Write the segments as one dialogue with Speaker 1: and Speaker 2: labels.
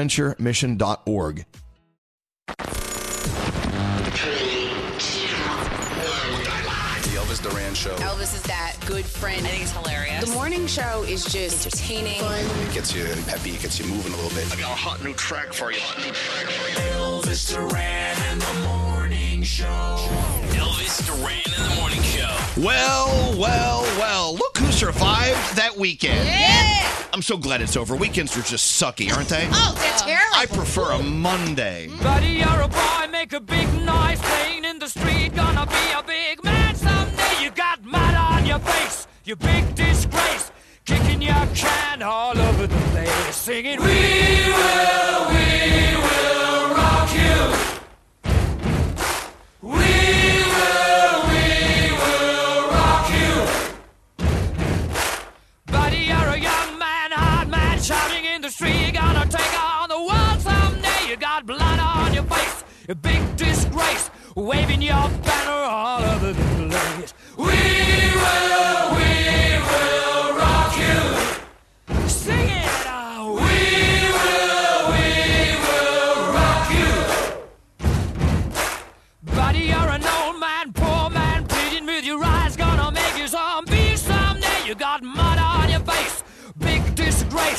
Speaker 1: adventuremission.org.
Speaker 2: The Elvis Duran Show.
Speaker 3: Elvis is that good friend. I think it's hilarious.
Speaker 4: The morning show is just entertaining.
Speaker 2: It gets you peppy, it gets you moving a little bit. I got a hot new track for you. Elvis Duran and the Morning Show. Elvis Duran and the Morning Show.
Speaker 1: Well, well, well. Look who survived that weekend. I'm so glad it's over. Weekends are just sucky, aren't they?
Speaker 4: Oh, they're terrible.
Speaker 1: I prefer a Monday.
Speaker 5: Buddy, you're a boy, make a big noise playing in the street. Gonna be a big man someday. You got mud on your face, you big disgrace. Kicking your can all over the place, singing, We will, we will rock you. We will, we will rock you. Buddy, you're a young man, hard man, shouting in the street. You're gonna take on the world someday. You got blood on your face, a big disgrace, waving your banner all over the place. We will, we will rock you. Sing it out. We will, we will rock you. Buddy, you're an old man, poor man, pleading with your eyes, gonna make you zombie someday. You got mud on your face, big disgrace.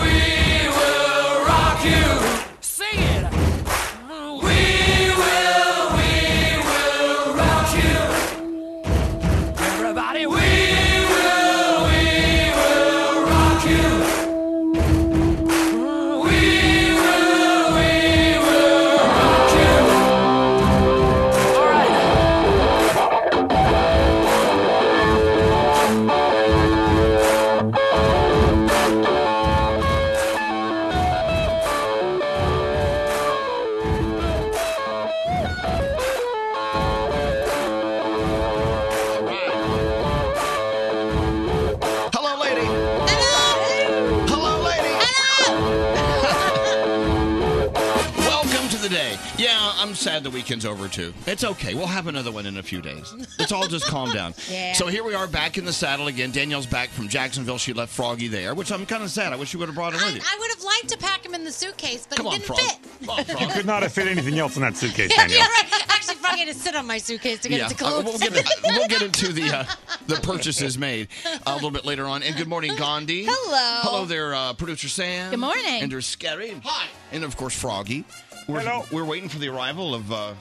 Speaker 5: we will rock you. Sing it. We will, we will rock you. Everybody, we will, we will rock you.
Speaker 1: Hey, yeah, I'm sad the weekend's over too. It's okay. We'll have another one in a few days. Let's all just calm down.
Speaker 6: Yeah.
Speaker 1: So here we are back in the saddle again. Danielle's back from Jacksonville. She left Froggy there, which I'm kind of sad. I wish you would have brought him with you.
Speaker 7: I would have liked to pack him in the suitcase, but
Speaker 1: Come
Speaker 7: it
Speaker 1: on,
Speaker 7: didn't
Speaker 1: Frog.
Speaker 7: fit.
Speaker 8: You could not have fit anything else in that suitcase,
Speaker 7: yeah,
Speaker 8: Daniel.
Speaker 7: yeah, right. Actually, Frog had to sit on my suitcase to get it to
Speaker 1: uh,
Speaker 7: close.
Speaker 1: we'll get, it- we'll get into the uh, the purchases made uh, a little bit later on. And good morning, Gandhi.
Speaker 9: Hello.
Speaker 1: Hello there, uh, producer Sam.
Speaker 9: Good morning.
Speaker 1: And there's Scary. Hi. And of course, Froggy. We're, Hello. We're waiting for the arrival of uh,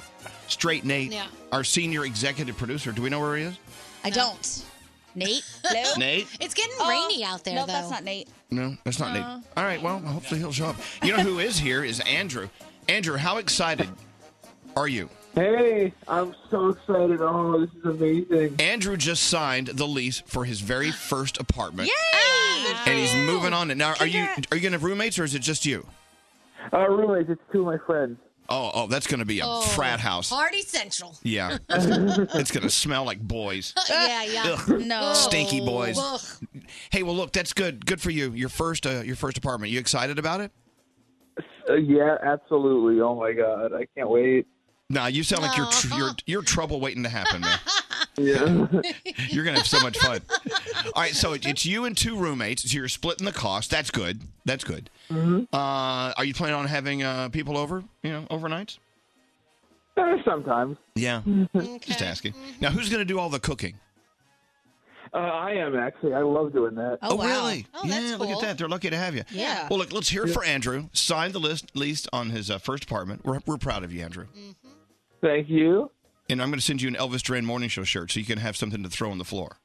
Speaker 1: Straight Nate,
Speaker 9: Yeah.
Speaker 1: our senior executive producer. Do we know where he is?
Speaker 9: I don't. Nate?
Speaker 1: Nate?
Speaker 7: It's getting
Speaker 9: rainy out there,
Speaker 10: Oh, no,
Speaker 9: though.
Speaker 10: that's not Nate.
Speaker 1: No, that's not
Speaker 10: No.
Speaker 1: Nate. All right. Well, hopefully he'll show up. You know who is here is Andrew. Andrew, how excited are you?
Speaker 5: Hey, I'm so excited. Oh, this is amazing.
Speaker 1: Andrew just signed the lease for his very first apartment. and he's
Speaker 5: you.
Speaker 1: moving on. And now, are you are you gonna have roommates or is it just you?
Speaker 5: Uh, roommates, it's two of my friends.
Speaker 1: Oh, oh, that's gonna be a frat house.
Speaker 7: Party Central.
Speaker 1: Yeah, it's, it's gonna smell like boys.
Speaker 7: yeah, yeah.
Speaker 1: Ugh.
Speaker 7: No.
Speaker 1: Stinky boys.
Speaker 7: Ugh.
Speaker 1: Hey, well, look, that's good. Good for you. Your first uh, your first apartment. You excited about it?
Speaker 5: Uh, yeah, absolutely. Oh my god, I can't wait.
Speaker 1: Nah, you sound like you're tr- you're you're trouble waiting to happen, man.
Speaker 5: Yeah.
Speaker 1: You're gonna have so much fun. All right, so it's you and two roommates. So you're splitting the cost. That's good. That's good.
Speaker 5: Mm-hmm.
Speaker 1: Uh, are you planning on having uh, people over? You know, overnights.
Speaker 5: Uh, sometimes.
Speaker 1: Yeah. Just asking. Now, who's going to do all the cooking?
Speaker 5: Uh, I am actually. I love doing that.
Speaker 1: Oh, really? yeah, look at that. They're lucky to have you.
Speaker 5: Yeah.
Speaker 1: Well, look, let's hear it for Andrew. Signed the list, lease on his uh, first apartment. We're, we're proud of you, Andrew.
Speaker 5: Mm-hmm. Thank you.
Speaker 1: And I'm going to send you an Elvis Duran Morning Show shirt so you can have something to throw on the floor.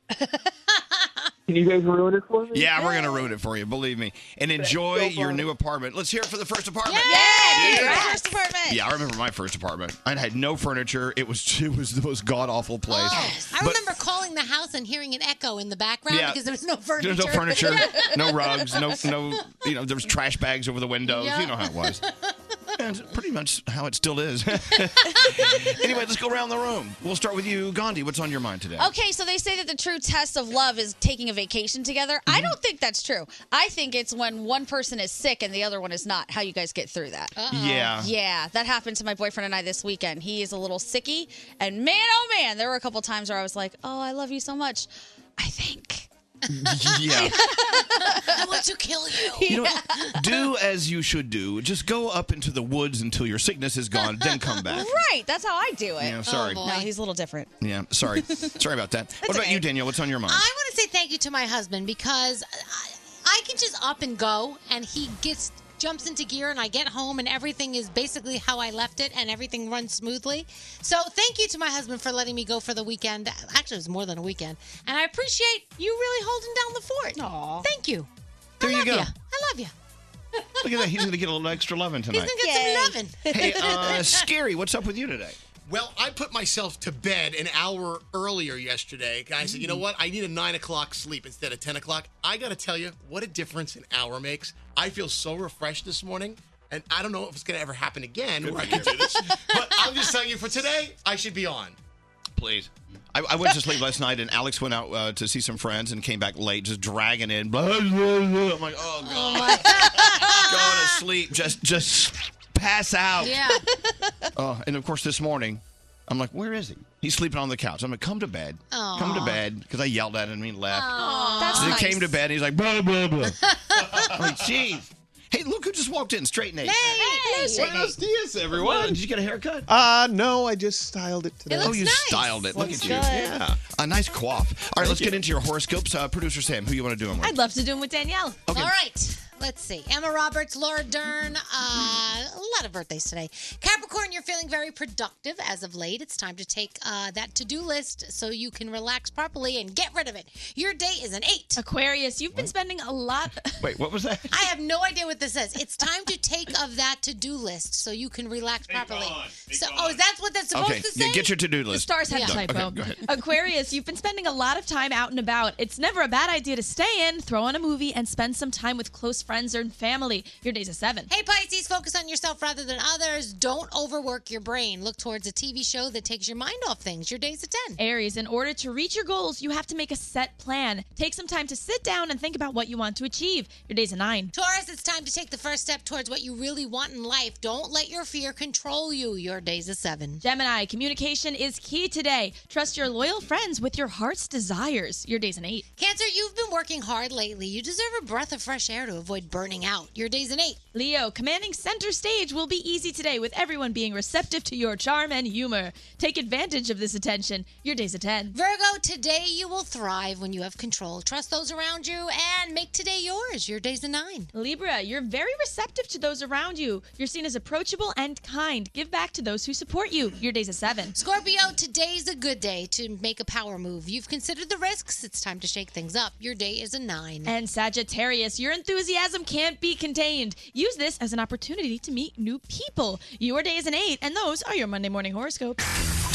Speaker 5: Can you guys ruin it for me?
Speaker 1: Yeah, we're going to ruin it for you, believe me. And enjoy
Speaker 5: so
Speaker 1: your
Speaker 5: fun.
Speaker 1: new apartment. Let's hear it for the first apartment.
Speaker 9: First apartment.
Speaker 1: Yeah, I remember my first apartment. I had no furniture. It was it was the most god awful place.
Speaker 7: I
Speaker 1: But-
Speaker 7: remember calling the house and hearing an echo in the background
Speaker 1: Yeah.
Speaker 7: because there was no furniture.
Speaker 1: There's no furniture, no rugs, no no you know, there was trash bags over the windows.
Speaker 7: Yeah.
Speaker 1: You know how it was. And it's pretty much how it still is. anyway, let's go around the room. We'll start with you, Gandhi. What's on your mind today?
Speaker 7: Oh,
Speaker 10: Okay, so they say that the true test of love is taking a vacation together. I don't think that's true. I think it's when one person is sick and the other one is not. How you guys get through that?
Speaker 1: Yeah.
Speaker 10: yeah. That happened to my boyfriend and I this weekend. He is a little sicky, and man, oh man, there were a couple times where I was like, "Oh, I love you so much."
Speaker 1: Yeah.
Speaker 7: I want to kill you.
Speaker 1: You know, do as you should do. Just go up into the woods until your sickness is gone, then come back.
Speaker 10: Right. That's how I do it.
Speaker 1: Yeah, sorry. Oh, boy.
Speaker 10: no, he's a little different.
Speaker 1: Yeah, sorry. Sorry about that. what about you, Danielle? What's on your mind?
Speaker 7: I want to say thank you to my husband because I, I can just up and go, and he gets jumps into gear, and I get home, and everything is basically how I left it, and everything runs smoothly. So thank you to my husband for letting me go for the weekend. Actually, it was more than a weekend, and I appreciate you really holding down the fort. Aww. Thank you.
Speaker 1: there you go.
Speaker 7: I love you.
Speaker 1: Look at that. He's going to get a little extra loving tonight.
Speaker 7: He's gonna get some loving.
Speaker 1: hey, uh, Scary, what's up with you today?
Speaker 11: Well, I put myself to bed an hour earlier yesterday. I said, you know what? I need a nine o'clock sleep instead of 10 o'clock. I got to tell you what a difference an hour makes. I feel so refreshed this morning. And I don't know if it's going to ever happen again where I can do this. but I'm just telling you for today, I should be on.
Speaker 1: Please. I, I went to sleep last night, and Alex went out uh, to see some friends and came back late, just dragging in. Blah, blah, blah. I'm like, oh god, going to sleep, just just pass out.
Speaker 7: Yeah.
Speaker 1: Oh, and of course, this morning, I'm like, where is he? He's sleeping on the couch. I'm like, come to bed, come to
Speaker 7: Aw.
Speaker 1: bed, because I yelled at him and he left.
Speaker 7: Aw.
Speaker 1: So
Speaker 7: That's
Speaker 1: he
Speaker 7: nice.
Speaker 1: came to bed. And he's like, blah blah blah. I'm like, jeez. Hey, look who just walked in, straight Nate.
Speaker 7: Hey,
Speaker 12: Hey. Buenos dias, everyone.
Speaker 1: Did you get a haircut?
Speaker 12: Uh, no, I just styled it today.
Speaker 1: oh, you styled it. Look
Speaker 12: Looks
Speaker 1: at you.
Speaker 12: good. Yeah.
Speaker 1: A nice quaff. All right, let's get into your horoscopes. Uh, Producer Sam, who you want to do them with?
Speaker 7: I'd love to do them with Danielle.
Speaker 1: Okay.
Speaker 7: All right. Let's see. Emma Roberts, Laura Dern, uh, a lot of birthdays today. Capricorn, you're feeling very productive as of late. It's time to take uh, that to do list so you can relax properly and get rid of it. Your day is an eight.
Speaker 9: Aquarius, you've been spending a lot.
Speaker 1: Wait, what was that?
Speaker 7: I have no idea what this is. It's time to take of that to do list so you can relax properly. so, oh, that's what that's supposed
Speaker 1: Okay,
Speaker 7: to say?
Speaker 1: yeah, get your to-do list.
Speaker 9: The stars had
Speaker 1: Yeah. Done.
Speaker 9: a typo.
Speaker 1: Okay, go ahead.
Speaker 9: Aquarius, you've been spending a lot of time out and about. It's never a bad idea to stay in, throw on a movie, and spend some time with close friends and family. Your day's a seven.
Speaker 7: Hey, Pisces, focus on yourself rather than others. Don't overwork your brain. Look towards a TV show that takes your mind off things. Your day's a 10.
Speaker 9: Aries, in order to reach your goals, you have to make a set plan. Take some time to sit down and think about what you want to achieve. Your day's a nine.
Speaker 7: Taurus, it's time to take the first step towards what you really want in life. Don't let your fear control you. Your day's a 7.
Speaker 9: Gemini, communication is key today. Trust your loyal friends with your heart's desires. Your day's an eight.
Speaker 7: Cancer, you've been working hard lately. You deserve a breath of fresh air to avoid burning out. Your day's an 8.
Speaker 9: Leo, commanding center stage will be easy today with everyone being receptive to your charm and humor. Take advantage of this attention. Your day's a 10.
Speaker 7: Virgo, today you will thrive when you have control. Trust those around you and make today yours. Your day's a nine.
Speaker 9: Libra, you're very receptive to those around you. You're seen as approachable and kind. Give back to those who support you. Your day's a 7.
Speaker 7: Scorpio, today's a good day to make a power move. You've considered the risks. It's time to shake things up. Your day is a nine.
Speaker 9: And Sagittarius, your enthusiasm can't be contained. Use this as an opportunity to meet new people. Your day is an 8, and those are your Monday morning horoscopes.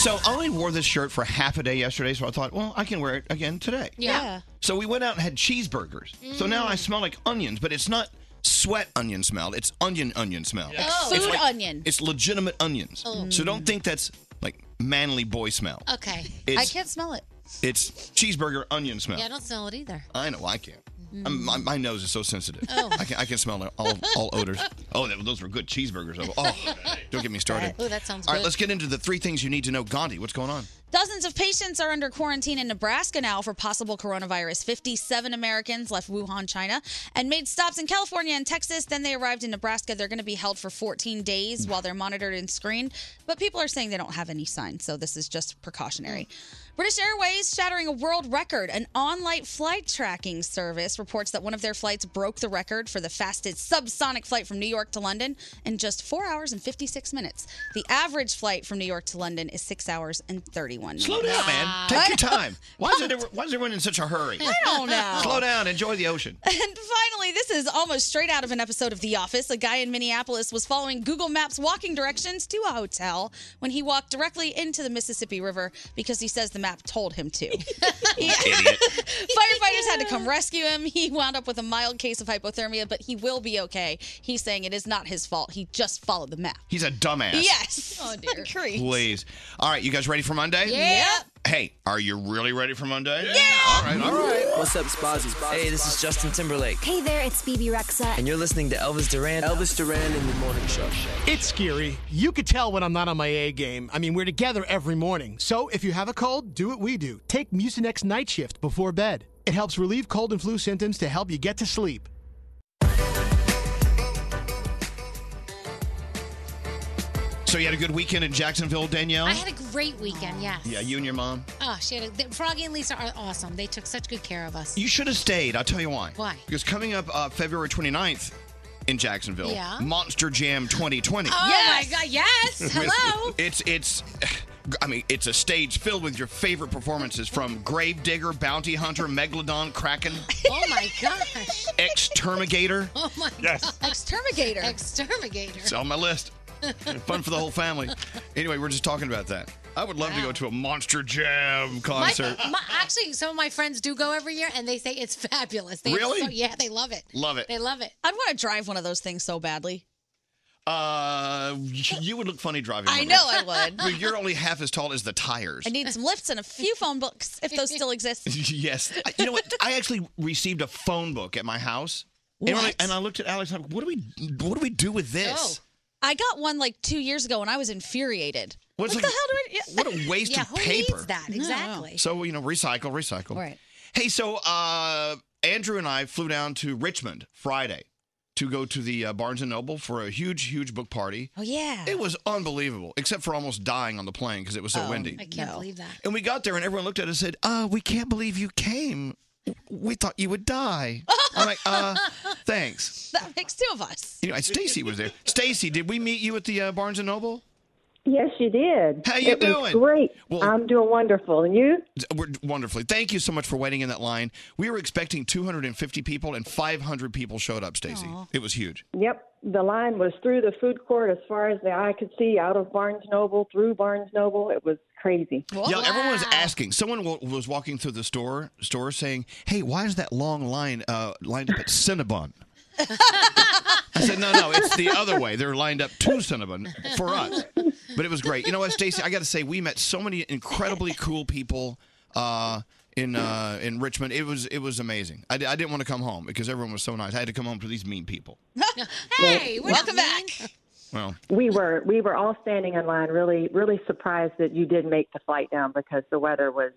Speaker 1: So I only wore this shirt for half a day yesterday, so I thought, well, I can wear it again today.
Speaker 9: Yeah.
Speaker 1: So we went out and had cheeseburgers. So now
Speaker 10: Mm.
Speaker 1: I smell like onions, but it's not sweat onion smell. It's onion onion smell.
Speaker 10: Like Oh.
Speaker 1: It's
Speaker 10: food
Speaker 1: like-
Speaker 10: onion.
Speaker 1: It's legitimate onions.
Speaker 10: Oh. Uh.
Speaker 1: So don't think that's like manly boy smell.
Speaker 7: Okay.
Speaker 1: It's-
Speaker 10: I can't smell it.
Speaker 1: It's cheeseburger onion smell.
Speaker 7: Yeah, I don't smell it either.
Speaker 1: I know I can't.
Speaker 10: Mm.
Speaker 1: I'm, my, my nose is so sensitive.
Speaker 7: Oh.
Speaker 1: I can I can smell all all odors. Oh, that, those were good cheeseburgers. Oh, don't get me started.
Speaker 10: Ooh, that sounds
Speaker 1: All right,
Speaker 10: good.
Speaker 1: let's get into the three things you need to know. Gandhi, what's going on?
Speaker 10: Dozens of patients are under quarantine in Nebraska now for possible coronavirus. 57 Americans left Wuhan, China, and made stops in California and Texas. Then they arrived in Nebraska. They're going to be held for 14 days while they're monitored and screened. But people are saying they don't have any signs, so this is just precautionary. British Airways shattering a world record. An online flight tracking service reports that one of their flights broke the record for the fastest subsonic flight from New York to London in just four hours and 56 minutes. The average flight from New York to London is six hours and 31
Speaker 1: Slow
Speaker 10: minutes.
Speaker 1: down, man. Take your time. Why is, it, why is everyone in such a hurry?
Speaker 10: I don't know.
Speaker 1: Slow down. Enjoy the ocean.
Speaker 10: And finally, this is almost straight out of an episode of The Office. A guy in Minneapolis was following Google Maps walking directions to a hotel when he walked directly into the Mississippi River because he says the map told him to. Yeah. Firefighters had to come rescue him. He wound up with a mild case of hypothermia, but he will be okay. He's saying it is not his fault. He just followed the map.
Speaker 1: He's a dumbass.
Speaker 10: Yes. Oh, dear.
Speaker 1: Please. All right, you guys ready for Monday?
Speaker 10: Yeah.
Speaker 1: Hey, are you really ready for Monday?
Speaker 10: Yeah.
Speaker 1: All right, all right.
Speaker 13: What's up, Spazzy? Hey, this is Justin Timberlake.
Speaker 14: Hey there, it's BB Rexa.
Speaker 13: And you're listening to Elvis Duran. Elvis Duran in the morning show.
Speaker 15: It's scary. You could tell when I'm not on my A game. I mean, we're together every morning. So if you have a cold, do what we do. Take Mucinex Night Shift before bed. It helps relieve cold and flu symptoms to help you get to sleep.
Speaker 1: So you had a good weekend in Jacksonville, Danielle?
Speaker 7: I had a great weekend, yes.
Speaker 1: yeah, you and your mom.
Speaker 7: Oh, she had a, the- Froggy and Lisa are awesome. They took such good care of us.
Speaker 1: You should have stayed. I'll tell you why.
Speaker 7: Why?
Speaker 1: Because coming up uh, February 29th in Jacksonville,
Speaker 7: Yeah.
Speaker 1: Monster Jam 2020.
Speaker 7: Oh my God, yes.
Speaker 1: With-
Speaker 7: Hello.
Speaker 1: It's it's I mean, it's a stage filled with your favorite performances from Gravedigger, Bounty Hunter, Megalodon, Kraken,
Speaker 7: oh my gosh.
Speaker 1: Exterminator.
Speaker 7: Oh my
Speaker 1: Yes.
Speaker 7: God. Exterminator. Exterminator.
Speaker 1: It's on my list. Fun for the whole family. Anyway, we're just talking about that. I would love to go to a Monster Jam
Speaker 7: My-
Speaker 1: concert.
Speaker 7: my- actually, some of my friends do go every year, and they say it's fabulous. They
Speaker 1: Really?
Speaker 7: so- yeah, they love it.
Speaker 1: Love it.
Speaker 7: They love it.
Speaker 10: I'd want to drive one of those things so badly.
Speaker 1: Uh, you you would look funny driving.
Speaker 10: I
Speaker 1: one of
Speaker 10: know I
Speaker 1: those.
Speaker 10: would.
Speaker 1: Well, You're only half as tall as the tires.
Speaker 10: I need some lifts and a few phone books if those still exist.
Speaker 1: yes. I- You know what? I actually received a phone book at my house. And, I'm like- and I looked at Alex. I'm like, what do we? What do we do with
Speaker 7: Oh.
Speaker 1: this?
Speaker 10: I got one like two years ago and I was infuriated.
Speaker 1: What's
Speaker 10: what
Speaker 1: like-
Speaker 10: the hell do I?
Speaker 1: What a waste of paper. So you know, recycle, recycle.
Speaker 10: Right.
Speaker 1: Hey, so uh, Andrew and I flew down to Richmond Friday to go to the uh, Barnes and Noble for a huge, huge book party.
Speaker 10: Oh yeah.
Speaker 1: It was unbelievable, except for almost dying on the plane because it was so windy.
Speaker 7: Oh, I can't believe that.
Speaker 1: And we got there, and everyone looked at us and said, uh, We can't believe you came. We thought you would die. I'm like, uh, Thanks.
Speaker 10: That makes two of us.
Speaker 1: You know, and Stacy was there. Stacy, did we meet you at the uh, Barnes and Noble?
Speaker 16: Yes, you did.
Speaker 1: How you
Speaker 16: it Was
Speaker 1: doing?
Speaker 16: great.
Speaker 1: Well-
Speaker 16: I'm doing wonderful. And you?
Speaker 1: We're, wonderfully. Thank you so much for waiting in that line. We were expecting 250 people, and 500 people showed up, Stacy. It was huge.
Speaker 16: Yep. The line was through the food court as far as the eye could see, out of Barnes Noble, through Barnes Noble. It was crazy.
Speaker 1: Yeah, everyone was asking. Someone wa- was walking through the store store saying, "Hey, why is that long line uh, lined up at Cinnabon?" I said, no, no, it's the other way. They're lined up to Cinnabon for us. But it was great. You know what, Stacey? I got to say, we met so many incredibly cool people uh, in uh, in Richmond. It was it was amazing. I, di- I didn't want to come home because everyone was so nice. I had to come home to these mean people.
Speaker 7: hey, we're welcome back.
Speaker 1: Well,
Speaker 16: We were we were all standing in line, really really surprised that you did make the flight down because the weather was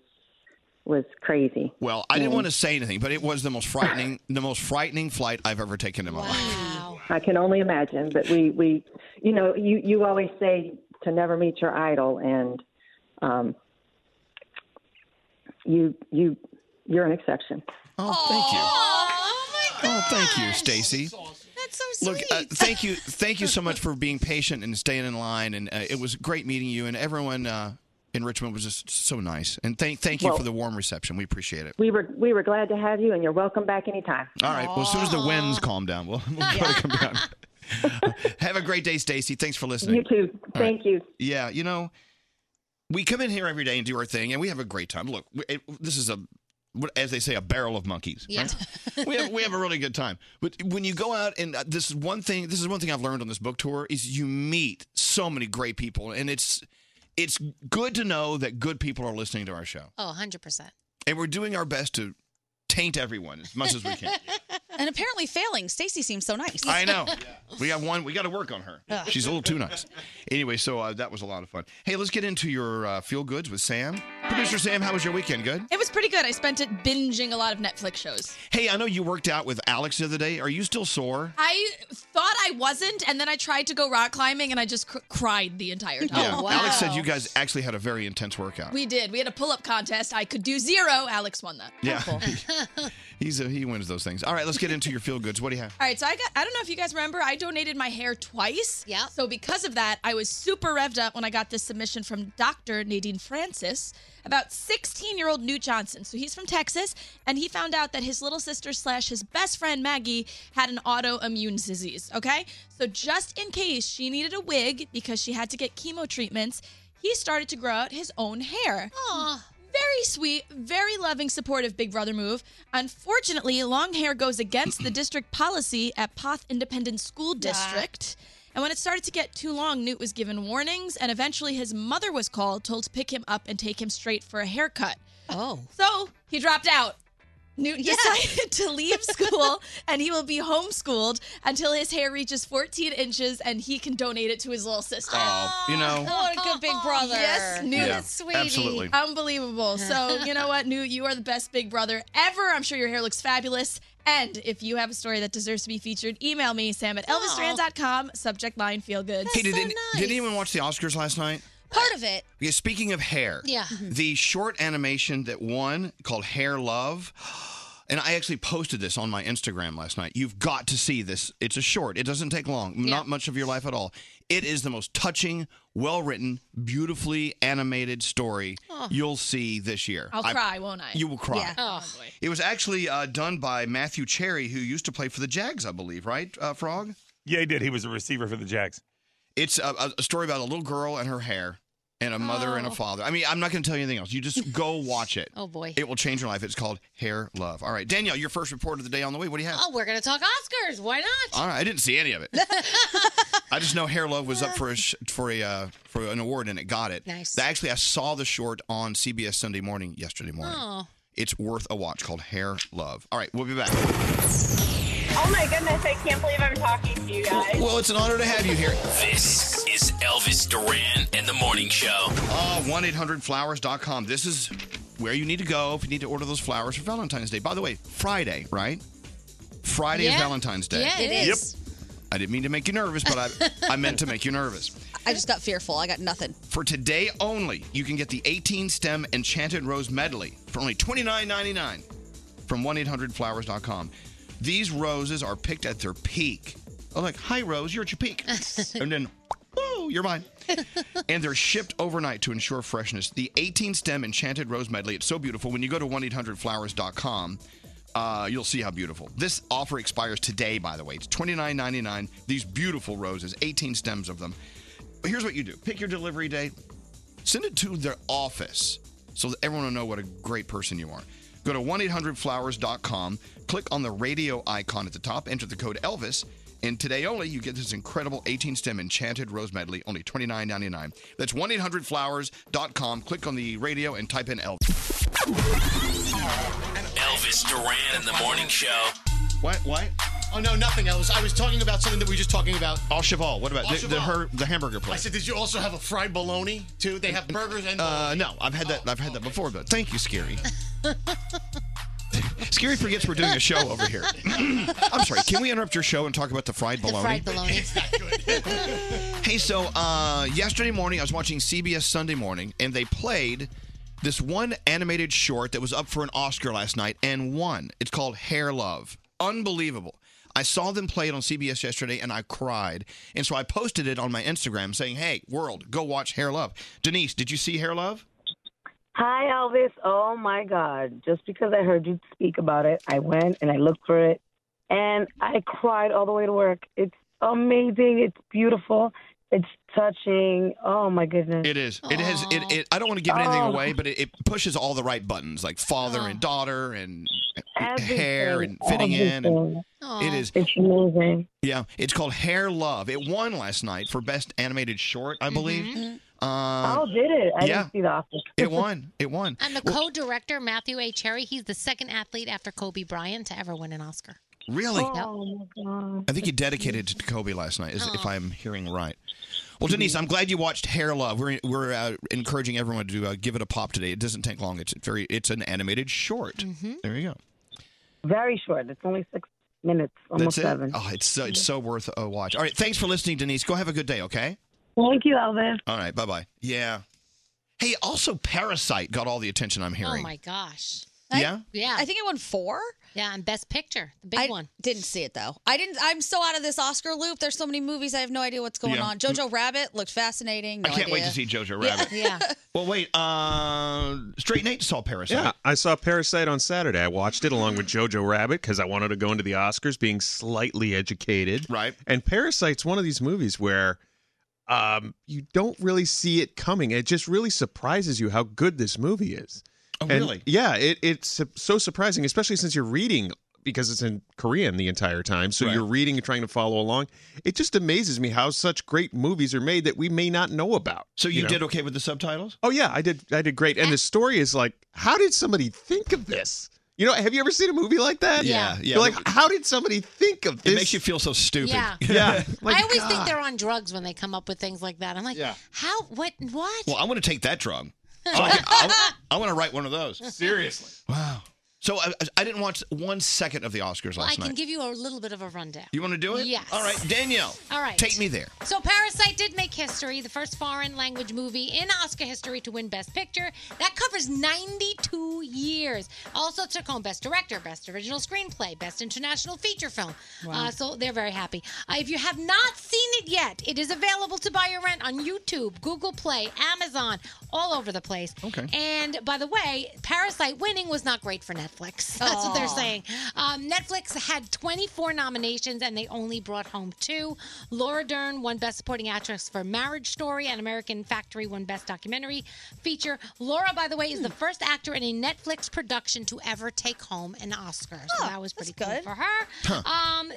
Speaker 16: was crazy.
Speaker 1: well, I didn't want to say anything, but it was the most frightening the most frightening flight I've ever taken in my life.
Speaker 16: I can only imagine, but we we you know you you always say to never meet your idol, and um, you you you're an exception.
Speaker 1: Oh, thank you. Oh, thank you, Stacy.
Speaker 7: That's so
Speaker 1: Look, uh, thank you, thank you so much for being patient and staying in line, and uh, it was great meeting you. And everyone uh, in Richmond was just so nice, and thank thank you
Speaker 16: Well-
Speaker 1: for the warm reception. We appreciate it.
Speaker 16: We were we were glad to have you, and you're welcome back anytime.
Speaker 1: All right. Well, as soon as the winds calm down, we'll, we'll try to come down. Have a great day, Stacy. Thanks for listening.
Speaker 16: You too.
Speaker 1: All right.
Speaker 16: Thank you.
Speaker 1: Yeah, you know, we come in here every day and do our thing, and we have a great time. Look, we- it, this is a, what- as they say, a barrel of monkeys.
Speaker 7: Yeah.
Speaker 1: right? we have we have a really good time. But when you go out and uh, this is one thing, this is one thing I've learned on this book tour is you meet so many great people, and it's it's good to know that good people are listening to our show,
Speaker 7: Oh, 100%.
Speaker 1: and we're doing our best to taint everyone as much as we can.
Speaker 10: and apparently failing. Stacy seems so nice.
Speaker 1: I know. We got one. We got to work on her.
Speaker 10: Yeah.
Speaker 1: She's a little too nice. Anyway, so uh, that was a lot of fun. Hey, let's get into your uh, feel goods with Sam. Producer Sam, how was your weekend? Good.
Speaker 9: It was pretty good. I spent it binging a lot of Netflix shows.
Speaker 1: Hey, I know you worked out with Alex the other day. Are you still sore?
Speaker 9: I thought I wasn't, and then I tried to go rock climbing, and I just cr- cried the entire
Speaker 1: Oh,
Speaker 9: time.
Speaker 1: Alex said you guys actually had a very intense workout.
Speaker 9: We did. We had a pull-up contest. I could do zero. Alex won that.
Speaker 1: yeah. He's a, he wins those things. All right, let's get into your feel goods. What do you have?
Speaker 9: All right, so I got I don't know if you guys remember, I donated my hair twice. Yeah. So because of that, I was super revved up when I got this submission from Dr. Nadine Francis about 16-year-old Newt Johnson. So he's from Texas, and he found out that his little sister slash his best friend Maggie had an autoimmune disease. Okay? So just in case she needed a wig because she had to get chemo treatments, he started to grow out his own hair. Aww. Very sweet, very loving, supportive Big Brother move. Unfortunately, long hair goes against the district policy at Poth Independent School District. And when it started to get too long, Newt was given warnings, and eventually his mother was called, told to pick him up and take him straight for a haircut.
Speaker 7: Oh.
Speaker 9: So he dropped out. Newt decided to leave school and he will be homeschooled until his hair reaches 14 inches and he can donate it to his little sister.
Speaker 1: Oh, you know.
Speaker 9: What a good big brother. Yes, Newt.
Speaker 1: Yeah, Sweetie. absolutely.
Speaker 9: Unbelievable. So, you know what, Newt, you are the best big brother ever. I'm sure your hair looks fabulous. And if you have a story that deserves to be featured, email me, sam at elvisduran.com, subject line feel good.
Speaker 1: Hey, did, any- did anyone watch the Oscars last night?
Speaker 9: Part of it.
Speaker 1: Yeah, speaking of hair,
Speaker 9: Yeah. Mhm.
Speaker 1: the short animation that won called Hair Love. And I actually posted this on my Instagram last night. You've got to see this. It's a short. It doesn't take long, not much of your life at all. It is the most touching, well written, beautifully animated story
Speaker 9: Oh.
Speaker 1: you'll see this year.
Speaker 9: I'll
Speaker 1: I-
Speaker 9: cry, won't I?
Speaker 1: You will cry.
Speaker 9: Yeah. Oh, boy.
Speaker 1: It was actually uh, done by Matthew Cherry, who used to play for the Jags, I believe, right, uh, Frog?
Speaker 12: Yeah, he did. He was a receiver for the Jags.
Speaker 1: It's a, a- a story about a little girl and her hair, and a mother and a
Speaker 7: Oh.
Speaker 1: father. I mean, I'm not going to tell you anything else. You just go watch it.
Speaker 7: Oh, boy.
Speaker 1: It will change your life. It's called Hair Love. All right, Danielle, your first report of the day on the way. What do you have?
Speaker 7: Oh, we're going to talk Oscars. Why not?
Speaker 1: All right, I didn't see any of it. I just know Hair Love was up for a sh- for a uh, for an award and it got it.
Speaker 7: Nice.
Speaker 1: Actually, I saw the short on CBS Sunday Morning yesterday morning.
Speaker 7: Oh.
Speaker 1: It's worth a watch called Hair Love. All right, we'll be back.
Speaker 14: Oh my goodness, I can't believe I'm talking to you guys.
Speaker 1: Well, it's an honor to have you here.
Speaker 17: This is Elvis Duran and the Morning Show.
Speaker 1: Uh, 1 800 flowers.com. This is where you need to go if you need to order those flowers for Valentine's Day. By the way, Friday, right? Friday
Speaker 18: Yeah.
Speaker 1: is Valentine's Day.
Speaker 18: Yeah, it Yep. is.
Speaker 1: I didn't mean to make you nervous, but I, I meant to make you nervous.
Speaker 10: I just got fearful. I got nothing.
Speaker 1: For today only, you can get the 18 stem enchanted rose medley for only $29.99 from 1 800flowers.com. These roses are picked at their peak. I'm like, hi, Rose, you're at your peak. and then, woo, you're mine. and they're shipped overnight to ensure freshness. The 18 stem enchanted rose medley, it's so beautiful. When you go to 1 800flowers.com, uh, you'll see how beautiful. This offer expires today, by the way. It's $29.99. These beautiful roses, 18 stems of them. Here's what you do pick your delivery date, send it to their office so that everyone will know what a great person you are. Go to 1 800flowers.com, click on the radio icon at the top, enter the code Elvis, And today only, you get this incredible 18 stem enchanted rose medley, only $29.99. That's 1 800flowers.com. Click on the radio and type in Elvis.
Speaker 17: Elvis Duran in the morning show.
Speaker 1: What? What?
Speaker 11: Oh no, nothing else. I was talking about something that we were just talking about.
Speaker 1: All Cheval. What about
Speaker 11: Au
Speaker 1: the, the,
Speaker 11: Cheval.
Speaker 1: her, the hamburger
Speaker 11: I
Speaker 1: place?
Speaker 11: said, did you also have a fried bologna too? They have burgers and
Speaker 1: Uh, no, I've had that. I've had that before, but thank you, Scary. Scary forgets we're doing a show over here. I'm sorry. Can we interrupt your show and talk about the fried bologna? Hey, so uh, yesterday morning I was watching CBS Sunday Morning, and they played this one animated short that was up for an Oscar last night and won. It's called Hair Love. Unbelievable. I saw them play it on CBS yesterday and I cried. And so I posted it on my Instagram saying, Hey, world, go watch Hair Love. Denise, did you see Hair Love?
Speaker 18: Hi, Elvis. Oh my God. Just because I heard you speak about it, I went and I looked for it and I cried all the way to work. It's amazing. It's beautiful. It's touching. Oh my goodness.
Speaker 1: It is. It has. It, it. I don't want to give
Speaker 18: Oh.
Speaker 1: anything away, but it, it pushes all the right buttons, like father and daughter, and hair, and fitting in. And it is.
Speaker 18: It's amazing.
Speaker 1: Yeah, it's called Hair Love. It won last night for best animated short, I believe. Uh,
Speaker 18: oh, did Mm-hmm. it?
Speaker 1: yeah.
Speaker 18: I didn't see the office.
Speaker 1: it won. It won.
Speaker 7: And the co-director Matthew A. Cherry, he's the second athlete after Kobe Bryant to ever win an Oscar.
Speaker 1: Really?
Speaker 18: Oh my God.
Speaker 1: I think he dedicated it to Kobe last night, is, if I'm hearing right. Well, Denise, I'm glad you watched Hair Love. We're we're uh, encouraging everyone to uh, give it a pop today. It doesn't take long. It's very. It's an animated short.
Speaker 18: Mm-hmm.
Speaker 1: There you go.
Speaker 18: Very short. It's only six minutes,
Speaker 1: That's
Speaker 18: almost
Speaker 1: it.
Speaker 18: seven.
Speaker 1: Oh, it's so, it's so worth a watch. All right, thanks for listening, Denise. Go have a good day. Okay.
Speaker 18: Thank you, Elvis.
Speaker 1: All right. Bye bye. Yeah. Hey, also Parasite got all the attention I'm hearing.
Speaker 7: Oh my gosh.
Speaker 1: Yeah?
Speaker 7: yeah.
Speaker 10: I think it won four.
Speaker 7: Yeah, and Best Picture, the big
Speaker 10: I
Speaker 7: one.
Speaker 10: Didn't see it though. I didn't. I'm so out of this Oscar loop. There's so many movies. I have no idea what's going
Speaker 1: Yeah.
Speaker 10: on. Jojo Rabbit looked fascinating.
Speaker 1: I
Speaker 10: No
Speaker 1: can't wait
Speaker 10: idea.
Speaker 1: to see Jojo Rabbit.
Speaker 10: Yeah.
Speaker 1: Well, wait. Uh, Straight Nate saw Parasite.
Speaker 12: Yeah, I saw Parasite on Saturday. I watched it along with Jojo Rabbit because I wanted to go into the Oscars being slightly educated.
Speaker 1: Right.
Speaker 12: And Parasite's one of these movies where um, you don't really see it coming. It just really surprises you how good this movie is.
Speaker 1: Oh,
Speaker 12: And
Speaker 1: really?
Speaker 12: Yeah, it, it's su- so surprising, especially since you're reading because it's in Korean the entire time. So you're reading and trying to follow along. It just amazes me how such great movies are made that we may not know about.
Speaker 1: So you,
Speaker 12: know?
Speaker 1: did okay with the subtitles?
Speaker 12: Oh yeah, I did. I did great. And the story is like, how did somebody think of this? You know, have you ever seen a movie like that?
Speaker 7: Yeah, yeah.
Speaker 12: You're like, how did somebody think of this? It makes
Speaker 1: you feel so stupid.
Speaker 7: Yeah.
Speaker 12: yeah.
Speaker 7: I always think they're on drugs when they come up with things like that. I'm like,
Speaker 1: Yeah.
Speaker 7: how? What? What?
Speaker 1: Well, I want to take that drug. So I, I, want to write one of those.
Speaker 7: Seriously.
Speaker 1: Wow. So I, I didn't watch one second of the Oscars
Speaker 7: Well, I
Speaker 1: last
Speaker 7: can
Speaker 1: night.
Speaker 7: give you a little bit of a rundown.
Speaker 1: you want to do it?
Speaker 7: Yes.
Speaker 1: All right, Danielle.
Speaker 7: All right.
Speaker 1: Take me there.
Speaker 7: So, Parasite did make history, the first foreign language movie in Oscar history to win Best Picture. That covers 92 years. Also took home Best Director, Best Original Screenplay, Best International Feature Film.
Speaker 8: Wow.
Speaker 7: Uh, so, they're very happy. Uh, if you have not seen it yet, it is available to buy or rent on YouTube, Google Play, Amazon, all over the place.
Speaker 8: Okay.
Speaker 7: And by the way, Parasite winning was not great for Netflix. That's what they're
Speaker 8: Aw.
Speaker 7: saying. Um, Netflix had 24 nominations and they only brought home two. Laura Dern won Best Supporting Actress for Marriage Story, and American Factory won Best Documentary Feature. Laura, by the way, is the first actor in a Netflix production to ever take home an Oscar. So that was pretty cool for her.
Speaker 8: Huh.
Speaker 7: Um,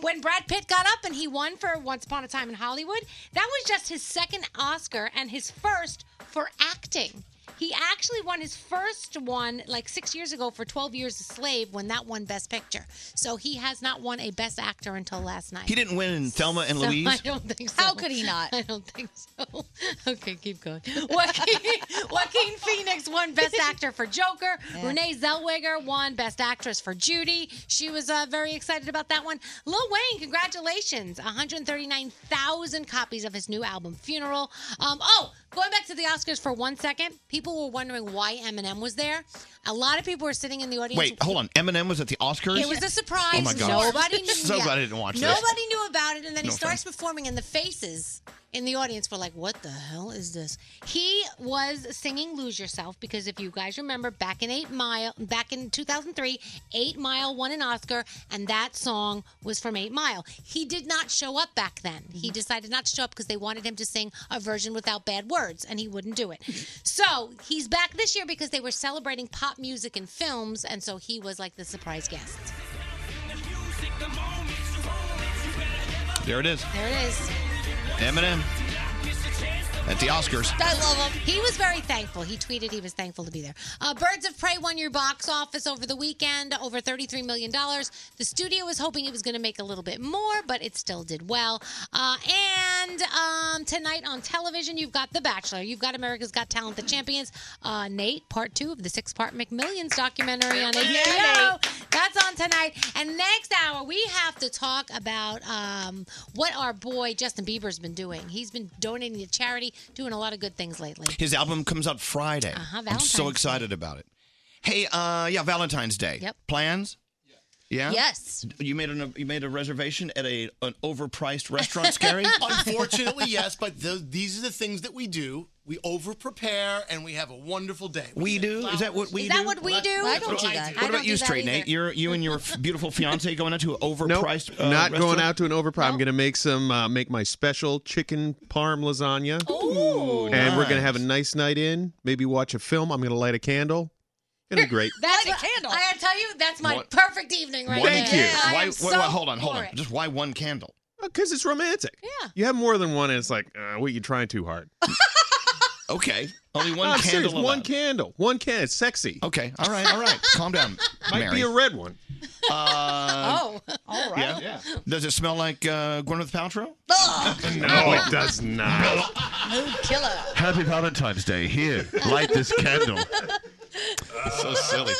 Speaker 7: when Brad Pitt got up and he won for Once Upon a Time in Hollywood, that was just his second Oscar and his first for acting. He actually won his first one like six years ago for 12 Years a Slave when that won Best Picture. So he has not won a Best Actor until last night.
Speaker 1: He didn't win in Thelma and
Speaker 7: So I
Speaker 1: Louise.
Speaker 7: don't think so. How could he not? I don't think so. Okay, keep going. Joaquin, Joaquin Phoenix won Best Actor for Joker.
Speaker 8: Yeah.
Speaker 7: Renee Zellweger won Best Actress for Judy. She was uh, very excited about that one. Lil Wayne, congratulations! 139,000 copies of his new album Funeral. Um, oh, going back to the Oscars for one second, people were wondering why Eminem was there. A lot of people were sitting in the audience.
Speaker 1: Wait, hold on. Eminem was at the Oscars.
Speaker 7: It was a surprise.
Speaker 1: Oh my gosh.
Speaker 7: Nobody knew.
Speaker 1: So
Speaker 7: yeah.
Speaker 1: glad I didn't watch
Speaker 7: Nobody
Speaker 1: this.
Speaker 7: knew about it, and then he
Speaker 1: No
Speaker 7: starts performing, and the faces in the audience were like, "What the hell is this?" He was singing "Lose Yourself" because if you guys remember, back in Eight Mile, back in 2003, Eight Mile won an Oscar, and that song was from Eight Mile. He did not show up back then. He decided not to show up because they wanted him to sing a version without bad words, and he wouldn't do it. So he's back this year because they were celebrating pop music and films, and so he was like the surprise guest.
Speaker 1: There it is.
Speaker 7: There it is.
Speaker 1: Eminem at the Oscars.
Speaker 7: I love him. He was very thankful. He tweeted he was thankful to be there. Uh, Birds of Prey won your box office over the weekend, over $33 million. The studio was hoping it was going to make a little bit more, but it still did well. Uh, and um, tonight on television, you've got The Bachelor. You've got America's Got Talent, The Champions. Uh, Nate, part two of the six part McMillions documentary on HBO. That's on tonight. And next hour, we have to talk about um, what our boy Justin Bieber's been doing. He's been donating to charity, doing a lot of good things lately.
Speaker 1: His album comes out Friday.
Speaker 7: Uh-huh,
Speaker 1: I'm
Speaker 7: Valentine's
Speaker 1: so
Speaker 7: Day.
Speaker 1: excited about it. Hey, uh, yeah, Valentine's Day.
Speaker 7: Yep.
Speaker 1: Plans? Yeah.
Speaker 7: Yes.
Speaker 1: You made an you made a reservation at a an overpriced restaurant, Scary?
Speaker 11: Unfortunately, yes, but th these are the things that we do. We over prepare and we have a wonderful day.
Speaker 1: We do? Is that what we
Speaker 7: Is that what we do? I don't
Speaker 11: That's
Speaker 7: do
Speaker 11: what I
Speaker 7: that.
Speaker 11: do.
Speaker 7: I
Speaker 1: What
Speaker 7: don't
Speaker 1: about you,
Speaker 7: do that
Speaker 1: straight
Speaker 7: either.
Speaker 1: Nate? You're you and your f- beautiful fiance going out to an overpriced. uh,
Speaker 12: Not going
Speaker 1: restaurant?
Speaker 12: out to an overprime. I'm gonna make some, uh, make my special chicken parm lasagna,
Speaker 1: Oh,
Speaker 7: Ooh,
Speaker 12: and we're gonna have a nice night in. Maybe watch a film. I'm gonna light a candle. Gonna be great.
Speaker 7: That's a candle. I gotta tell you, that's my
Speaker 1: What?
Speaker 7: perfect evening right
Speaker 1: One-
Speaker 7: there. I
Speaker 1: Why,
Speaker 7: am
Speaker 1: why-
Speaker 7: so
Speaker 1: why- hold on, hold
Speaker 7: for
Speaker 1: on.
Speaker 7: it.
Speaker 1: Just why one candle?
Speaker 12: Because Uh, it's romantic.
Speaker 7: Yeah.
Speaker 12: You have more than one, and it's like, uh, what? You trying too hard?
Speaker 1: okay. Only one
Speaker 12: I'm
Speaker 1: candle
Speaker 12: serious, One
Speaker 1: allowed.
Speaker 12: candle. One can. It's sexy.
Speaker 1: Okay. All right. All right. Calm down.
Speaker 12: Might
Speaker 1: Mary.
Speaker 12: be a red one.
Speaker 1: Uh,
Speaker 7: Oh, all
Speaker 1: Yeah? Does it smell like uh, Gwyneth Paltrow? Oh.
Speaker 12: No, it does not.
Speaker 7: Mood killer.
Speaker 1: Happy Valentine's Day. Here, light this candle. so silly.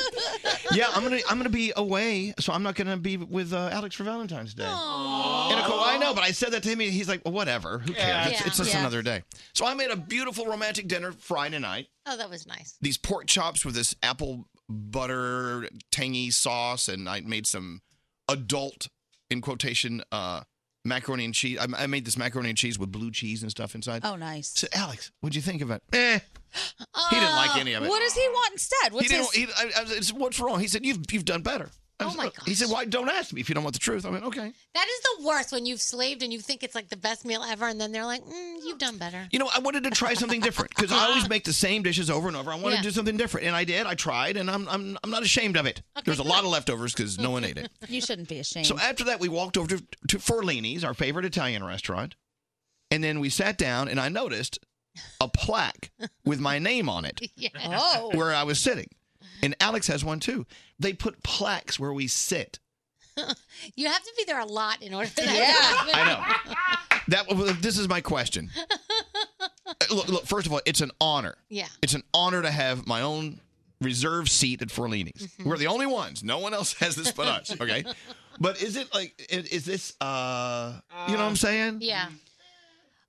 Speaker 1: Yeah, I'm gonna I'm gonna be away, so I'm not gonna be with uh, Alex for Valentine's Day. And of course, I know, but I said that to him. and He's like, well, whatever. Who cares?
Speaker 7: Yeah.
Speaker 1: It's, it's just
Speaker 7: Yeah.
Speaker 1: another day. So I made a beautiful romantic dinner Friday night.
Speaker 7: Oh, that was nice.
Speaker 1: These pork chops with this apple butter tangy sauce, and I made some adult in quotation uh, macaroni and cheese. I, I made this macaroni and cheese with blue cheese and stuff inside.
Speaker 10: Oh, nice.
Speaker 1: So Alex, what'd you think of it? Eh. He didn't like any of it.
Speaker 10: Uh, What does he want instead? What's
Speaker 1: he didn't.
Speaker 10: his...
Speaker 1: He, I, I was- it's, what's wrong? He said you've you've done better. oh my god. He said, "Why don't ask me if you don't want the truth?" I went, "Okay."
Speaker 7: That is the worst when you've slaved and you think it's like the best meal ever, and then they're like, mm, "You've done better."
Speaker 1: You know, I wanted to try something different because I
Speaker 10: Uh-huh.
Speaker 1: always make the same dishes over and over. I wanted
Speaker 7: Yeah.
Speaker 1: to do something different, and I did. I tried, and I'm I'm I'm not ashamed of it. There's a lot of leftovers because no one ate it.
Speaker 10: You shouldn't be ashamed.
Speaker 1: So after that, we walked over to, to Forlini's, our favorite Italian restaurant, and then we sat down, and I noticed a plaque with my name on it.
Speaker 7: Yeah.
Speaker 1: where I was sitting. And Alex has one too. They put plaques where we sit.
Speaker 7: you have to be there a lot in order for that. to happen.
Speaker 1: I know. That was- this is my question. Uh, Look, look, first of all, it's an honor.
Speaker 7: Yeah.
Speaker 1: It's an honor to have my own reserve seat at Forlini's. We're the only ones. No one else has this but us. Okay. But is it like i- is this uh you know what I'm saying?
Speaker 7: Yeah.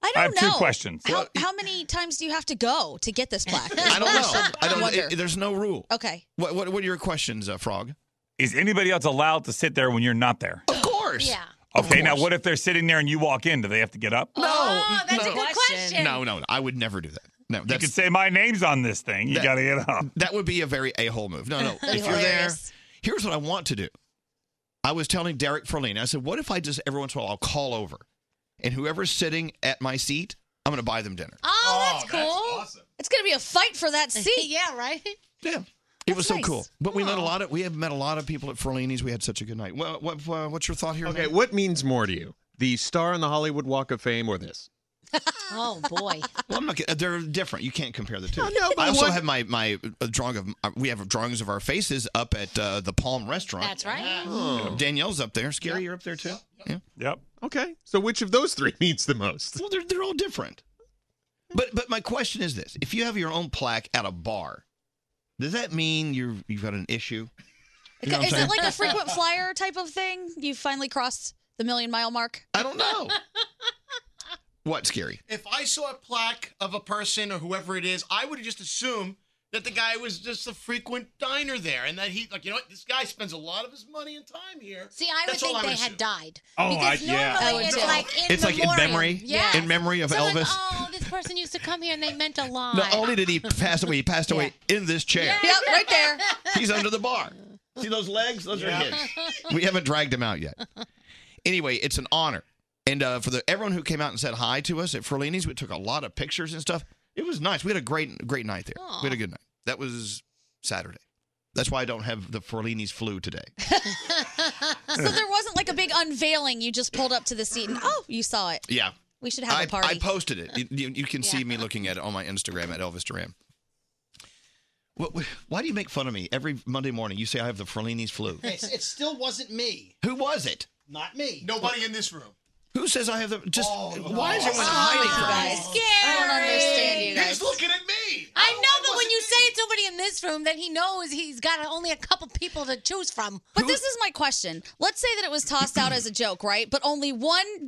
Speaker 10: I don't
Speaker 1: I have two
Speaker 10: know.
Speaker 1: questions.
Speaker 10: How,
Speaker 1: Well,
Speaker 10: how many times do you have to go to get this plaque?
Speaker 1: I don't know. I don't
Speaker 10: wonder.
Speaker 1: it- there's no rule.
Speaker 10: Okay.
Speaker 1: What what what are your questions, uh, Frog?
Speaker 8: Is anybody else allowed to sit there when you're not there?
Speaker 1: Of course. Yeah.
Speaker 8: Okay, now what if they're sitting there and you walk in? Do they have to get up?
Speaker 1: No.
Speaker 7: Oh, that's a
Speaker 1: no.
Speaker 7: good question.
Speaker 1: No, no, no. I would never do that. No,
Speaker 8: you could say my name's on this thing. You
Speaker 1: That-
Speaker 8: got to get up.
Speaker 1: That would be a very a hole move. No, no.
Speaker 8: That'd
Speaker 1: if
Speaker 8: be
Speaker 1: you're there,
Speaker 8: hilarious.
Speaker 1: here's what I want to do. I was telling Derek Ferlini, I said, what if I just every once in a while I'll call over and whoever's sitting at my seat, I'm going to buy them dinner.
Speaker 10: Oh, that's cool. It's gonna be a fight for that seat.
Speaker 7: yeah, right.
Speaker 1: Yeah. it was so cool. But we met a lot of we have met a lot of people at Ferlini's. We had such a good night. What, what, what- what's your thought here?
Speaker 12: Okay, what means more to you? The star on the Hollywood Walk of Fame or this?
Speaker 7: Oh boy.
Speaker 1: Well, I'm not. gonna- They're different. You can't compare the two.
Speaker 7: I know, but
Speaker 1: I also
Speaker 7: what-
Speaker 1: have my my uh, drawing of uh, we have drawings of our faces up at uh, the Palm Restaurant.
Speaker 7: That's right.
Speaker 1: Oh. Danielle's up there. Scary, you're up there too. Yeah.
Speaker 8: Yep.
Speaker 12: Hmm. Okay. So which of those three means the most?
Speaker 1: Well, they're they're all different. But but my question is this: If you have your own plaque at a bar, does that mean you're you've got an issue? You know what I'm
Speaker 10: Is
Speaker 1: saying?
Speaker 10: it like a frequent flyer type of thing? You finally crossed the million mile mark.
Speaker 1: I don't know. What scary?
Speaker 11: If I saw a plaque of a person or whoever it is, I would just assume that the guy was just a frequent diner there and that he, like, you know what, this guy spends a lot of his money and time here.
Speaker 7: See, I would
Speaker 11: That's all
Speaker 7: think
Speaker 11: I
Speaker 7: they
Speaker 11: would
Speaker 7: had died.
Speaker 1: Oh,
Speaker 7: because
Speaker 1: I- yeah.
Speaker 7: normally
Speaker 1: I would
Speaker 7: it's
Speaker 1: too.
Speaker 7: like in
Speaker 1: It's like in
Speaker 7: memoriam.
Speaker 1: memory?
Speaker 7: Yes.
Speaker 1: In memory of
Speaker 7: So like,
Speaker 1: Elvis?
Speaker 7: oh, this person used to come here and they meant a lot.
Speaker 1: Not only did he pass away, he passed away in this chair.
Speaker 7: Yep, right there.
Speaker 1: He's under the bar. See those legs? Those are his. We haven't dragged him out yet. Anyway, it's an honor, and uh, for the everyone who came out and said hi to us at Ferlini's, we took a lot of pictures and stuff. It was nice. We had a great great night there. We had a good night. That was Saturday. That's why I don't have the Forlini's flu today.
Speaker 10: so there wasn't like a big unveiling. You just pulled up to the seat and oh, you saw it.
Speaker 1: Yeah.
Speaker 10: We should have
Speaker 1: I,
Speaker 10: a party.
Speaker 1: I posted it. You- You, you can see me looking at it on my Instagram at Elvis Duran. What, why do you make fun of me every Monday morning? You say I have the Ferlini's flu.
Speaker 19: It's, it still wasn't me.
Speaker 1: Who was it?
Speaker 19: Not me.
Speaker 11: Nobody in this room.
Speaker 1: Who says I have the? Just why is
Speaker 19: no.
Speaker 1: everyone
Speaker 19: Oh,
Speaker 1: hiding
Speaker 19: you
Speaker 1: from
Speaker 19: guys.
Speaker 10: Ah,
Speaker 1: me?
Speaker 7: I don't understand you guys.
Speaker 11: He's looking at me.
Speaker 7: I
Speaker 1: Oh,
Speaker 7: know, but when you say it's somebody in this room, then he knows he's got only a couple people to choose from.
Speaker 10: But this is my question. Let's say that it was tossed out as a joke, right? But only one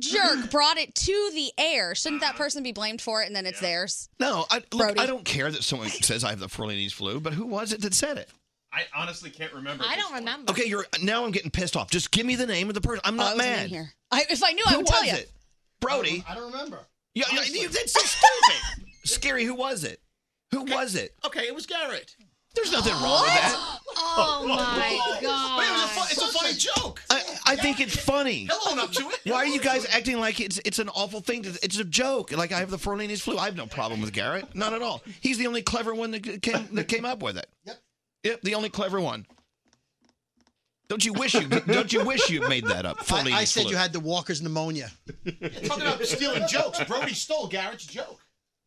Speaker 10: jerk brought it to the air. Shouldn't that person be blamed for it and then it's theirs?
Speaker 1: No, I, look,
Speaker 10: Brody.
Speaker 1: I don't care that someone says I have the Ferlini's flu, but who was it that said it?
Speaker 12: I honestly can't remember.
Speaker 7: I don't remember.
Speaker 1: Okay, you're now I'm getting pissed off. Just give me the name of the person.
Speaker 11: Oh,
Speaker 1: I'm not mad.
Speaker 10: I, if I knew, I
Speaker 1: Who
Speaker 10: would
Speaker 1: was
Speaker 10: tell you.
Speaker 1: it?
Speaker 11: Oh,
Speaker 1: Brody.
Speaker 19: I don't remember.
Speaker 1: Yeah, yeah, you- that's so stupid. Scary. Who was it? Who was it?
Speaker 11: Okay, it was Garrett.
Speaker 1: There's nothing wrong with that.
Speaker 7: Oh my god!
Speaker 11: But it was a fu- it's a funny joke.
Speaker 1: I, I think it's funny.
Speaker 11: Hello, up to it.
Speaker 1: Why are you guys acting like it's it's an awful thing? To, it's a joke. Like I have the Forlini's flu. I have no problem with Garrett. Not at all. He's the only clever one that came that came up with it. Yep. Yep. The only clever one. Don't you wish you don't you wish you made that up?
Speaker 19: I,
Speaker 1: Forlini's
Speaker 19: I said
Speaker 1: flu.
Speaker 19: you had the Walker's pneumonia.
Speaker 11: Talking about stealing jokes. Brody stole Garrett's joke.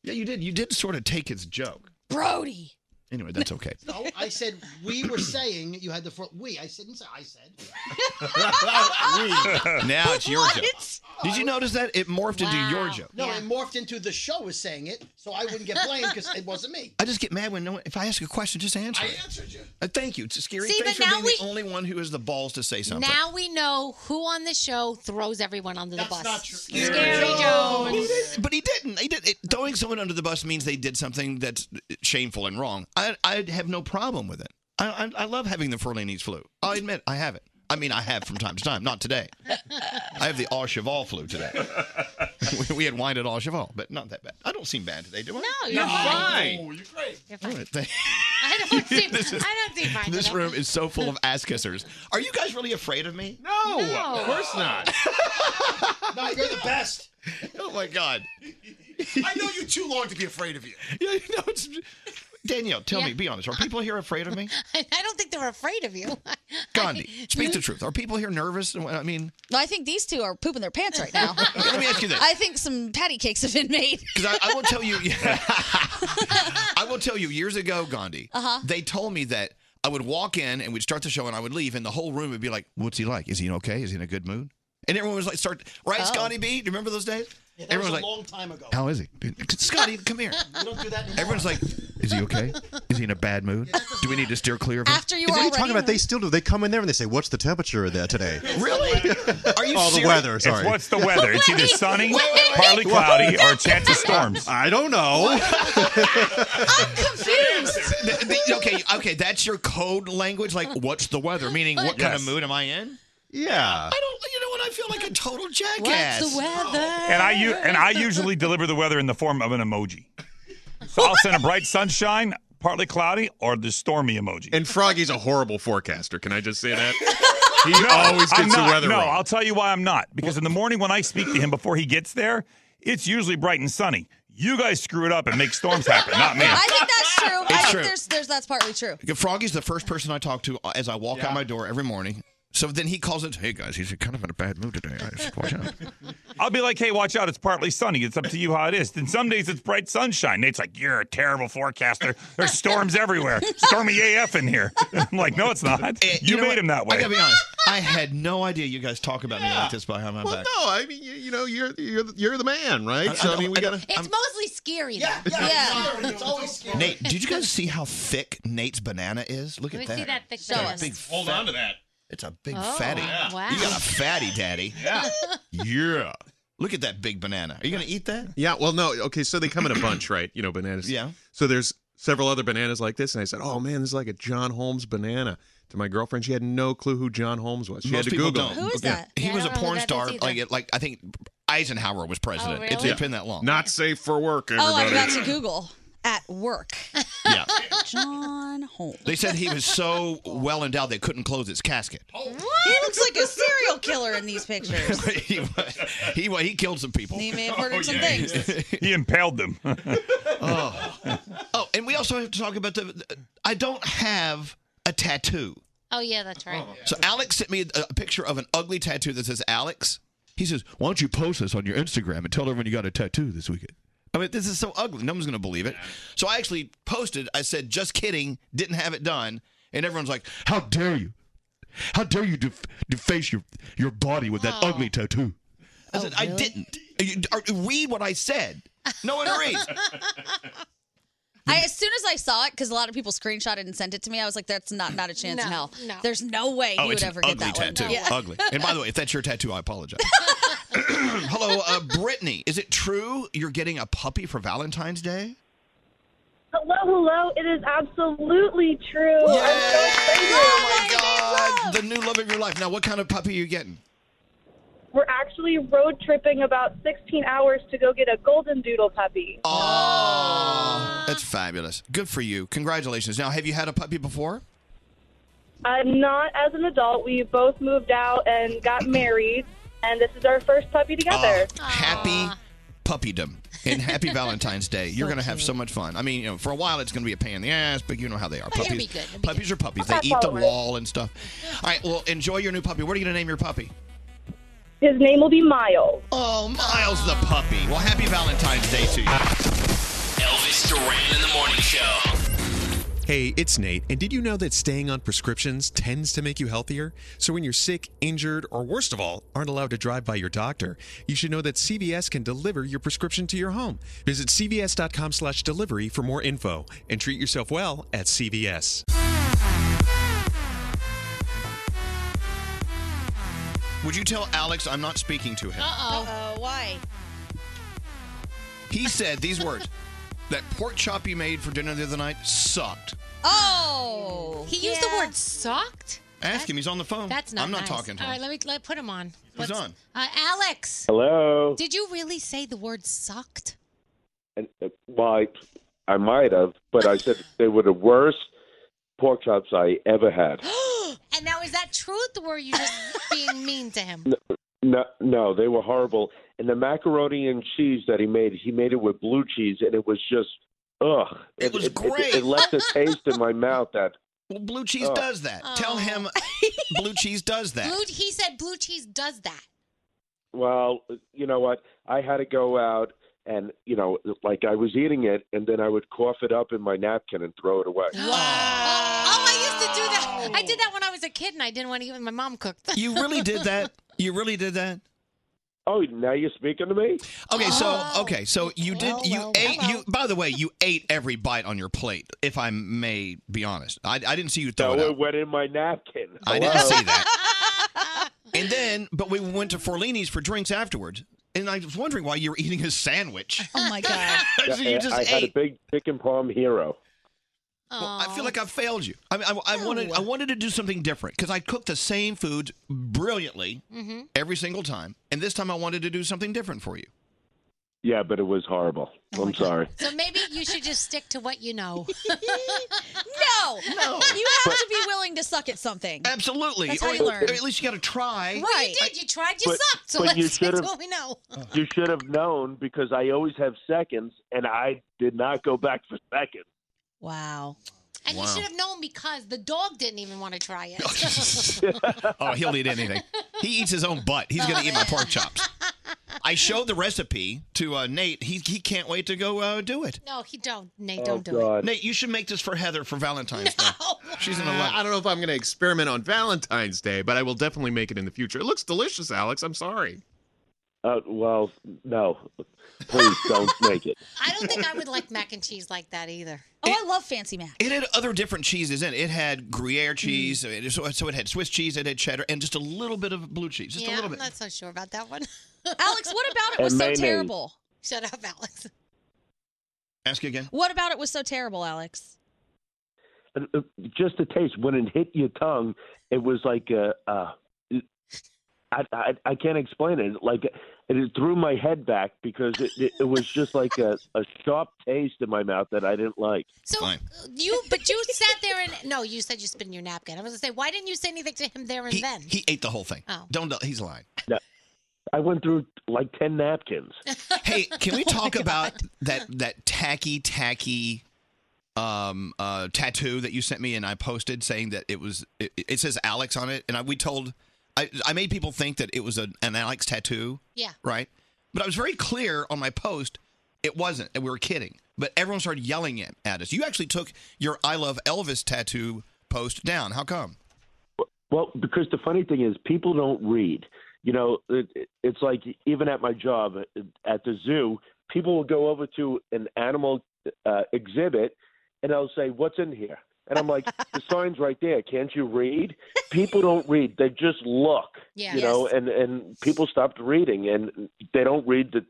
Speaker 1: Yeah, you did. You did sort of take his joke.
Speaker 19: Brody.
Speaker 1: Anyway, that's okay.
Speaker 19: No, I said we were saying you had the fr- we. I didn't say I said.
Speaker 1: now it's your joke.
Speaker 19: What?
Speaker 1: Did you notice that it morphed into your joke?
Speaker 19: No, it morphed into the show was saying it, so I wouldn't get blamed because it wasn't me.
Speaker 1: I just get mad when no one. If I ask a question, just answer.
Speaker 19: I
Speaker 1: it. answered you. thank you, It's scary.
Speaker 7: See,
Speaker 1: Thanks
Speaker 7: but
Speaker 1: for
Speaker 7: now
Speaker 1: being the only one who has the balls to say something.
Speaker 7: Now we know who on the show throws everyone under the bus.
Speaker 1: Scary,
Speaker 7: Jones.
Speaker 1: He didn't- but he didn't. He did. It, throwing someone under the bus means they did something that's shameful and wrong. I, I have no problem with it. I, I, I love having the Forlanese flu. I'll admit, I have it. I mean, I have from time to time. Not today. I have the Au Cheval flu today. we, we had wine at Au Cheval, but not that bad. I don't seem bad today, do I?
Speaker 7: No, you're No. fine.
Speaker 11: Oh, you're great.
Speaker 1: All right, thank-
Speaker 7: I don't see.
Speaker 1: This is-
Speaker 7: I don't see mine.
Speaker 1: this room is so full of ass kissers. Are you guys really afraid of me?
Speaker 7: No, No. of course
Speaker 1: not.
Speaker 11: No, you're the best.
Speaker 1: oh my God.
Speaker 11: I know you too long to be afraid of you.
Speaker 1: Yeah, you know, it's, Danielle, tell
Speaker 7: Yeah.
Speaker 1: me, be honest. Are people here afraid of me?
Speaker 7: I don't think they're afraid of you.
Speaker 1: Gandhi, speak the truth. Are people here nervous? I mean,
Speaker 10: No, I think these two are pooping their pants right now.
Speaker 1: let me ask you this.
Speaker 10: I think some patty cakes have been made.
Speaker 1: Because I, I will tell you, I will tell you. Years ago, Gandhi,
Speaker 10: Uh-huh.
Speaker 1: they told me that I would walk in and we'd start the show, and I would leave, and the whole room would be like, "What's he like? Is he okay? Is he in a good mood?" And everyone was like, "Start right,
Speaker 19: Oh.
Speaker 1: Scotty B. Do you remember those days?"
Speaker 19: Yeah, that was
Speaker 1: everyone
Speaker 19: a
Speaker 1: was like,
Speaker 19: long time ago.
Speaker 1: "How is he, Dude, Scotty? Come here."
Speaker 19: You don't do that anymore.
Speaker 1: Everyone's like, "Is he okay? Is he in a bad mood? Do we need to steer clear of him?"
Speaker 10: After you
Speaker 20: What are
Speaker 10: already
Speaker 20: you talking about? They still do. They come in there and they say, "What's the temperature there today?"
Speaker 1: Really? Are you
Speaker 20: oh, the
Speaker 1: serious?
Speaker 20: weather.
Speaker 1: It's
Speaker 20: Sorry.
Speaker 1: what's
Speaker 20: the
Speaker 1: weather?
Speaker 20: It's
Speaker 1: either sunny,
Speaker 20: partly
Speaker 8: cloudy, or a chance of storms.
Speaker 20: I don't know.
Speaker 1: Th- th- okay, okay, that's your code language. Like, what's the weather? Meaning, what kind of
Speaker 20: Yes.
Speaker 1: mood am I in? I
Speaker 20: Yeah.
Speaker 1: don't. You know what? I feel like a total jackass. Oh.
Speaker 8: And I u- and I usually deliver the weather in the form of an emoji. So I'll send a bright sunshine, partly cloudy, or the stormy emoji.
Speaker 12: And Froggy's a horrible forecaster. Can I just say that? He
Speaker 8: No,
Speaker 12: always
Speaker 8: I'm
Speaker 12: gets the
Speaker 8: not.
Speaker 12: weather
Speaker 8: No,
Speaker 12: wrong.
Speaker 8: I'll tell you why I'm not. Because in the morning when I speak to him before he gets there, it's usually bright and sunny. You guys screw it up and make storms happen, not me.
Speaker 10: I think that's true. I think
Speaker 1: true.
Speaker 10: There's, there's that's partly true.
Speaker 1: Froggy's the first person I talk to as I walk out my door every morning. So then he calls it. Hey guys, he's kind of in a bad mood today. I should watch out.
Speaker 8: I'll be like, hey, watch out. It's partly sunny. It's up to you how it is. Then some days it's bright sunshine. Nate's like, you're a terrible forecaster. There's storms everywhere. Stormy AF in here. I'm like, no, it's not. You,
Speaker 1: Eh, know
Speaker 8: made
Speaker 1: what?
Speaker 8: him that way.
Speaker 1: I gotta be honest. I had no idea you guys talk about me like this behind my
Speaker 20: Well,
Speaker 1: back.
Speaker 20: no. I mean, you, you know, you're you're the- you're the man, right?
Speaker 1: I- I
Speaker 20: so I,
Speaker 1: know-
Speaker 20: mean, we
Speaker 1: I-
Speaker 20: gotta.
Speaker 7: It's mostly scary. Yeah,
Speaker 10: yeah.
Speaker 19: It's always scary.
Speaker 1: Nate, did you guys see how thick Nate's banana is? Look at
Speaker 7: Let me
Speaker 1: that.
Speaker 7: see that thick
Speaker 1: It's got a
Speaker 7: banana.
Speaker 1: big
Speaker 12: Hold
Speaker 1: fat-
Speaker 12: on to that.
Speaker 1: It's a big
Speaker 7: Oh,
Speaker 1: fatty.
Speaker 7: Yeah. wow.
Speaker 1: You got a fatty, daddy.
Speaker 12: Yeah.
Speaker 1: yeah. Look at that big banana. Are you gonna eat that?
Speaker 20: Yeah. Well, no. Okay. So they come in a bunch, right? You know, bananas.
Speaker 1: Yeah.
Speaker 20: So there's several other bananas like this, and I said, "Oh man, this is like a John Holmes banana." To my girlfriend, she had no clue who John Holmes was. She
Speaker 1: Most
Speaker 20: had to
Speaker 1: people
Speaker 20: Google.
Speaker 1: don't. Who is Yeah. that? He Yeah, I was don't a know who porn that star, is either. like- I think Eisenhower was president.
Speaker 10: Oh,
Speaker 1: It's
Speaker 10: really?
Speaker 1: been that long.
Speaker 20: Not safe for work,
Speaker 10: Oh, I forgot to Google at work.
Speaker 1: Yeah.
Speaker 10: John Holmes.
Speaker 1: They said he was so well endowed they couldn't close his casket.
Speaker 20: Oh.
Speaker 10: He looks like a serial killer in these pictures.
Speaker 1: he, he he killed some people.
Speaker 10: He may have murdered some things.
Speaker 8: He impaled them.
Speaker 1: oh. oh, and we also have to talk about the. I don't have a tattoo.
Speaker 7: Oh yeah, that's right.
Speaker 1: So Alex sent me a, a picture of an ugly tattoo that says Alex. He says, "Why don't you post this on your Instagram and tell everyone you got a tattoo this weekend?" I mean, this is so ugly. No one's going to believe it. So I actually posted. I said, "Just kidding." Didn't have it done, and everyone's like, "How dare you? How dare you def- deface your your body with that ugly tattoo?" I said, "I didn't." You- are- Read what I said. No one reads.
Speaker 10: I, as soon as I saw it, because a lot of people screenshot it and sent it to me, I was like, "That's not not a chance in
Speaker 7: No,
Speaker 10: hell.
Speaker 7: no.
Speaker 10: There's no way
Speaker 1: oh,
Speaker 10: you
Speaker 1: it's
Speaker 10: would
Speaker 1: an
Speaker 10: ever get
Speaker 1: ugly
Speaker 10: that
Speaker 1: tattoo.
Speaker 10: one. Yeah.
Speaker 1: Ugly. And by the way, if that's your tattoo, I apologize. Hello, uh, Brittany. Is it true you're getting a puppy for Valentine's Day?
Speaker 5: Hello, hello. It is absolutely true.
Speaker 1: Oh my God! The new love of your life. Now, what kind of puppy are you getting?
Speaker 5: We're actually road tripping about 16 hours to go get a golden doodle puppy.
Speaker 1: That's fabulous. Good for you. Congratulations. Now, have you had a puppy before?
Speaker 5: Uh, not as an adult. We both moved out and got married, and this is our first puppy together.
Speaker 1: Oh, Happy puppydom and happy Valentine's Day. You're going to have so much fun. I mean, you know, for a while it's going to be a pain in the ass, but you know how they are.
Speaker 5: it'll
Speaker 1: Puppies,
Speaker 5: be good. It'll be
Speaker 1: puppies are puppies.
Speaker 5: I'll
Speaker 1: They eat the
Speaker 5: follow it.
Speaker 1: wall and stuff. All right. Well, enjoy your new puppy. What are you going to name your puppy?
Speaker 5: His name will be Miles.
Speaker 1: Oh, Miles the puppy. Well, happy Valentine's Day to you.
Speaker 17: Elvis Duran in the morning show.
Speaker 20: Hey, it's Nate, and did you know that staying on prescriptions tends to make you healthier? So when you're sick, injured, or worst of all, aren't allowed to drive by your doctor, you should know that CVS can deliver your prescription to your home. Visit cvs.com/delivery for more info and treat yourself well at CVS.
Speaker 1: Would you tell Alex I'm not speaking to him?
Speaker 10: Uh oh. Why?
Speaker 1: He said these words. That pork chop you made for dinner the other night sucked.
Speaker 10: Oh.
Speaker 7: He used the word sucked.
Speaker 1: Ask him. He's on the phone.
Speaker 7: That's not.
Speaker 1: I'm not
Speaker 7: nice.
Speaker 1: talking to
Speaker 7: All
Speaker 1: him.
Speaker 7: right, let me let put him on.
Speaker 1: Who's on?
Speaker 7: Uh, Alex,
Speaker 6: Hello.
Speaker 7: did you really say the word sucked?
Speaker 6: And, uh, well, I, I might have, but I said they were the worst pork chops I ever had.
Speaker 7: and now is that truth, or were you just being mean to him?
Speaker 6: No, no, they were horrible. And the macaroni and cheese that he made, he made it with blue cheese, and it was just ugh. It, was
Speaker 1: great.
Speaker 6: It, left a taste in my mouth that
Speaker 1: Well, blue cheese
Speaker 6: Oh.
Speaker 1: does that. Tell him blue cheese does that.
Speaker 7: Blue, he said blue cheese does that.
Speaker 6: well, you know what? I had to go out. And you know, like I was eating it, and then I would cough it up in my napkin and throw it away.
Speaker 7: I did that when I was a kid, and I didn't want to eat. when My mom cooked.
Speaker 1: You really did that? You really did that?
Speaker 6: Oh, now you're speaking to me?
Speaker 1: Okay,
Speaker 7: Oh.
Speaker 1: so okay, so you did you ate you by the way, you ate every bite on your plate, if I may be honest. I, I didn't see you throw it
Speaker 6: No,
Speaker 1: out.
Speaker 6: it went in my napkin.
Speaker 1: I
Speaker 6: Hello?
Speaker 1: didn't see that. and then but we went to Forlini's for drinks afterwards. And I was wondering why you were eating his sandwich.
Speaker 10: Oh my god.
Speaker 1: So you just
Speaker 6: I had a
Speaker 1: ate.
Speaker 6: big chicken palm hero.
Speaker 1: Well, I feel like I failed you. I mean, I, I wanted I wanted to do something different because I cooked the same foods brilliantly
Speaker 7: Mm-hmm.
Speaker 1: every single time, and this time I wanted to do something different for you.
Speaker 6: Yeah, but it was horrible. I'm sorry.
Speaker 7: So maybe you should just stick to what you know.
Speaker 10: no. No. You have to be willing to suck at something.
Speaker 1: Absolutely.
Speaker 10: That's how
Speaker 1: Or-
Speaker 10: you learn.
Speaker 1: or at least you got to try.
Speaker 7: Well, you did. You tried. You
Speaker 6: But-
Speaker 7: sucked. So
Speaker 6: but
Speaker 7: let's
Speaker 6: you
Speaker 7: stick to
Speaker 6: should've-
Speaker 7: what we know.
Speaker 6: You should have known because I always have seconds, and I did not go back for seconds.
Speaker 10: Wow.
Speaker 7: And you
Speaker 6: Wow.
Speaker 7: should have known because the dog didn't even want to try it.
Speaker 1: Oh, he'll eat anything. He eats his own butt. He's going to eat my pork chops. I showed the recipe to uh, Nate. He, he can't wait to go uh, do it.
Speaker 7: no, he don't. Nate,
Speaker 6: Oh,
Speaker 7: don't do it. Oh,
Speaker 1: Nate, you should make this for Heather for Valentine's Day. She's in the
Speaker 12: Uh, I don't know if I'm going to experiment on Valentine's Day, but I will definitely make it in the future. It looks delicious, Alex. I'm sorry.
Speaker 6: Uh, well, no. Oh, Please don't make it.
Speaker 7: I don't think I would like mac and cheese like that either.
Speaker 10: Oh, I love fancy mac.
Speaker 1: It had other different cheeses in it. It had
Speaker 7: Mm.
Speaker 1: Gruyere cheese, it- so, so it had Swiss cheese, it had cheddar, and just a little bit of blue cheese. Just
Speaker 7: yeah,
Speaker 1: a little bit.
Speaker 7: I'm not so sure about that one.
Speaker 10: Alex, what about
Speaker 1: And mayonnaise.
Speaker 7: Shut up, Alex.
Speaker 1: Ask again.
Speaker 10: What about it was so terrible, Alex?
Speaker 6: Uh, uh, Just the taste. When it hit your tongue, it was like a. Uh, I, I I can't explain it. Like it threw my head back because it it, it was just like a, a sharp taste in my mouth that I didn't like.
Speaker 7: So You, but you sat there and no, you said you spit in your napkin. I was gonna say, why didn't you say anything to him there and then?
Speaker 1: He ate the whole thing.
Speaker 7: Oh.
Speaker 1: Don't he's lying.
Speaker 6: No, I went through like ten napkins.
Speaker 21: Oh
Speaker 1: Hey, can we talk about that that tacky tacky um, uh, tattoo that you sent me, and I posted saying that it was. It, it says Alex on it, and I, we told. I, I made people think that it was a, an Alex tattoo.
Speaker 7: Yeah.
Speaker 1: Right. But I was very clear on my post. It wasn't, and we were kidding. But everyone started yelling at, at us. You actually took your "I love Elvis" tattoo post down. How come?
Speaker 6: Well, because the funny thing is, people don't read. You know, it, it- it's like even at my job at the zoo, people will go over to an animal uh, exhibit and they'll say, "What's in here?" And I'm like, "The sign's right there. Can't you read?" People don't read; they just look.
Speaker 7: Yeah.
Speaker 6: You know, and and people stopped reading, and they don't read the,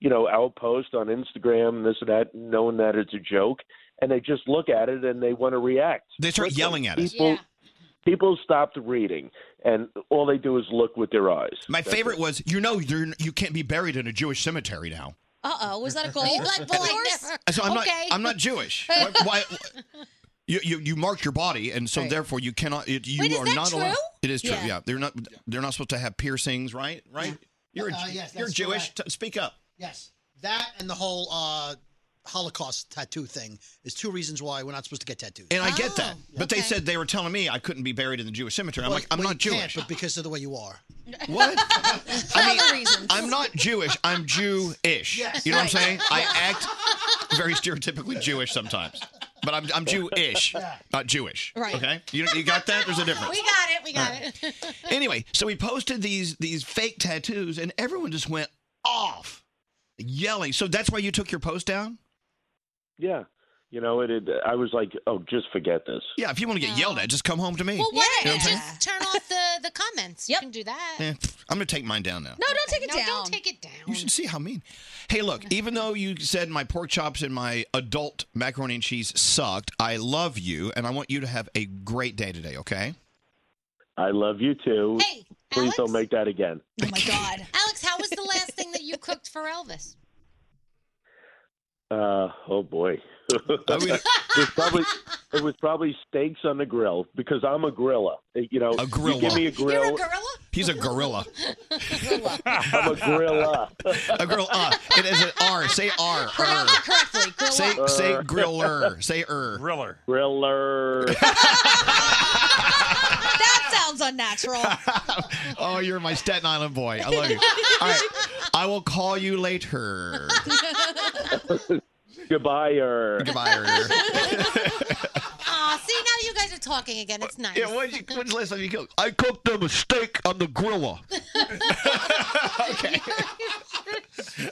Speaker 6: you know, our post on Instagram, this and that, knowing that it's a joke, and they just look at it and they want to react.
Speaker 1: They start yelling at us.
Speaker 6: People, people stopped reading, and all they do is look with their eyes.
Speaker 1: My favorite was, you know, you're you can't be buried in a Jewish cemetery now.
Speaker 10: Uh oh, was that a goal?
Speaker 7: Like, well, I never.
Speaker 1: So I'm
Speaker 7: okay.
Speaker 1: not I'm not Jewish. Why, why, you, you you mark your body, and so therefore you cannot. It, you
Speaker 7: Wait, is
Speaker 1: are
Speaker 7: that
Speaker 1: not
Speaker 7: true?
Speaker 1: allowed. It is true.
Speaker 7: Yeah.
Speaker 1: Yeah. they're not they're not supposed to have piercings, right? Right. You're a,
Speaker 19: Uh, yes,
Speaker 1: you're
Speaker 19: that's
Speaker 1: Jewish.
Speaker 19: correct.
Speaker 1: T- speak up.
Speaker 19: Yes, that and the whole uh, Holocaust tattoo thing is two reasons why we're not supposed to get tattoos. Oh.
Speaker 1: And I get that,
Speaker 7: Oh,
Speaker 1: but they said they were telling me I couldn't be buried in the Jewish cemetery. I'm
Speaker 19: Well,
Speaker 1: like, I'm
Speaker 19: well,
Speaker 1: not
Speaker 19: you can't,
Speaker 1: Jewish.
Speaker 19: but because of the way you are.
Speaker 1: What? I mean,
Speaker 19: Other reasons.
Speaker 1: I'm not Jewish. I'm Jew-ish.
Speaker 19: Yes.
Speaker 1: You know what I'm
Speaker 19: Right.
Speaker 1: saying? I act very stereotypically Jewish sometimes, but I'm I'm Jew-ish, not Jewish.
Speaker 7: Right.
Speaker 1: Okay. You you got that? There's a difference.
Speaker 7: We got it. We got it.
Speaker 1: Anyway, so we posted these these fake tattoos, and everyone just went off, yelling. So that's why you took your post down.
Speaker 6: Yeah, you know, it. it I was like, "Oh, just forget this."
Speaker 1: Yeah, if you want to get yelled at, just come home to me.
Speaker 7: Well, why
Speaker 1: You know
Speaker 7: don't
Speaker 1: what
Speaker 7: you
Speaker 1: I'm saying?
Speaker 7: just turn off the, the comments? You can do that.
Speaker 1: Eh, pff, I'm gonna take mine down now.
Speaker 7: No, don't take it down. Don't take it down.
Speaker 1: You should see how mean. Hey, look, even though you said my pork chops and my adult macaroni and cheese sucked, I love you and I want you to have a great day today, okay?
Speaker 6: I love you too.
Speaker 7: Hey,
Speaker 6: Please don't make that again.
Speaker 7: Oh Alex, how was the last thing that you cooked for Elvis?
Speaker 6: Uh, oh boy. it, was probably, it was probably steaks on the grill because I'm a griller. You know, a You give me a grill.
Speaker 1: He's a gorilla.
Speaker 6: I'm a grilla.
Speaker 1: a gorilla. It is an R. Say R. R.
Speaker 10: correctly.
Speaker 1: Say say griller. Say er.
Speaker 8: Griller.
Speaker 6: Griller.
Speaker 10: That sounds unnatural.
Speaker 1: oh, you're my Staten Island boy. I love you. All right. I will call you later.
Speaker 6: Goodbye, er.
Speaker 1: Goodbye, er.
Speaker 7: Aw, see, now you guys are talking again. It's nice.
Speaker 1: Yeah, when'd you, when's the last time you cooked? I cooked them a steak on the griller. okay.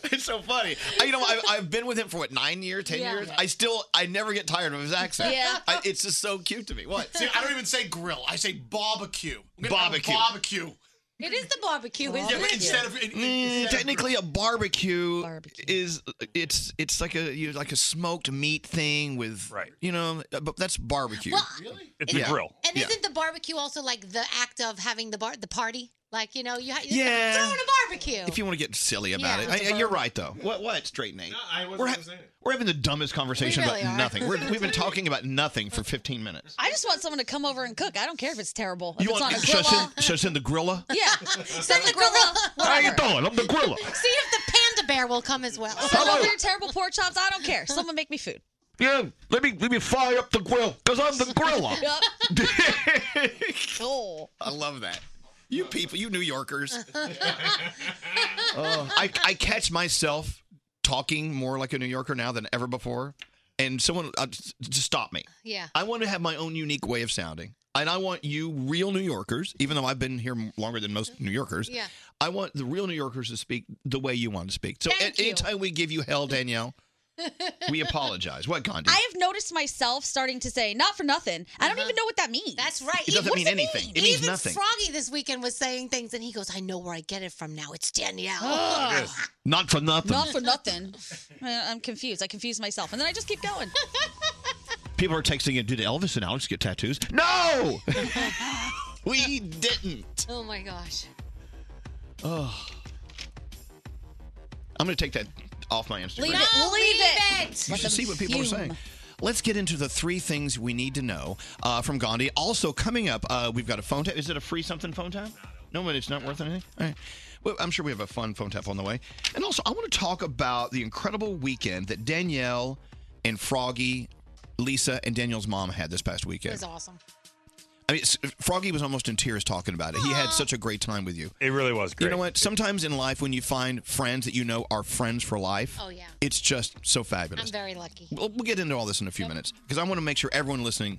Speaker 1: it's so funny. I, you know, I, I've been with him for what nine years, ten
Speaker 11: Yeah.
Speaker 1: years. I still, I never get tired of his accent.
Speaker 11: Yeah.
Speaker 1: I, it's just so cute to me. What?
Speaker 11: See, I don't even say grill. I say barbecue. We're gonna have a
Speaker 1: Barbecue.
Speaker 11: Barbecue.
Speaker 7: It is the barbecue, isn't
Speaker 11: Yeah,
Speaker 7: it?
Speaker 11: but instead of it,
Speaker 1: Mm, technically, a barbecue, is it's it's like a you know, like a smoked meat thing with right. You know, but that's barbecue.
Speaker 7: Well,
Speaker 1: It's
Speaker 7: a
Speaker 1: grill.
Speaker 7: And isn't the barbecue also like the act of having the bar the party? Like you know, you ha-
Speaker 1: Yeah.
Speaker 7: throwing a barbecue.
Speaker 1: If you want to get silly about
Speaker 7: Yeah.
Speaker 1: it, I- I- you're right though. What? What? Straight Nate. we're, ha- we're having the dumbest conversation
Speaker 10: We really
Speaker 1: about
Speaker 10: are.
Speaker 1: nothing. We're, we've been talking about nothing for 15 minutes.
Speaker 10: I just want someone to come over and cook. I don't care if it's terrible. If it's on a
Speaker 1: should I
Speaker 10: grill.
Speaker 1: send, should I send the grilla?
Speaker 10: Yeah. Send the gorilla.
Speaker 1: How you doing? I'm the grilla.
Speaker 7: See if the panda bear will come as well.
Speaker 10: Send over your terrible pork chops. I don't care. Someone make me food.
Speaker 1: Yeah, let me let me fire up the grill because I'm the grilla.
Speaker 10: Yep.
Speaker 1: oh. I love that. You people, you New Yorkers. Oh, I, I catch myself talking more like a New Yorker now than ever before, and someone uh, just just stop me.
Speaker 7: Yeah.
Speaker 1: I want to have my own unique way of sounding. And I want you, real New Yorkers, even though I've been here m- longer than most New Yorkers,
Speaker 7: Yeah.
Speaker 1: I want the real New Yorkers to speak the way you want to speak. So
Speaker 10: Thank
Speaker 1: at, anytime we give you hell, Danielle, we apologize. What, Gandhi?
Speaker 10: I have noticed myself starting to say, not for nothing. I don't even know what that means.
Speaker 7: Uh-huh. That's right.
Speaker 1: It doesn't
Speaker 7: What's
Speaker 1: mean anything. It means
Speaker 7: Even
Speaker 1: nothing.
Speaker 7: Froggy this weekend was saying things, and he goes, "I know where I get it from now. It's Danielle."
Speaker 1: Not for nothing.
Speaker 10: Not for nothing. I- I'm confused. I confuse myself. And then I just keep going.
Speaker 1: People are texting in, did Elvis and Alex get tattoos? No! we didn't.
Speaker 7: Oh my gosh.
Speaker 1: Oh. I'm going to take that off my Instagram.
Speaker 7: Leave it. No, leave, it.
Speaker 1: You should see what people are saying. Let's get into the three things we need to know uh, from Gandhi. Also, coming up, uh, we've got a phone tap. Is it a free something phone tap? No, but it's not worth anything. All right. Well, I'm sure we have a fun phone tap on the way. And also, I want to talk about the incredible weekend that Danielle and Froggy Lisa and Daniel's mom had this past weekend.
Speaker 7: was awesome.
Speaker 1: I mean, s- Froggy was almost in tears talking about it. He had such a great time with you.
Speaker 8: It really was great.
Speaker 1: You know what? Sometimes in life, when you find friends that you know are friends for life,
Speaker 7: Oh, yeah.
Speaker 1: it's just so
Speaker 7: I'm
Speaker 1: fabulous.
Speaker 7: very lucky.
Speaker 1: We'll, we'll get into all this in a few minutes because I want to make sure everyone listening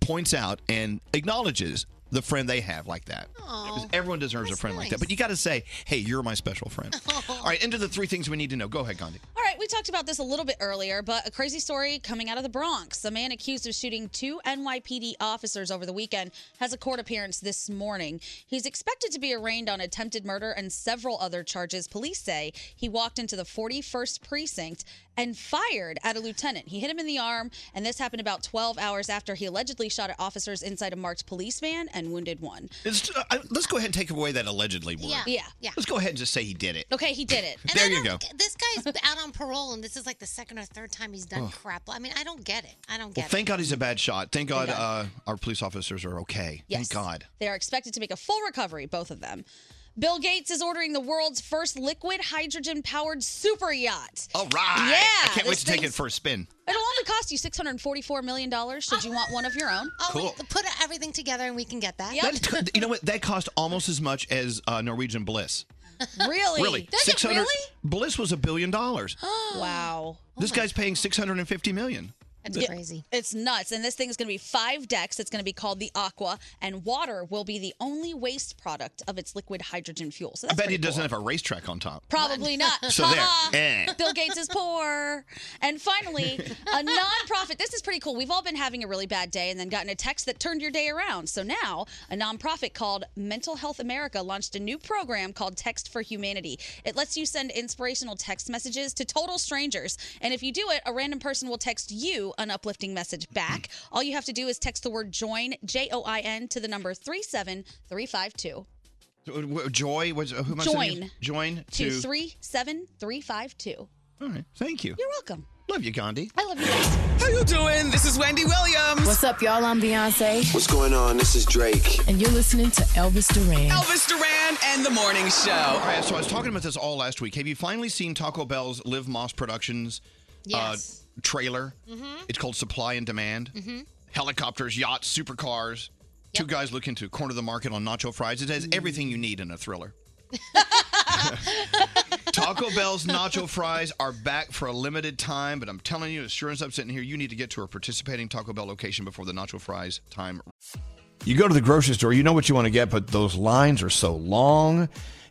Speaker 1: points out and acknowledges the friend they have like that. Because everyone deserves a friend like that. But you got to say, hey, you're my special friend. all right, into the three things we need to know. Go ahead, Gandhi.
Speaker 10: All right, we talked about this a little bit earlier, but a crazy story coming out of the Bronx. A man accused of shooting two NYPD officers over the weekend has a court appearance this morning. He's expected to be arraigned on attempted murder and several other charges. Police say he walked into the 41st precinct and fired at a lieutenant. He hit him in the arm, and this happened about 12 hours after he allegedly shot at officers inside a marked police van and wounded one.
Speaker 1: It's, uh, I- let's go ahead and take away that allegedly word.
Speaker 7: Yeah.
Speaker 10: Yeah.
Speaker 7: Yeah.
Speaker 1: Let's go ahead and just say he did it.
Speaker 10: Okay, he did it.
Speaker 7: And
Speaker 1: there
Speaker 7: I
Speaker 1: you go.
Speaker 7: don't g- This guy's out on parole, and this is like the second or third time he's done
Speaker 1: Oh.
Speaker 7: crap. I mean, I don't get it. I don't get
Speaker 1: Well, thank
Speaker 7: it.
Speaker 1: God he's a bad shot. Thank God
Speaker 10: Thank
Speaker 1: uh, our police officers are okay.
Speaker 10: Yes.
Speaker 1: Thank God.
Speaker 10: They are expected to make a full recovery, both of them. Bill Gates is ordering the world's first liquid hydrogen powered super yacht.
Speaker 1: All right.
Speaker 10: Yeah,
Speaker 1: I can't wait
Speaker 10: this
Speaker 1: to take it
Speaker 10: thing's-
Speaker 1: for a spin.
Speaker 10: It'll only cost you $644 million should you want one of your own.
Speaker 1: Cool.
Speaker 7: Put everything together, and we can get that.
Speaker 1: That co- you know what? That cost almost as much as uh, Norwegian Bliss.
Speaker 10: Really?
Speaker 1: Really?
Speaker 10: Does it
Speaker 1: 600
Speaker 10: really? Oh
Speaker 1: Bliss was a billion dollars.
Speaker 10: wow.
Speaker 1: this guy's paying 650 million.
Speaker 10: Yeah,
Speaker 1: Th-
Speaker 10: It's nuts. And this thing is going to be five decks. It's going to be called the Aqua, and water will be the only waste product of its liquid hydrogen fuel.
Speaker 1: I
Speaker 10: So that's
Speaker 1: bet
Speaker 10: pretty
Speaker 1: he
Speaker 10: cool.
Speaker 1: doesn't have a racetrack on top.
Speaker 10: Probably not.
Speaker 1: So there.
Speaker 10: Ha-ha.
Speaker 1: Eh.
Speaker 10: Bill Gates is poor. And finally, a nonprofit. This is pretty cool. We've all been having a really bad day and then gotten a text that turned your day around. So now, a nonprofit called Mental Health America launched a new program called Text for Humanity. It lets you send inspirational text messages to total strangers. And if you do it, a random person will text you an uplifting message back. All you have to do is text the word join, J O I N, to the number 37352.
Speaker 1: Uh, w- Joy was uh, who am I sending you? Join
Speaker 10: To
Speaker 1: to
Speaker 10: 37352.
Speaker 1: All right. Thank you.
Speaker 10: You're welcome.
Speaker 1: Love you, Gandhi.
Speaker 10: I love you guys.
Speaker 3: How you doing? This is Wendy Williams. What's up, y'all? I'm Beyonce.
Speaker 13: What's going on? This is Drake.
Speaker 3: And you're listening to Elvis Duran.
Speaker 13: Elvis Duran and the Morning
Speaker 1: All
Speaker 13: Show.
Speaker 1: right, so I was talking about this all last week. Have you finally seen Taco Bell's Live Moss Productions
Speaker 7: Yes.
Speaker 1: uh, trailer?
Speaker 7: Mhm.
Speaker 1: It's called Supply and Demand.
Speaker 7: Mhm.
Speaker 1: Helicopters, yachts, supercars. Two guys looking to corner the market on nacho fries. It has everything you need in a thriller. Taco Bell's nacho fries are back for a limited time, but I'm telling you, as sure as I'm sitting here, you need to get to a participating Taco Bell location before the nacho fries time
Speaker 2: You go to the grocery store, you know what you want to get, but those lines are so long.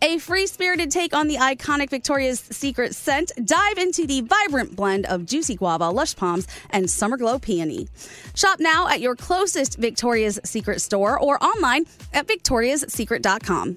Speaker 10: a free spirited take on the iconic Victoria's Secret scent. Dive into the vibrant blend of juicy guava, lush palms, and summer glow peony. Shop now at your closest Victoria's Secret store or online at victoriassecret.com.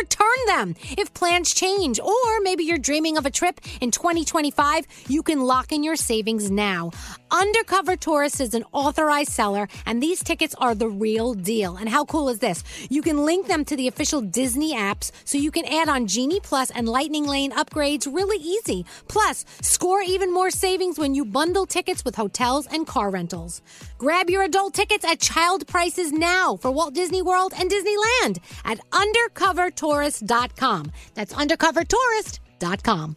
Speaker 7: return them. If plans change, or maybe you're dreaming of a trip in 2025, you can lock in your savings now. Undercover Tourist is an authorized seller, and these tickets are the real deal. And how cool is this? You can link them to the official Disney apps so you can add on Genie Plus and Lightning Lane upgrades really easy. Plus, score even more savings when you bundle tickets with hotels and car rentals. Grab your adult tickets at child prices now for Walt Disney World and Disneyland at undercovertourist.com. That's undercovertourist.com.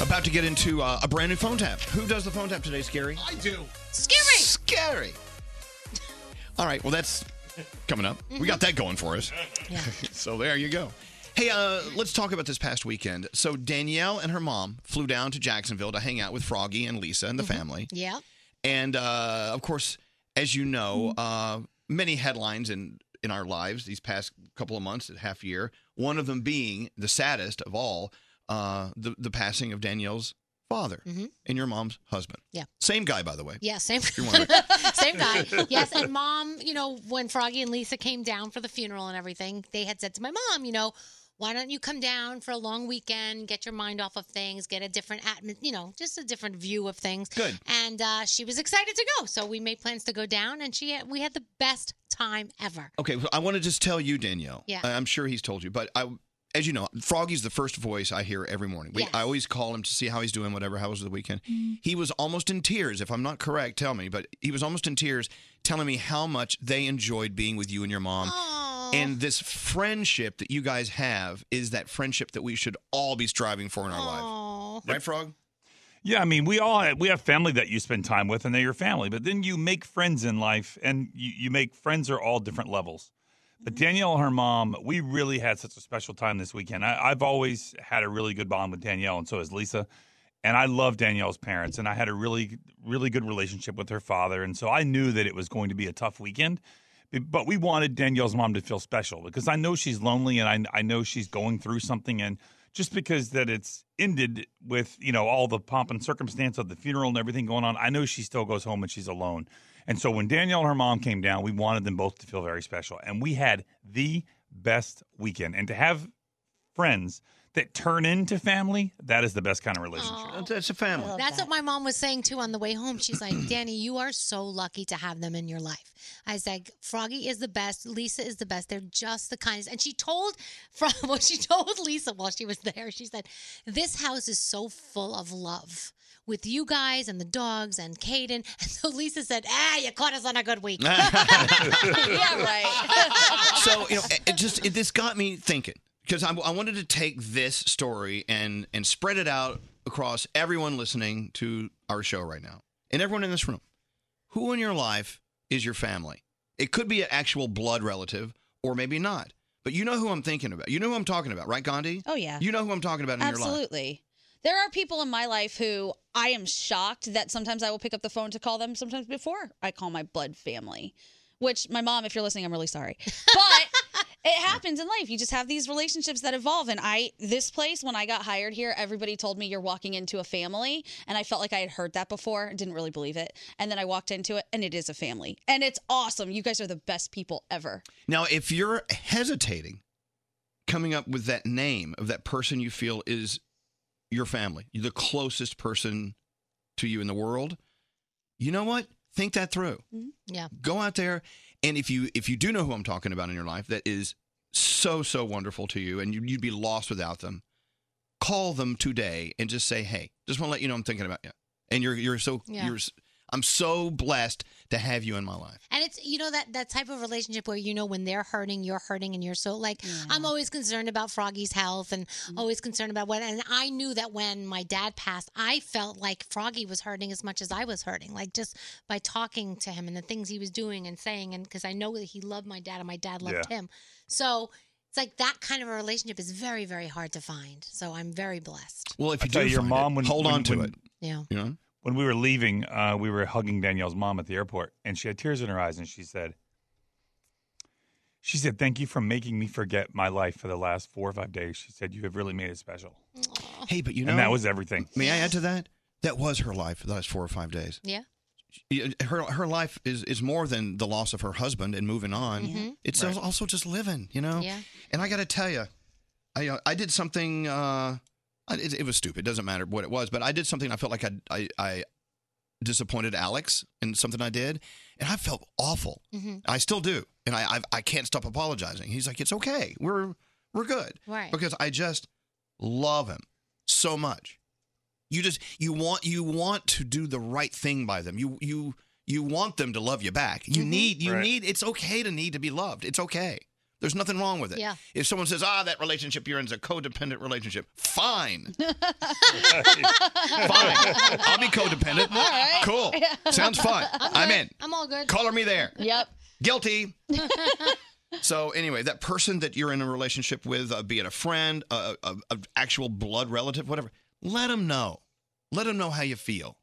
Speaker 5: About to get into uh, a brand new phone tap. Who does the phone tap today, Scary? I do.
Speaker 21: Scary.
Speaker 5: Scary. All right, well, that's coming up. We got that going for us. so there you go. Hey, uh, let's talk about this past weekend. So Danielle and her mom flew down to Jacksonville to hang out with Froggy and Lisa and the family.
Speaker 21: Yeah.
Speaker 5: And uh, of course, as you
Speaker 21: Hmm.
Speaker 5: know, uh, many headlines in in our lives these past couple of months, half year. One of them being the saddest of all, uh, the the passing of Danielle's father
Speaker 21: Mhm.
Speaker 5: and your mom's husband.
Speaker 21: Yeah.
Speaker 5: same guy, by the way.
Speaker 21: Yeah, same.
Speaker 5: If you're wondering.
Speaker 21: same guy. Yes, and mom, you know, when Froggy and Lisa came down for the funeral and everything, they had said to my mom, you know, why don't you come down for a long weekend, get your mind off of things, get a different atm- you know, just a different view of things.
Speaker 5: Good.
Speaker 21: And uh, she was excited to go, so we made plans to go down, and she had, we had the best time ever.
Speaker 5: Okay, well, I want to just tell you, Danielle.
Speaker 21: Yeah.
Speaker 5: I- I'm sure he's told you, but I, as you know, Froggy's the first voice I hear every morning. We,
Speaker 21: Yes.
Speaker 5: I always call him to see how he's doing, whatever. How was the weekend?
Speaker 21: Mm.
Speaker 5: He was almost in tears. If I'm not correct, tell me. But he was almost in tears, telling me how much they enjoyed being with you and your mom. And this friendship that you guys have is that friendship that we should all be striving for in our life. Right, Frog?
Speaker 8: Yeah, I mean, we all have, we have family that you spend time with, and they're your family. But then you make friends in life, and you, you make friends are all different levels. But
Speaker 5: Mm-hmm.
Speaker 8: Danielle and her mom, we really had such a special time this weekend. I, I've always had a really good bond with Danielle, and so has Lisa. And I love Danielle's parents, and I had a really, really good relationship with her father. And so I knew that it was going to be a tough weekend. But we wanted Danielle's mom to feel special because I know she's lonely and I, I know she's going through something. And just because that it's ended with, you know, all the pomp and circumstance of the funeral and everything going on, I know she still goes home and she's alone. And so when Danielle and her mom came down, we wanted them both to feel very special. And we had the best weekend. And to have friends that turn into family, that is the best kind of relationship.
Speaker 1: That's a family.
Speaker 7: That's what my mom was saying too on the way home. She's like, Danny, you are so lucky to have them in your life. I was like, Froggy is the best. Lisa is the best. They're just the kindest. And she told from well, she told Lisa while she was there, she said, This house is so full of love. With you guys and the dogs and Caden. And so Lisa said, Ah, you caught us on a good week. yeah, right.
Speaker 1: so you know, it- it just it, this got me thinking because I, I wanted to take this story and and spread it out across everyone listening to our show right now and everyone in this room. Who in your life is your family? It could be an actual blood relative or maybe not. But you know who I'm thinking about. You know who I'm talking about, right, Gandhi?
Speaker 10: Oh, yeah.
Speaker 1: You know who I'm talking about in your life.
Speaker 10: Absolutely. There are people in my life who I am shocked that sometimes I will pick up the phone to call them sometimes before I call my blood family. Which my mom, if you're listening, I'm really sorry. But it happens in life. You just have these relationships that evolve. And I this place, when I got hired here, everybody told me you're walking into a family. And I felt like I had heard that before and didn't really believe it. And then I walked into it and it is a family. And it's awesome. You guys are the best people ever.
Speaker 1: Now, if you're hesitating coming up with that name of that person you feel is your family, the closest person to you in the world, you know what? Think that through.
Speaker 7: Yeah.
Speaker 1: Go out there and if you if you do know who I'm talking about in your life that is so so wonderful to you and you, you'd be lost without them, call them today and just say, "Hey, just want to let you know I'm thinking about you." And you're you're so
Speaker 7: Yeah.
Speaker 1: you're s- I'm so blessed to have you in my life.
Speaker 7: And it's you know that that type of relationship where you know when they're hurting, you're hurting, and you're so like I'm always concerned about Froggy's health and
Speaker 1: Mm-hmm.
Speaker 7: always concerned about what. And I knew that when my dad passed, I felt like Froggy was hurting as much as I was hurting, like just by talking to him and the things he was doing and saying, and because I know that he loved my dad and my dad loved
Speaker 8: Yeah.
Speaker 7: him, so. It's like that kind of a relationship is very, very hard to find. So I'm very blessed.
Speaker 1: Well, if
Speaker 8: I
Speaker 1: you
Speaker 8: tell
Speaker 1: do
Speaker 8: you, your
Speaker 1: find
Speaker 8: mom
Speaker 1: it,
Speaker 8: when-
Speaker 1: hold
Speaker 8: when-
Speaker 1: on to
Speaker 8: when-
Speaker 1: it.
Speaker 7: Yeah.
Speaker 1: You know?
Speaker 8: When we were leaving, uh, we were hugging Danielle's mom at the airport, and she had tears in her eyes, and she said, "She said thank you for making me forget my life for the last four or five days." She said, "You have really made it special."
Speaker 1: Hey, but you know
Speaker 8: And that was everything.
Speaker 1: May I add to that? That was her life the last four or five days.
Speaker 7: Yeah.
Speaker 1: Her her life is is more than the loss of her husband and moving on.
Speaker 7: Mhm.
Speaker 1: It's
Speaker 7: Right.
Speaker 1: also just living, you know.
Speaker 7: Yeah.
Speaker 1: And I got to tell you, I uh, I did something. Uh, I- it, it was stupid. It doesn't matter what it was, but I did something. I felt like I I, I disappointed Alex in something I did, and I felt awful.
Speaker 7: Mhm.
Speaker 1: I still do, and I I've, I can't stop apologizing. He's like, it's okay. We're we're good.
Speaker 7: Right.
Speaker 1: Because I just love him so much. You just you want you want to do the right thing by them. You you you want them to love you back. You need you
Speaker 8: Right.
Speaker 1: need it's okay to need to be loved. It's okay. There's nothing wrong with it.
Speaker 8: Yeah.
Speaker 1: If someone says, "Ah, that relationship you're in is a codependent relationship." Fine. Fine. I'll be codependent.
Speaker 10: All right.
Speaker 1: Cool.
Speaker 10: Yeah.
Speaker 1: Sounds fun.
Speaker 10: I'm
Speaker 1: I'm,
Speaker 10: good.
Speaker 1: in.
Speaker 7: I'm all good.
Speaker 1: Color me there.
Speaker 10: Yep.
Speaker 1: Guilty. So anyway, that person that you're in a relationship with, uh, be it a friend, a, a, a actual blood relative, whatever, let them know. Let them know how you feel.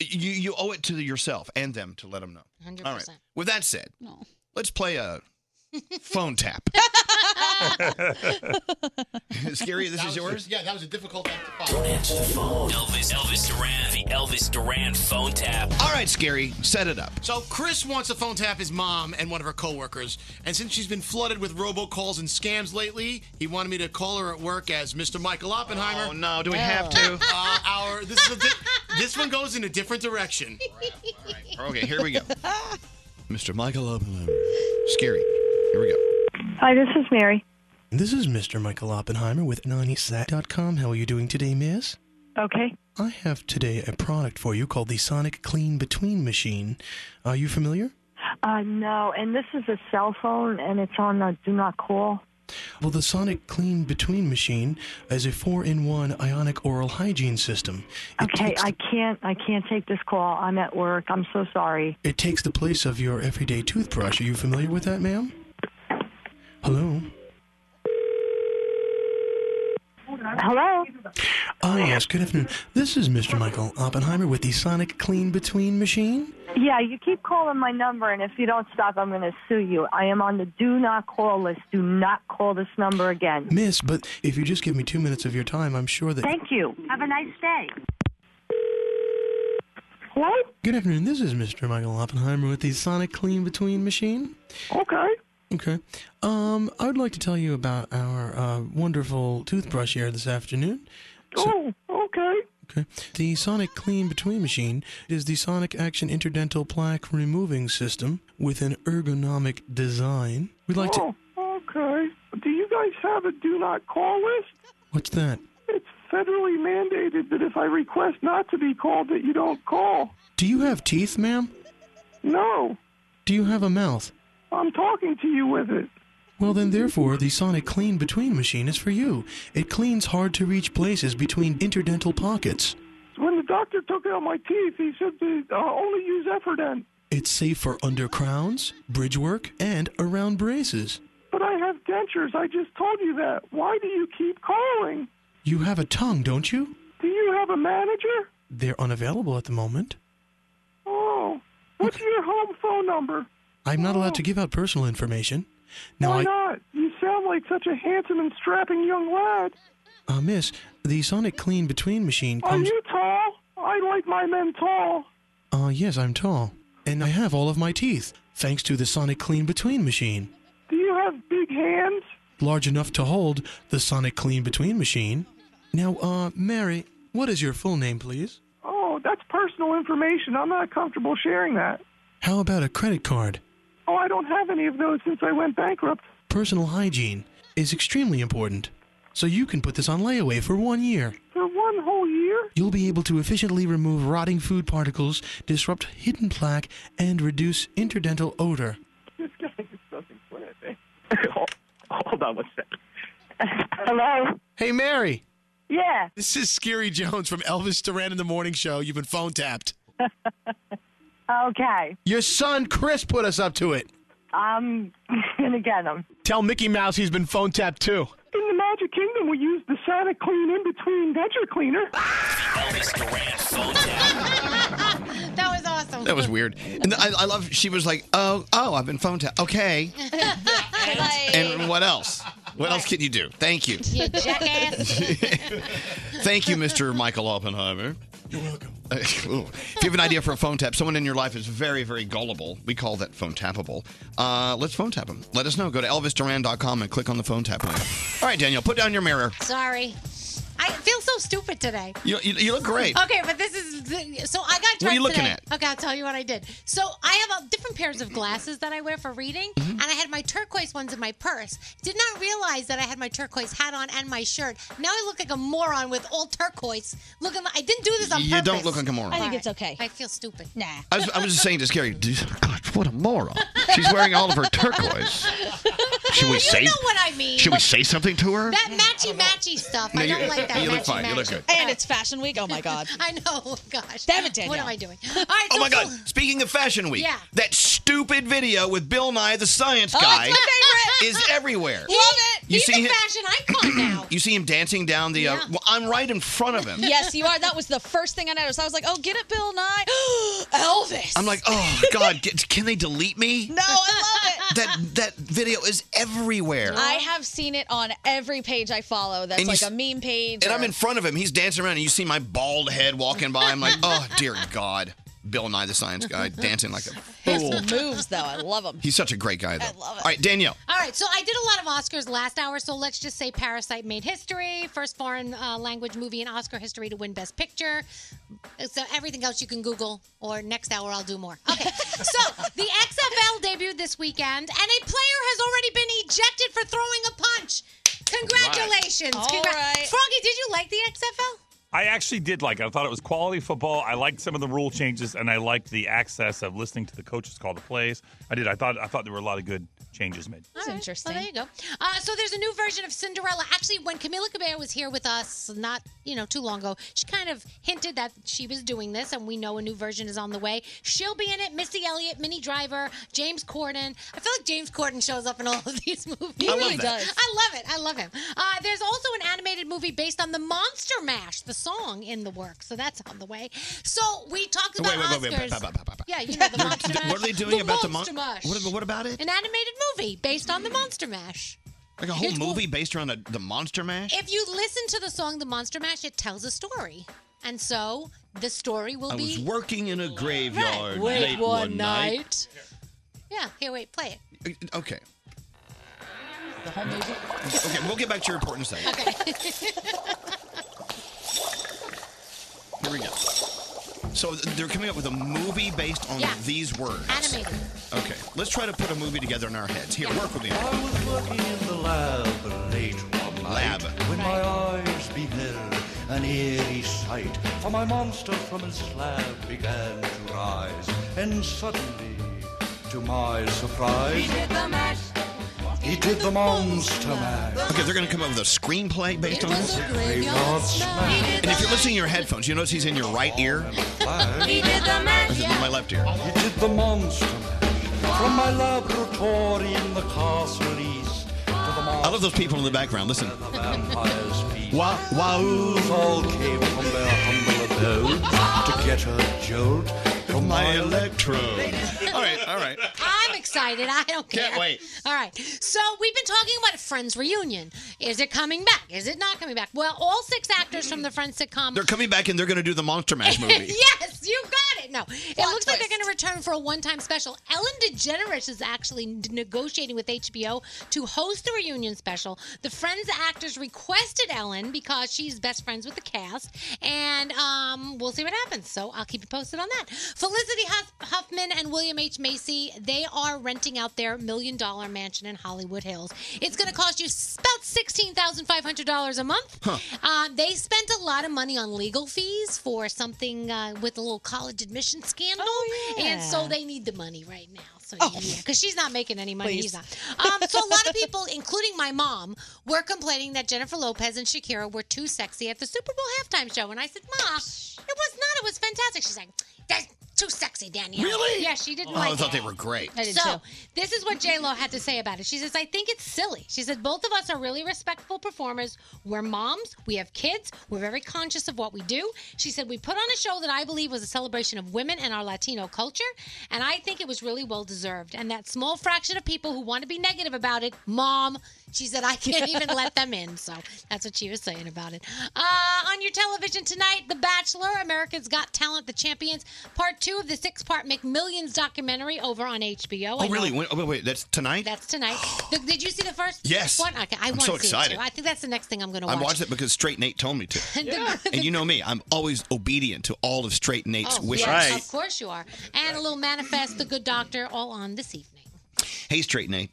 Speaker 1: You you owe it to yourself and them to let them know.
Speaker 7: 100%.
Speaker 1: All right. With that said,
Speaker 10: No.
Speaker 1: let's play a phone tap. Scary, this
Speaker 11: That
Speaker 1: is
Speaker 11: was-
Speaker 1: yours.
Speaker 11: Yeah, that was a difficult act to follow.
Speaker 17: Answer the phone. Elvis, Elvis Duran, the Elvis Duran phone tap.
Speaker 1: All right, Scary, set it up.
Speaker 11: So Chris wants to phone tap his mom and one of her coworkers, and since she's been flooded with robocalls and scams lately, he wanted me to call her at work as Mr. Michael Oppenheimer.
Speaker 1: Oh no, do we have to?
Speaker 11: Uh, our this is a di- this one goes in a different direction.
Speaker 1: Okay, here we go. Mr. Michael Oppenheimer. Scary. Here we go.
Speaker 16: Hi, this is Mary.
Speaker 22: This is Mr. Michael Oppenheimer with com. How are you doing today, miss?
Speaker 16: Okay.
Speaker 22: I have today a product for you called the Sonic Clean Between Machine. Are you familiar?
Speaker 16: Uh, no, and this is a cell phone, and it's on uh do not call.
Speaker 22: Well, the Sonic Clean Between Machine is a four in one ionic oral hygiene system.
Speaker 16: Okay, I can't. I can't take this call. I'm at work. I'm so sorry.
Speaker 22: It takes the place of your everyday toothbrush. Are you familiar with that, ma'am? Hello?
Speaker 16: Hello.
Speaker 22: Ah, yes, good afternoon. This is Mr. Michael Oppenheimer with the Sonic Clean Between Machine.
Speaker 16: Yeah, you keep calling my number, and if you don't stop, I'm going to sue you. I am on the do not call list. Do not call this number again.
Speaker 22: Miss, but if you just give me two minutes of your time, I'm sure that.
Speaker 16: Thank you. Have a nice day.
Speaker 22: Good afternoon. This is Mr. Michael Oppenheimer with the Sonic Clean Between Machine.
Speaker 16: Okay.
Speaker 22: Okay. Um, I would like to tell you about our uh, wonderful toothbrush here this afternoon. oh, okay. Okay. The Sonic Clean Between Machine is the Sonic Action Interdental Plaque Removing System with an ergonomic design. We'd like to.
Speaker 16: Oh, Okay. Do you guys have a do not call list?
Speaker 22: What's that?
Speaker 16: It's federally mandated that if I request not to be called, that you don't call.
Speaker 22: Do you have teeth, ma'am?
Speaker 16: No,
Speaker 22: Do you have a mouth?
Speaker 16: I'm talking to you with it.
Speaker 22: Well, then, therefore, the Sonic Clean Between machine is for you. It cleans hard to reach places between interdental pockets.
Speaker 16: When the doctor took out my teeth, he said to uh, only use Efferdent.
Speaker 22: It's safe for under crowns, bridge work, and around braces.
Speaker 16: But I have dentures. I just told you that. Why do you keep calling?
Speaker 22: You have a tongue, don't you?
Speaker 16: Do you have a manager?
Speaker 22: They're unavailable at the moment.
Speaker 16: Oh, what's your home phone number?
Speaker 22: I'm not allowed to give out personal information. Now,
Speaker 16: Why
Speaker 22: I,
Speaker 16: not? You sound like such a handsome and strapping young lad.
Speaker 22: uh, miss, the Sonic Clean Between machine
Speaker 16: Are
Speaker 22: comes.
Speaker 16: you tall? I like my men tall.
Speaker 22: Uh, yes, I'm tall. And I have all of my teeth, thanks to the Sonic Clean Between machine.
Speaker 16: Do you have big hands?
Speaker 22: large enough to hold the Sonic Clean Between machine. Now, uh, Mary, what is your full name, please?
Speaker 16: Oh, that's personal information. I'm not comfortable sharing that.
Speaker 22: How about a credit card?
Speaker 16: Oh, I don't have any of those since I went bankrupt.
Speaker 22: Personal hygiene is extremely important, so you can put this on layaway for one year.
Speaker 16: For one whole year?
Speaker 22: You'll be able to efficiently remove rotting food particles, disrupt hidden plaque, and reduce interdental odor.
Speaker 16: This guy doesn't quit.
Speaker 22: Hold on one second.
Speaker 16: Hello?
Speaker 15: Hey, Mary.
Speaker 16: Yeah.
Speaker 15: This is Scary Jones from Elvis Duran in the Morning Show. You've been phone tapped.
Speaker 16: Okay.
Speaker 15: Your son, Chris, put us up to it.
Speaker 16: I'm going to get him.
Speaker 15: Tell Mickey Mouse he's been phone tapped too.
Speaker 16: In the Magic Kingdom, we use the Sonic Clean in between denture cleaner.
Speaker 7: that was awesome.
Speaker 1: That was weird. And I, I love. She was like, "Oh, oh, I've been phone tapped. Okay, and what else? What else can you do? Thank you,
Speaker 7: You jackass.
Speaker 1: thank you, Mr. Michael Oppenheimer. You're welcome. if you have an idea for a phone tap, someone in your life is very, very gullible. We call that phone tappable. Uh, let's phone tap them. Let us know. Go to elvisduran.com and click on the phone tap link. All right, Daniel, put down your mirror.
Speaker 7: Sorry. I feel so stupid today.
Speaker 1: You, you, you look great.
Speaker 7: Okay, but this is so I
Speaker 1: What are
Speaker 7: got.
Speaker 1: you
Speaker 7: dressed
Speaker 1: looking
Speaker 7: today. Okay, I'll tell you what I did. So I have uh, different pairs of glasses that I wear for reading,
Speaker 1: Mm-hmm.
Speaker 7: and I had my turquoise ones in my purse. Did not realize that I had my turquoise hat on and my shirt. Now I look like a moron with all turquoise. Looking, like, I didn't do this on
Speaker 1: You
Speaker 7: purpose.
Speaker 1: don't look like a moron. I think
Speaker 7: it's okay. I feel stupid. Nah.
Speaker 1: I was, I was just saying to Scary, God, what a moron. She's wearing all of her turquoise. Should we
Speaker 7: you
Speaker 1: say?
Speaker 7: know what I mean.
Speaker 1: Should we say something to her?
Speaker 7: That matchy matchy stuff.
Speaker 1: No,
Speaker 7: I
Speaker 1: you-
Speaker 7: don't like that.
Speaker 1: you look
Speaker 7: matchy
Speaker 1: fine. You look
Speaker 7: matchy.
Speaker 1: good.
Speaker 3: And it's Fashion Week. Oh my God.
Speaker 7: I know. Gosh.
Speaker 3: Damn it,
Speaker 7: What
Speaker 3: Danielle.
Speaker 7: am I doing? All right.
Speaker 1: Oh
Speaker 7: so-
Speaker 1: my God! Speaking of Fashion Week,
Speaker 7: Yeah.
Speaker 1: that stupid video with Bill Nye the Science
Speaker 7: Oh,
Speaker 1: Guy
Speaker 7: it's my favorite.
Speaker 1: is everywhere.
Speaker 7: He- Love it.
Speaker 1: You
Speaker 7: he's
Speaker 1: see
Speaker 7: a
Speaker 1: him-
Speaker 7: fashion icon now.
Speaker 1: You see him dancing down the. Uh, well, I'm right in front of him.
Speaker 3: yes, you are. That was the first thing I noticed. I was like, oh, get it, Bill Nye. Elvis.
Speaker 1: I'm like, oh God, get- can they delete me?
Speaker 3: No, I love it.
Speaker 1: That that video is everywhere.
Speaker 3: I have seen it on every page I follow. That's
Speaker 1: And you
Speaker 3: like a
Speaker 1: s-
Speaker 3: meme page.
Speaker 1: and
Speaker 3: or-
Speaker 1: I'm in front of him. He's dancing around, and you see my bald head walking by. I'm like, oh dear God, Bill Nye the Science Guy dancing like a
Speaker 3: his
Speaker 1: fool.
Speaker 3: moves though. I love them.
Speaker 1: He's such a great guy, though. I love it. All right, Danielle.
Speaker 7: All right, so I did a lot of Oscars last hour, so let's just say Parasite made history, first foreign uh, language movie in Oscar history to win Best Picture. So everything else you can Google, or next hour I'll do more. Okay, so the XFL debuted this weekend, and a player has already been ejected for throwing a punch. Congratulations!
Speaker 3: All
Speaker 7: Congra-
Speaker 3: right.
Speaker 7: Froggy, did you like the XFL?
Speaker 8: I actually did like it. I thought it was quality football. I liked some of the rule changes, and I liked the access of listening to the coaches call the plays. I did. I thought I thought there were a lot of good changes made.
Speaker 7: That's interesting. Well, there you go. Uh, so there's a new version of Cinderella. Actually, when Camila Cabello was here with us not you know too long ago, she kind of hinted that she was doing this, and we know a new version is on the way. She'll be in it. Missy Elliott, Minnie Driver, James Corden. I feel like James Corden shows up in all of these movies.
Speaker 3: He I love really that. does.
Speaker 7: I love it. I love him. Uh, there's also an animated movie based on the Monster Mash, the song in the work. So that's on the way. So we
Speaker 1: Wait,
Speaker 7: talked about
Speaker 1: wait,
Speaker 7: Oscars.
Speaker 1: wait, wait, pa- pa- pa- pa- pa.
Speaker 7: Yeah, you know the Monster Mash.
Speaker 1: What are they doing about the
Speaker 7: Monster
Speaker 1: mon-
Speaker 7: Mash?
Speaker 1: What, what about it?
Speaker 7: An animated movie based on the Monster Mash.
Speaker 1: Like a whole
Speaker 7: It's-
Speaker 1: movie based around the, the Monster Mash?
Speaker 7: If you listen to the song The Monster Mash, it tells a story. And so the story will
Speaker 1: I was
Speaker 7: be.
Speaker 1: working in a graveyard
Speaker 7: Wait
Speaker 1: late
Speaker 7: one
Speaker 1: one night.
Speaker 7: Yeah, here, wait, play it.
Speaker 1: Okay. The whole music? Okay, we'll get back to your report in a second.
Speaker 7: Okay.
Speaker 1: Here we go. So th- they're coming up with a movie based on
Speaker 7: Yeah.
Speaker 1: these words.
Speaker 7: Animated.
Speaker 1: Okay, let's try to put a movie together in our heads. Here, work with me. I
Speaker 5: was working in the lab late one night when my eyes beheld an eerie sight. For my monster from his slab began to rise, and suddenly, to my surprise, he did the monster mash.
Speaker 1: Okay, they're going to come up with a screenplay based on this.
Speaker 5: Graveyard
Speaker 1: And if you're listening to your headphones, you notice he's in your right ear.
Speaker 5: He did the mash.
Speaker 1: Or is it my left ear.
Speaker 5: He did the monster mash. From my laboratory in the castle east to the monster.
Speaker 1: I love those people in the background. Listen.
Speaker 5: vampire's feet. Wah, wahoos all came from their humble abode to get a jolt from my electrode.
Speaker 1: All right, all right.
Speaker 7: I'm excited. I don't care.
Speaker 5: Can't wait.
Speaker 7: All right. So we've been talking about Friends reunion. Is it coming back? Is it not coming back? Well, all six actors from the Friends sitcom.
Speaker 1: They're coming back and they're going to do the Monster Mash movie.
Speaker 7: yes, you got it. No, it looks like they're going to return for a one-time special. Ellen DeGeneres is actually n- negotiating with HBO to host the reunion special. The Friends actors requested Ellen because she's best friends with the cast, and um, we'll see what happens. So I'll keep you posted on that. Felicity Huff- Huffman and William H Macy they are renting out their million-dollar mansion in Hollywood Hills. It's going to cost you s- about sixteen thousand five hundred dollars a month. Uh, they spent a lot of money on legal fees for something uh, with a little college admission scandal, and so they need the money right now. So yeah, because she's not making any money.
Speaker 18: Please.
Speaker 7: He's not. Um, so a lot of people, including my mom, were complaining that Jennifer Lopez and Shakira were too sexy at the Super Bowl halftime show, and I said, "Ma, it was not. It was fantastic." She's like, "That's too sexy, Danielle."
Speaker 1: Really?
Speaker 7: Yeah, she didn't
Speaker 1: Oh,
Speaker 7: like
Speaker 1: I thought
Speaker 7: it
Speaker 1: they were great.
Speaker 7: so, this is what J Lo had to say about it. She says, "I think it's silly." She said, "Both of us are really respectful performers. We're moms. We have kids. We're very conscious of what we do." She said, "We put on a show that I believe was a celebration of women and our Latino culture, and I think it was really well deserved. And that small fraction of people who want to be negative about it, mom." She said, I can't even let them in. So that's what she was saying about it. Uh, on your television tonight, The Bachelor, America's Got Talent, The Champions, part two of the six part McMillions documentary over on HBO. I
Speaker 1: Oh,
Speaker 7: know
Speaker 1: really? When, oh, wait, wait, that's tonight?
Speaker 7: That's tonight. The- did you see the first
Speaker 1: Yes.
Speaker 7: one? Okay, I
Speaker 1: I'm
Speaker 7: want
Speaker 1: so
Speaker 7: to see
Speaker 1: excited.
Speaker 7: it too. I think that's the next thing I'm going to watch.
Speaker 1: I watched it because Straight Nate told me to.
Speaker 7: The- the-
Speaker 1: And you know me, I'm always obedient to all of Straight Nate's
Speaker 7: oh,
Speaker 1: wishes.
Speaker 7: yes, Of course you are. And a little manifest, The Good Doctor, all on this evening.
Speaker 1: Hey, Straight Nate.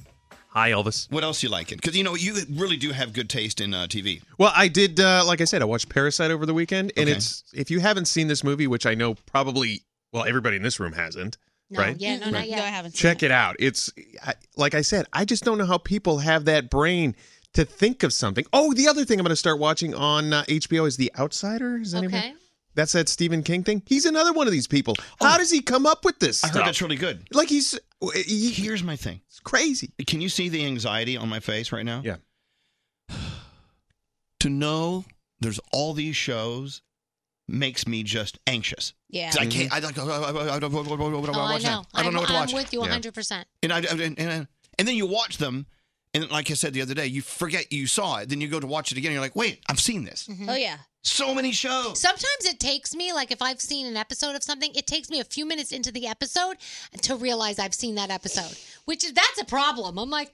Speaker 12: Hi, Elvis.
Speaker 1: What else you liking? Because you know you really do have good taste in uh, TV.
Speaker 12: Well, I did. Uh, like I said, I watched Parasite over the weekend, and
Speaker 1: Okay.
Speaker 12: it's if you haven't seen this movie, which I know probably well everybody in this room hasn't,
Speaker 7: No,
Speaker 12: right?
Speaker 7: yeah, no,
Speaker 12: Right.
Speaker 7: not yet. No, I
Speaker 18: haven't.
Speaker 12: Check it out. It's I, like I said, I just don't know how people have that brain to think of something. Oh, the other thing I'm going to start watching on uh, HBO is The Outsider. Is anyone?
Speaker 7: Okay.
Speaker 12: That's that Stephen King thing. He's another one of these people. How does he come up with this?
Speaker 1: Oh. I heard
Speaker 12: stuff?
Speaker 1: that's really good.
Speaker 12: Like he's.
Speaker 1: Here's my thing. It's
Speaker 12: crazy.
Speaker 1: Can you see the anxiety on my face right now?
Speaker 12: Yeah.
Speaker 1: to know there's all these shows makes me just anxious.
Speaker 7: Yeah.
Speaker 1: 'Cause I can't. I, like, I, I, I, I don't know what
Speaker 7: oh, I
Speaker 1: watch
Speaker 7: know.
Speaker 1: now. I don't know
Speaker 7: I'm-
Speaker 1: what to watch.
Speaker 7: I'm with you 100%.
Speaker 1: And I and, and and then you watch them, and like I said the other day, you forget you saw it. Then you go to watch it again. And you're like, wait, I've seen this.
Speaker 10: Mm-hmm.
Speaker 7: Oh, yeah.
Speaker 1: So many shows.
Speaker 7: Sometimes it takes me, like if I've seen an episode of something, it takes me a few minutes into the episode to realize I've seen that episode, which is that's a problem. I'm like,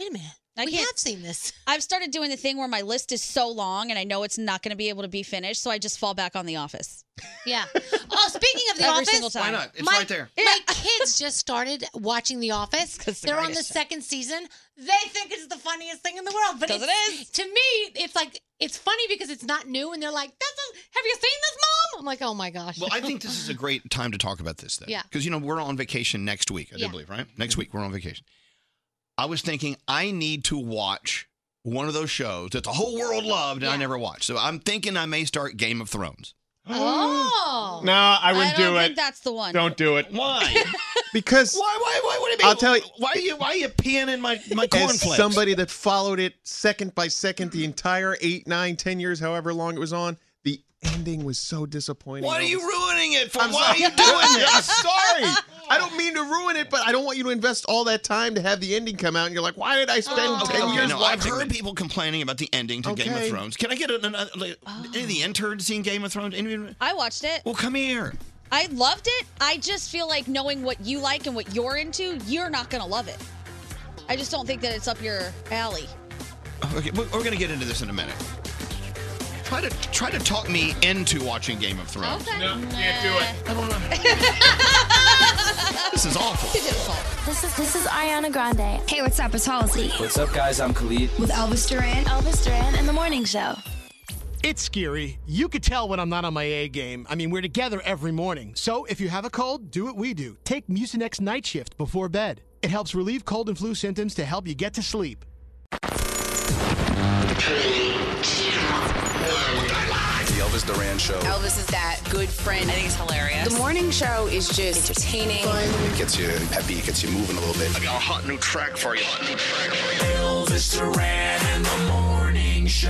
Speaker 7: wait a minute, we have seen this.
Speaker 10: I've started doing the thing where my list is so long and I know it's not going to be able to be finished, so I just fall back on The Office.
Speaker 7: Yeah. Oh, speaking of The
Speaker 10: Every
Speaker 7: Office,
Speaker 10: single time. Why not? It's
Speaker 7: my,
Speaker 10: right there.
Speaker 7: My kids just started watching The Office.
Speaker 10: the
Speaker 7: They're on the
Speaker 10: greatest show.
Speaker 7: second season. They think it's the funniest thing in the world, but
Speaker 18: 'Cause it
Speaker 7: it's- To me, it's like it's funny because it's not new, and they're like, "That's a, have you seen this, mom?" I'm like, "Oh my gosh."
Speaker 1: Well, I think this is a great time to talk about this, though.
Speaker 7: Yeah.
Speaker 1: Because, you know, we're on vacation next week, I
Speaker 7: Yeah.
Speaker 1: do believe, right? Next week, we're on vacation. I was thinking I need to watch one of those shows that the whole world loved and I never watched. So I'm thinking I may start Game of Thrones.
Speaker 10: Oh.
Speaker 12: No, I wouldn't
Speaker 10: don't
Speaker 12: do
Speaker 10: think
Speaker 12: it.
Speaker 10: that's the one.
Speaker 12: Don't do it.
Speaker 1: Why?
Speaker 12: because
Speaker 1: why? Why? Why would it be?
Speaker 12: I'll tell you.
Speaker 1: Why are you? Why are you peeing in my my
Speaker 12: As
Speaker 1: cornflakes?
Speaker 12: somebody that followed it second by second the entire eight, nine, ten years, however long it was on, the ending was so disappointing.
Speaker 1: Why are you ruining it? For
Speaker 12: I'm
Speaker 1: why are
Speaker 12: sorry.
Speaker 1: you doing
Speaker 12: I'm
Speaker 1: this?
Speaker 12: sorry. I don't mean to ruin it, but I don't want you to invest all that time to have the ending come out, and you're like, why did I spend
Speaker 1: Okay,
Speaker 12: ten
Speaker 1: Oh, okay,
Speaker 12: years
Speaker 1: no, I've
Speaker 12: watching?
Speaker 1: heard
Speaker 12: this?
Speaker 1: people complaining about the ending to Game of
Speaker 12: Okay. Oh.
Speaker 1: Thrones. Can I get an, another like, any of the intern seen Game of Thrones? Any,
Speaker 10: I watched it.
Speaker 1: well, come here.
Speaker 10: I loved it. I just feel like knowing what you like and what you're into, you're not going to love it. I just don't think that it's up your alley.
Speaker 1: Okay, we're, we're gonna get into this in a minute. Try to try to talk me into watching Game of Thrones.
Speaker 7: No, can't do it.
Speaker 1: I don't know. This is awful.
Speaker 14: This is this is Ariana Grande. Hey, what's up? It's Halsey
Speaker 18: What's up, guys? I'm Khalid.
Speaker 14: with Elvis Duran. Elvis Duran and the Morning Show.
Speaker 15: It's scary. You could tell when I'm not on my A game. I mean, we're together every morning. So if you have a cold, do what we do. Take Mucinex Night Shift before bed. It helps relieve cold and flu symptoms to help you get to sleep.
Speaker 18: The Elvis Duran Show.
Speaker 23: Elvis is that good friend. I think it's hilarious.
Speaker 18: The
Speaker 23: morning show is just entertaining.
Speaker 18: It gets you happy, it gets you moving a little bit. I
Speaker 12: Oh.
Speaker 18: got a hot new track for you.
Speaker 17: Elvis Duran in the morning show.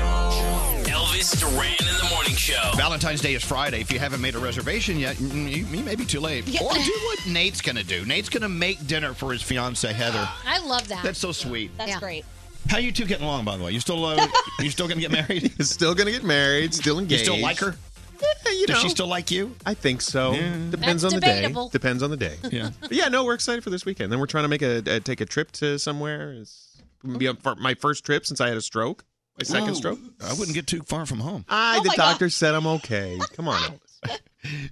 Speaker 17: Elvis Duran in the morning show.
Speaker 1: Valentine's Day is Friday. If you haven't made a reservation yet, mm, you, you may be too late.
Speaker 7: Yeah.
Speaker 1: Or do what Nate's gonna do. Nate's gonna make dinner for his fiancee Heather.
Speaker 7: I love that.
Speaker 1: That's so sweet.
Speaker 7: That's great.
Speaker 1: How you two getting along, by the way? You still uh, you still gonna get married?
Speaker 12: still gonna get married, still engaged.
Speaker 1: You still like her?
Speaker 12: Yeah, you
Speaker 1: Does
Speaker 12: know.
Speaker 1: she still like you?
Speaker 12: I think so. Depends
Speaker 1: That's
Speaker 12: on the
Speaker 1: debatable.
Speaker 12: day. Depends on the day.
Speaker 1: Yeah.
Speaker 12: But yeah, no, we're excited for this weekend. Then we're trying to make a, a take a trip to somewhere. It's gonna be for my first trip since I had a stroke. My second
Speaker 1: Whoa.
Speaker 12: stroke.
Speaker 1: I wouldn't get too far from home.
Speaker 12: I
Speaker 1: Oh
Speaker 12: the
Speaker 1: my
Speaker 12: doctor said I'm okay. Come on. Elvis.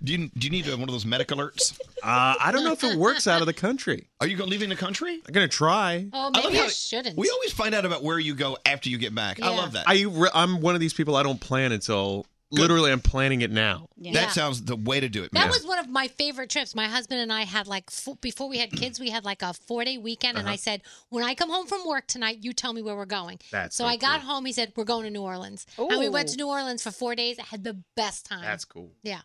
Speaker 1: Do you do you need uh, one of those medic alerts?
Speaker 12: Uh, I don't know if it works out of the country.
Speaker 1: Are you go- leaving the country?
Speaker 12: I'm gonna try.
Speaker 7: Oh,
Speaker 1: I love
Speaker 7: maybe I,
Speaker 1: how-
Speaker 7: shouldn't.
Speaker 1: We always find out about where you go after you get back. I
Speaker 7: Yeah.
Speaker 1: love that.
Speaker 12: I re- I'm one of these people I don't plan until literally I'm planning it now.
Speaker 7: Yeah. That
Speaker 1: sounds the way to do it.
Speaker 7: That was one of my favorite trips. My husband and I had like fo- before we had kids, we had like a four day weekend, and
Speaker 12: Uh-huh.
Speaker 7: I said, "When I come home from work tonight, you tell me where we're going."
Speaker 12: That's
Speaker 7: so
Speaker 12: so
Speaker 7: I got home. He said, "We're going to New Orleans," and we went to New Orleans for four days. I had the best time.
Speaker 1: That's cool.
Speaker 7: Uh-huh. Yeah,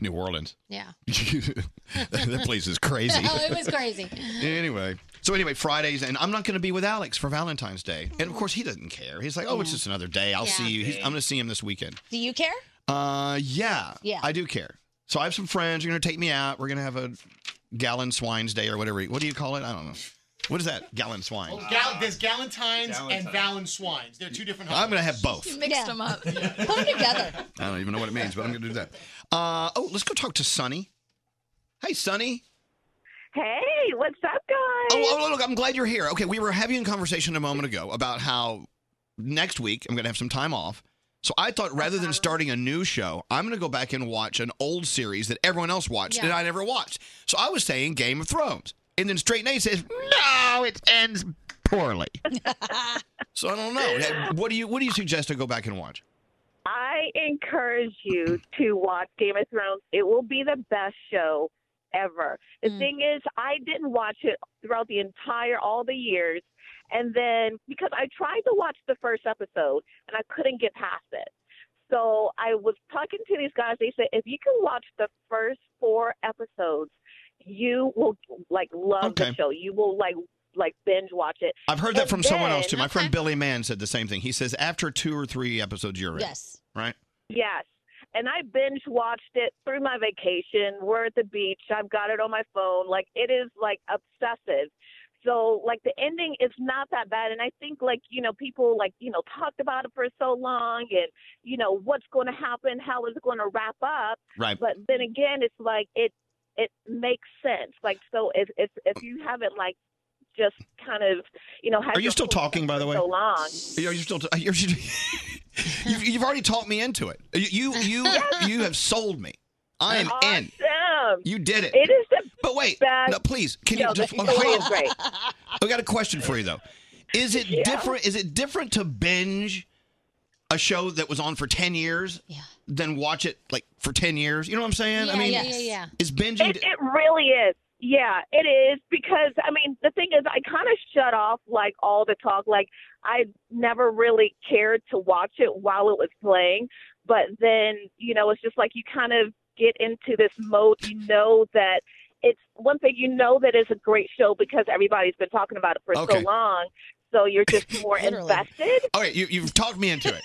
Speaker 1: New Orleans.
Speaker 7: yeah.
Speaker 1: that place is crazy.
Speaker 7: oh, it was crazy.
Speaker 1: anyway. So anyway, Fridays, and I'm not going to be with Alex for Valentine's Day, and of course he doesn't care. He's like, oh,
Speaker 7: Mm.
Speaker 1: it's just another day. I'll
Speaker 3: Yeah.
Speaker 1: see you. He's, I'm going to see him this weekend.
Speaker 3: Do you care?
Speaker 1: Uh, yeah,
Speaker 3: Yeah.
Speaker 1: I do care. So I have some friends. You're going to take me out. We're going to have a gallon swines day or whatever. What do you call it? I don't know. What is that? Gallon swine.
Speaker 11: Gal- there's Galentine's and Valenswines. They're two different.
Speaker 1: I'm going to have both.
Speaker 11: You
Speaker 3: mixed them up.
Speaker 11: Put
Speaker 3: them together.
Speaker 1: I don't even know what it means, but I'm going to do that. Uh, oh, let's go talk to Sonny. Hey, Sonny.
Speaker 24: Hey, what's up, guys?
Speaker 1: Oh, oh, look, I'm glad you're here. Okay, we were having a conversation a moment ago about how next week I'm going to have some time off. So I thought rather
Speaker 24: Uh-huh.
Speaker 1: than starting a new show, I'm going to go back and watch an old series that everyone else watched and
Speaker 25: Yeah.
Speaker 1: I never watched. So I was saying Game of Thrones. And then Straight Nate says, "No, it ends poorly." so I don't know. What do you what do you suggest to go back and watch?
Speaker 24: I encourage you to watch Game of Thrones. It will be the best show ever. The
Speaker 1: Mm.
Speaker 24: thing is, I didn't watch it throughout the entire all the years, and then because I tried to watch the first episode and I couldn't get past it. So I was talking to these guys. They said, if you can watch the first four episodes, you will like love the show. You will like like binge watch it.
Speaker 1: I've heard that
Speaker 24: And
Speaker 1: from someone else
Speaker 24: then-
Speaker 1: too. My friend Billy Mann said the same thing. He says after two or three episodes, you're in.
Speaker 24: Yes.
Speaker 1: Right?
Speaker 24: Yes. And I binge watched it through my vacation. We're at the beach. I've got it on my phone. Like it is like obsessive. So like the ending is not that bad and I think like, you know, people like, you know, talked about it for so long and you know, what's gonna happen, how is it gonna wrap up.
Speaker 1: Right.
Speaker 24: But then again it's like it it makes sense. Like so if if if you haven't like just kind of you know, had
Speaker 1: Are you
Speaker 24: your
Speaker 1: still
Speaker 24: focus
Speaker 1: talking, by the
Speaker 24: for
Speaker 1: way?
Speaker 24: So long.
Speaker 1: Are you still? Are you, you've, you've already talked me into it. You you you, you have sold me. I am in. You did it.
Speaker 24: It is the
Speaker 1: But wait, no, please. Can
Speaker 24: No,
Speaker 1: you just?
Speaker 24: the-
Speaker 1: oh,
Speaker 24: the
Speaker 1: hold
Speaker 24: way is
Speaker 1: on.
Speaker 24: great.
Speaker 1: I got a question for you though. Is it
Speaker 24: Yeah.
Speaker 1: different? Is it different to binge a show that was on for ten years than watch it like for ten years? You know what I'm saying? I
Speaker 24: Yeah,
Speaker 1: mean,
Speaker 24: yeah, yeah, yeah.
Speaker 1: Is binging?
Speaker 24: It, it really is. Yeah, it is because I mean the thing is I kind of shut off like all the talk. Like I never really cared to watch it while it was playing, but then you know it's just like you kind of get into this mode. You know that it's one thing. You know that it's a great show because everybody's been talking about it for
Speaker 1: Okay.
Speaker 24: so long. So you're just more invested.
Speaker 1: okay, you you've talked me into it.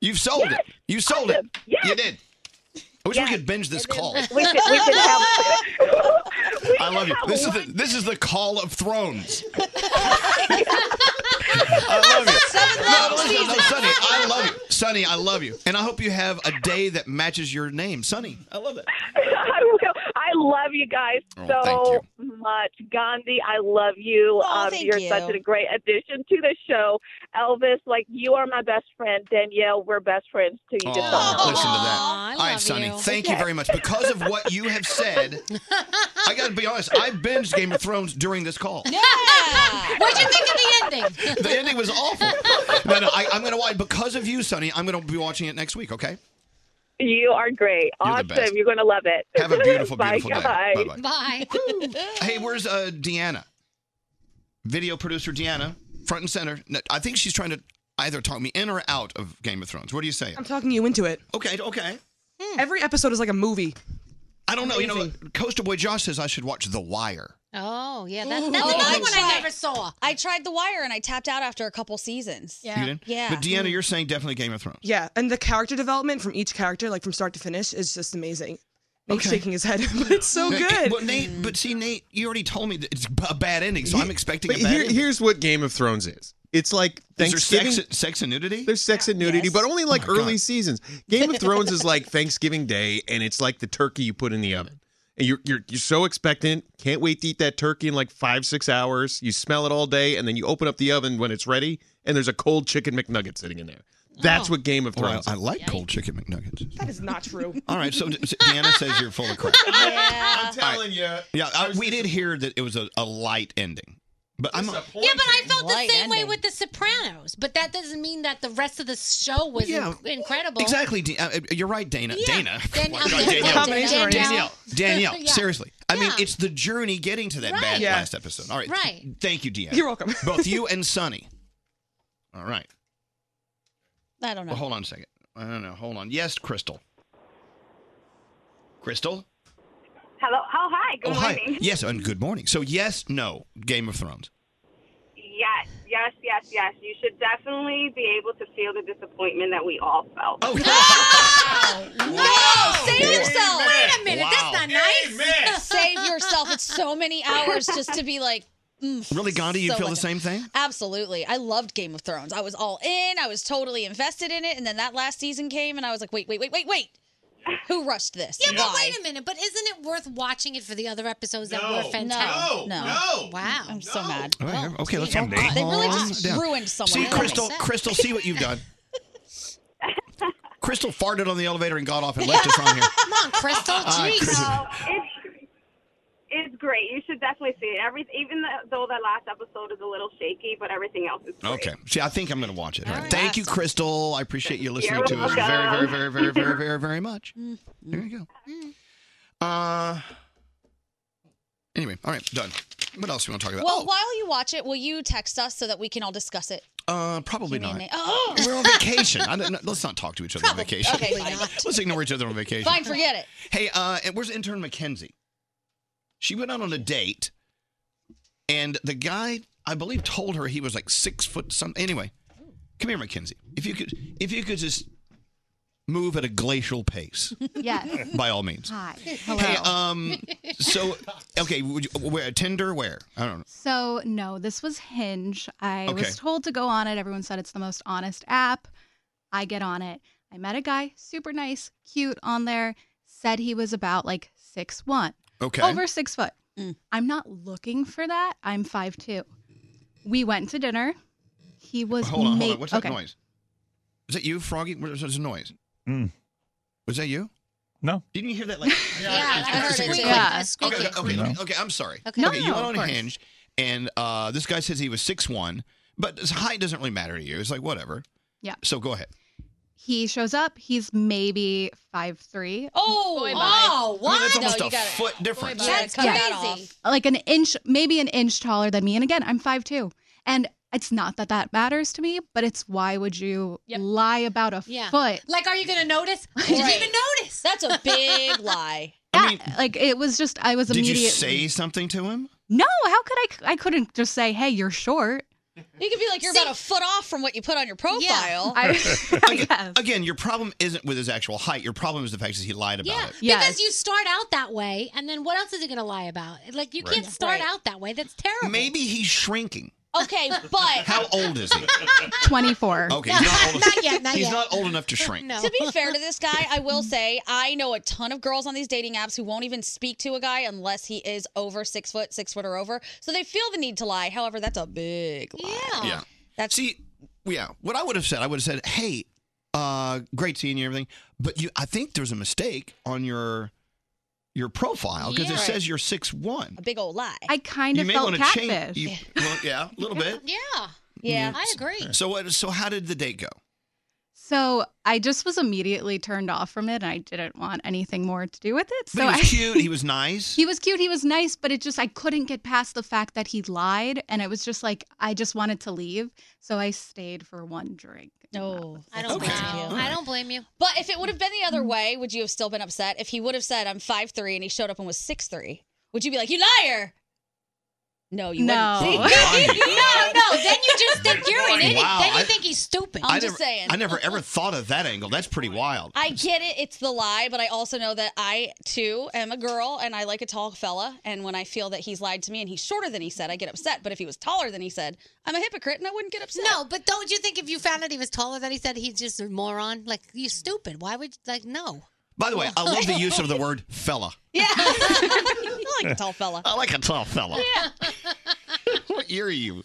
Speaker 1: You've sold it. You sold it. You did. I wish we could binge this call.
Speaker 24: We should we should have
Speaker 1: I love you. This is the, this is the call of thrones. I love you. No, listen, no, Sonny, I love you. Sonny, I love you. And I hope you have a day that matches your name. Sonny. I love it.
Speaker 24: I will. I love you guys
Speaker 1: Oh,
Speaker 24: so much. Gandhi, I love you.
Speaker 19: Aw,
Speaker 24: um,
Speaker 19: Oh, thank
Speaker 24: you're
Speaker 19: you.
Speaker 24: such a great addition to the show. Elvis, like, you are my best friend. Danielle, we're best friends too. You just don't know.
Speaker 1: Aw, listen to that. All right, Sonny, thank you very much. Because of what you have said, I got to be honest, I binged Game of Thrones during this call.
Speaker 7: What'd you think of the ending?
Speaker 1: The ending was awful. No, no, I, I'm going to watch. Because of you, Sonny, I'm going to be watching it next week, okay?
Speaker 24: You are great.
Speaker 1: You're the
Speaker 24: awesome.
Speaker 1: best.
Speaker 24: You're going to love it.
Speaker 1: Have a beautiful,
Speaker 24: Bye,
Speaker 1: beautiful day.
Speaker 24: guys.
Speaker 1: Bye-bye. Hey, where's uh, Deanna? Video producer Deanna, front and center. No, I think she's trying to either talk me in or out of Game of Thrones. What do you say?
Speaker 5: I'm talking you into it.
Speaker 1: Okay, okay.
Speaker 5: Every episode is like a movie.
Speaker 1: I don't know. You know, Coaster Boy Josh says I should watch The Wire.
Speaker 7: Oh, yeah.
Speaker 1: that's- that's another one I
Speaker 7: never saw.
Speaker 10: I tried The Wire and I tapped out after a couple seasons.
Speaker 1: You did? But Deanna, you're saying definitely Game of Thrones.
Speaker 5: Yeah, and the character development from each character, like from start to finish, is just amazing. Nate's
Speaker 1: Okay.
Speaker 5: shaking his head, but it's so
Speaker 1: Now,
Speaker 5: good.
Speaker 1: Well, Nate, but see, Nate, you already told me that it's b- a bad ending, so I'm expecting
Speaker 12: But
Speaker 1: a bad
Speaker 12: here,
Speaker 1: ending.
Speaker 12: here's what Game of Thrones is. It's like
Speaker 1: Is there
Speaker 12: Thanksgiving.
Speaker 1: sex- and nudity? Oh
Speaker 12: There's sex and nudity, but only like early seasons. Game of Thrones is like Thanksgiving Day, and it's like the turkey you put in the oven. And you're, you're you're so expectant, can't wait to eat that turkey in like five six hours. You smell it all day, and then you open up the oven when it's ready, and there's a cold chicken McNugget sitting in there. That's what Game of
Speaker 1: Oh, I-
Speaker 12: Thrones.
Speaker 1: I like cold chicken McNuggets.
Speaker 5: That is not true.
Speaker 1: All right, so D- Deanna says you're full of crap.
Speaker 5: I'm
Speaker 1: telling you. Yeah, I, we did hear that it was a, a light ending, but I'm not.
Speaker 7: Yeah, but I felt the
Speaker 1: Light
Speaker 7: same way with The Sopranos. But that doesn't mean that the rest of the show was
Speaker 1: Yeah.
Speaker 7: inc- incredible.
Speaker 1: Exactly, De- uh, you're right, Dana.
Speaker 7: Yeah.
Speaker 1: Dana,
Speaker 7: Dan-
Speaker 1: Why-
Speaker 7: Dan-
Speaker 1: Danielle.
Speaker 7: Combination of Danielle.
Speaker 1: Danielle, Danielle.
Speaker 7: Yeah.
Speaker 1: Seriously, I mean, it's the journey getting to that
Speaker 7: Right.
Speaker 1: bad
Speaker 7: Yeah.
Speaker 1: last episode. All right,
Speaker 7: Right.
Speaker 1: Thank you, Deanna.
Speaker 5: You're welcome.
Speaker 1: Both you and Sonny. All right.
Speaker 10: I don't know.
Speaker 1: Well, hold on a second. I don't know. Hold on. Yes, Crystal. Crystal.
Speaker 6: Hello. Oh, hi. Good
Speaker 1: oh,
Speaker 6: morning.
Speaker 1: hi. Yes, and good morning. So, yes, no, Game of Thrones.
Speaker 6: Yes, yes, yes, yes. You should definitely be able to feel the disappointment that we all felt.
Speaker 1: Oh,
Speaker 10: No!
Speaker 6: Save yourself.
Speaker 10: Wait
Speaker 6: a minute, that's Wow. not nice. Amen.
Speaker 10: Save yourself. It's so many hours just to be like, mm,
Speaker 1: Really, Gandhi, you
Speaker 10: so
Speaker 1: feel the
Speaker 10: much-
Speaker 1: same thing?
Speaker 10: Absolutely. I loved Game of Thrones. I was all in. I was totally invested in it. And then that last season came and I was like, wait, wait, wait, wait, wait. Who rushed this?
Speaker 7: Yeah, but
Speaker 10: Why?
Speaker 7: wait a minute. But isn't it worth watching it for the other episodes that
Speaker 10: No.
Speaker 7: were fantastic?
Speaker 10: No. No. No.
Speaker 7: Wow.
Speaker 10: I'm so mad.
Speaker 1: All right, okay, let's
Speaker 10: Damn,
Speaker 1: all
Speaker 10: Nate. They really just
Speaker 1: calm down.
Speaker 10: ruined someone
Speaker 1: See,
Speaker 10: else's
Speaker 1: Crystal,
Speaker 10: set.
Speaker 1: Crystal, see what you've done. Crystal farted on the elevator and got off and left us on here.
Speaker 6: Come on, Crystal.
Speaker 1: All right, Crystal.
Speaker 6: No, it's it's great. You should definitely see it. Every even though the last episode is a little shaky, but everything else is great.
Speaker 1: Okay. See, I think I'm going to watch it. All right. Thank you, Crystal. I appreciate you listening
Speaker 6: You're
Speaker 1: to us very, very,
Speaker 6: welcome.
Speaker 1: very, very, very, very, very much.
Speaker 10: Mm-hmm.
Speaker 1: There you go. Uh. Anyway, all right, done. What else do you want to talk about?
Speaker 10: Well, while you watch it, will you text us so that we can all discuss it?
Speaker 1: oh, uh, probably
Speaker 10: you mean
Speaker 1: not.
Speaker 10: they- Oh!
Speaker 1: We're on vacation. I don't, no, let's not talk to each other on vacation.
Speaker 10: Okay, fine.
Speaker 1: let's ignore each other on vacation.
Speaker 10: Fine, forget it.
Speaker 1: Hey, uh, and where's intern Mackenzie? She went out on a date, and the guy, I believe, told her he was like six foot something. Anyway, come here, Mackenzie. If you could, if you could just move at a glacial pace,
Speaker 13: Yes.
Speaker 1: by all means.
Speaker 13: Hi.
Speaker 1: Hey, um, so okay, would you, where Tinder? Where I don't know.
Speaker 13: So, no, this was Hinge. I
Speaker 1: Okay.
Speaker 13: was told to go on it. Everyone said it's the most honest app. I get on it. I met a guy, super nice, cute on there, said he was about like six one.
Speaker 25: Okay.
Speaker 13: Over six foot.
Speaker 1: Mm.
Speaker 13: I'm not looking for that. I'm five two. We went to dinner. He was
Speaker 1: Hold on, hold
Speaker 13: ma-
Speaker 1: on. What's that
Speaker 13: okay.
Speaker 1: noise? Is that you, Froggy? What is this noise? Was that you?
Speaker 8: No.
Speaker 1: Didn't you hear that? Like, yeah,
Speaker 13: I heard it too. Yeah.
Speaker 1: Okay, okay, okay,
Speaker 13: No.
Speaker 1: okay, I'm sorry. Okay,
Speaker 13: Okay. No,
Speaker 1: you
Speaker 13: no,
Speaker 1: went
Speaker 13: of
Speaker 1: on
Speaker 13: course.
Speaker 1: Hinge, and uh, this guy says he was six one, but his height doesn't really matter to you. It's like whatever.
Speaker 13: Yeah.
Speaker 1: So go ahead.
Speaker 13: He shows up. He's maybe five three.
Speaker 10: Oh,
Speaker 13: Boy,
Speaker 10: oh,
Speaker 13: bye.
Speaker 10: what?
Speaker 1: I mean, that's
Speaker 13: No,
Speaker 1: almost
Speaker 13: you
Speaker 1: a
Speaker 13: gotta-
Speaker 1: foot difference.
Speaker 10: Yeah, cut that off.
Speaker 13: like an inch, maybe an inch taller than me. And again, I'm 5'2. And it's not that that matters to me, but it's why would you lie about a
Speaker 7: Yeah.
Speaker 13: foot?
Speaker 7: Like, are you going to notice? Did you even notice?
Speaker 10: That's a big lie.
Speaker 13: Yeah, like it was just, I was
Speaker 1: Did you
Speaker 13: immediately.
Speaker 1: say something to him?
Speaker 13: No, how could I? I couldn't just say, hey, you're short.
Speaker 10: You could be like, you're about a foot off from what you put on your profile.
Speaker 1: again, again, your problem isn't with his actual height. Your problem is the fact that he lied about it.
Speaker 7: Yeah, because you start out that way, and then what else is it going to lie about? Like, you
Speaker 1: Right.
Speaker 7: can't start
Speaker 1: Right.
Speaker 7: out that way. That's terrible.
Speaker 1: Maybe he's shrinking.
Speaker 10: Okay, but
Speaker 1: How old is he?
Speaker 13: 24.
Speaker 1: Okay, he's not old enough.
Speaker 10: Not yet, not
Speaker 1: he's
Speaker 10: yet.
Speaker 1: not old enough to shrink.
Speaker 10: To be fair to this guy, I will say I know a ton of girls on these dating apps who won't even speak to a guy unless he is over six foot, six foot or over. So they feel the need to lie. However, that's a big lie.
Speaker 1: Yeah. That's see, yeah. What I would have said, I would have said, "Hey, uh, great seeing you, and everything, but you, I think there's a mistake on your your profile because
Speaker 10: Yeah.
Speaker 1: it
Speaker 10: Right.
Speaker 1: says you're six one.
Speaker 10: A big old lie.
Speaker 13: I kind
Speaker 1: you
Speaker 13: of
Speaker 1: may
Speaker 13: felt
Speaker 1: want to
Speaker 13: catfish.
Speaker 1: change. You, well, yeah, a little bit. Mm-hmm.
Speaker 7: Yeah.
Speaker 13: Yeah.
Speaker 7: I agree.
Speaker 1: So what? So how did the date go?
Speaker 13: So I just was immediately turned off from it and I didn't want anything more to do with it.
Speaker 1: But
Speaker 13: So
Speaker 1: he
Speaker 13: I,
Speaker 1: was cute. He was nice.
Speaker 13: he was cute, he was nice, but it just, I couldn't get past the fact that he lied. And it was just like, I just wanted to leave. So I stayed for one drink.
Speaker 10: No,
Speaker 7: I don't blame you. I don't blame you.
Speaker 10: But if it would have been the other way, would you have still been upset? If he would have said, I'm five three and he showed up and was six three, would you be like, You liar? No, you
Speaker 13: No.
Speaker 10: wouldn't.
Speaker 7: no, no. Then you just think you're an idiot.
Speaker 1: Wow,
Speaker 7: then you
Speaker 1: I-
Speaker 7: think he's stupid.
Speaker 1: I never, I never ever thought of that angle. That's pretty wild.
Speaker 10: I get it. It's the lie, but I also know that I too am a girl and I like a tall fella. And when I feel that he's lied to me and he's shorter than he said, I get upset. But if he was taller than he said, I'm a hypocrite and I wouldn't get upset.
Speaker 7: No, but don't you think if you found out he was taller than he said, he's just a moron? Like, you stupid. Why would, like, no.
Speaker 1: By the way, I love the use of the word fella.
Speaker 10: I like a tall fella.
Speaker 1: I like a tall fella. What year are you?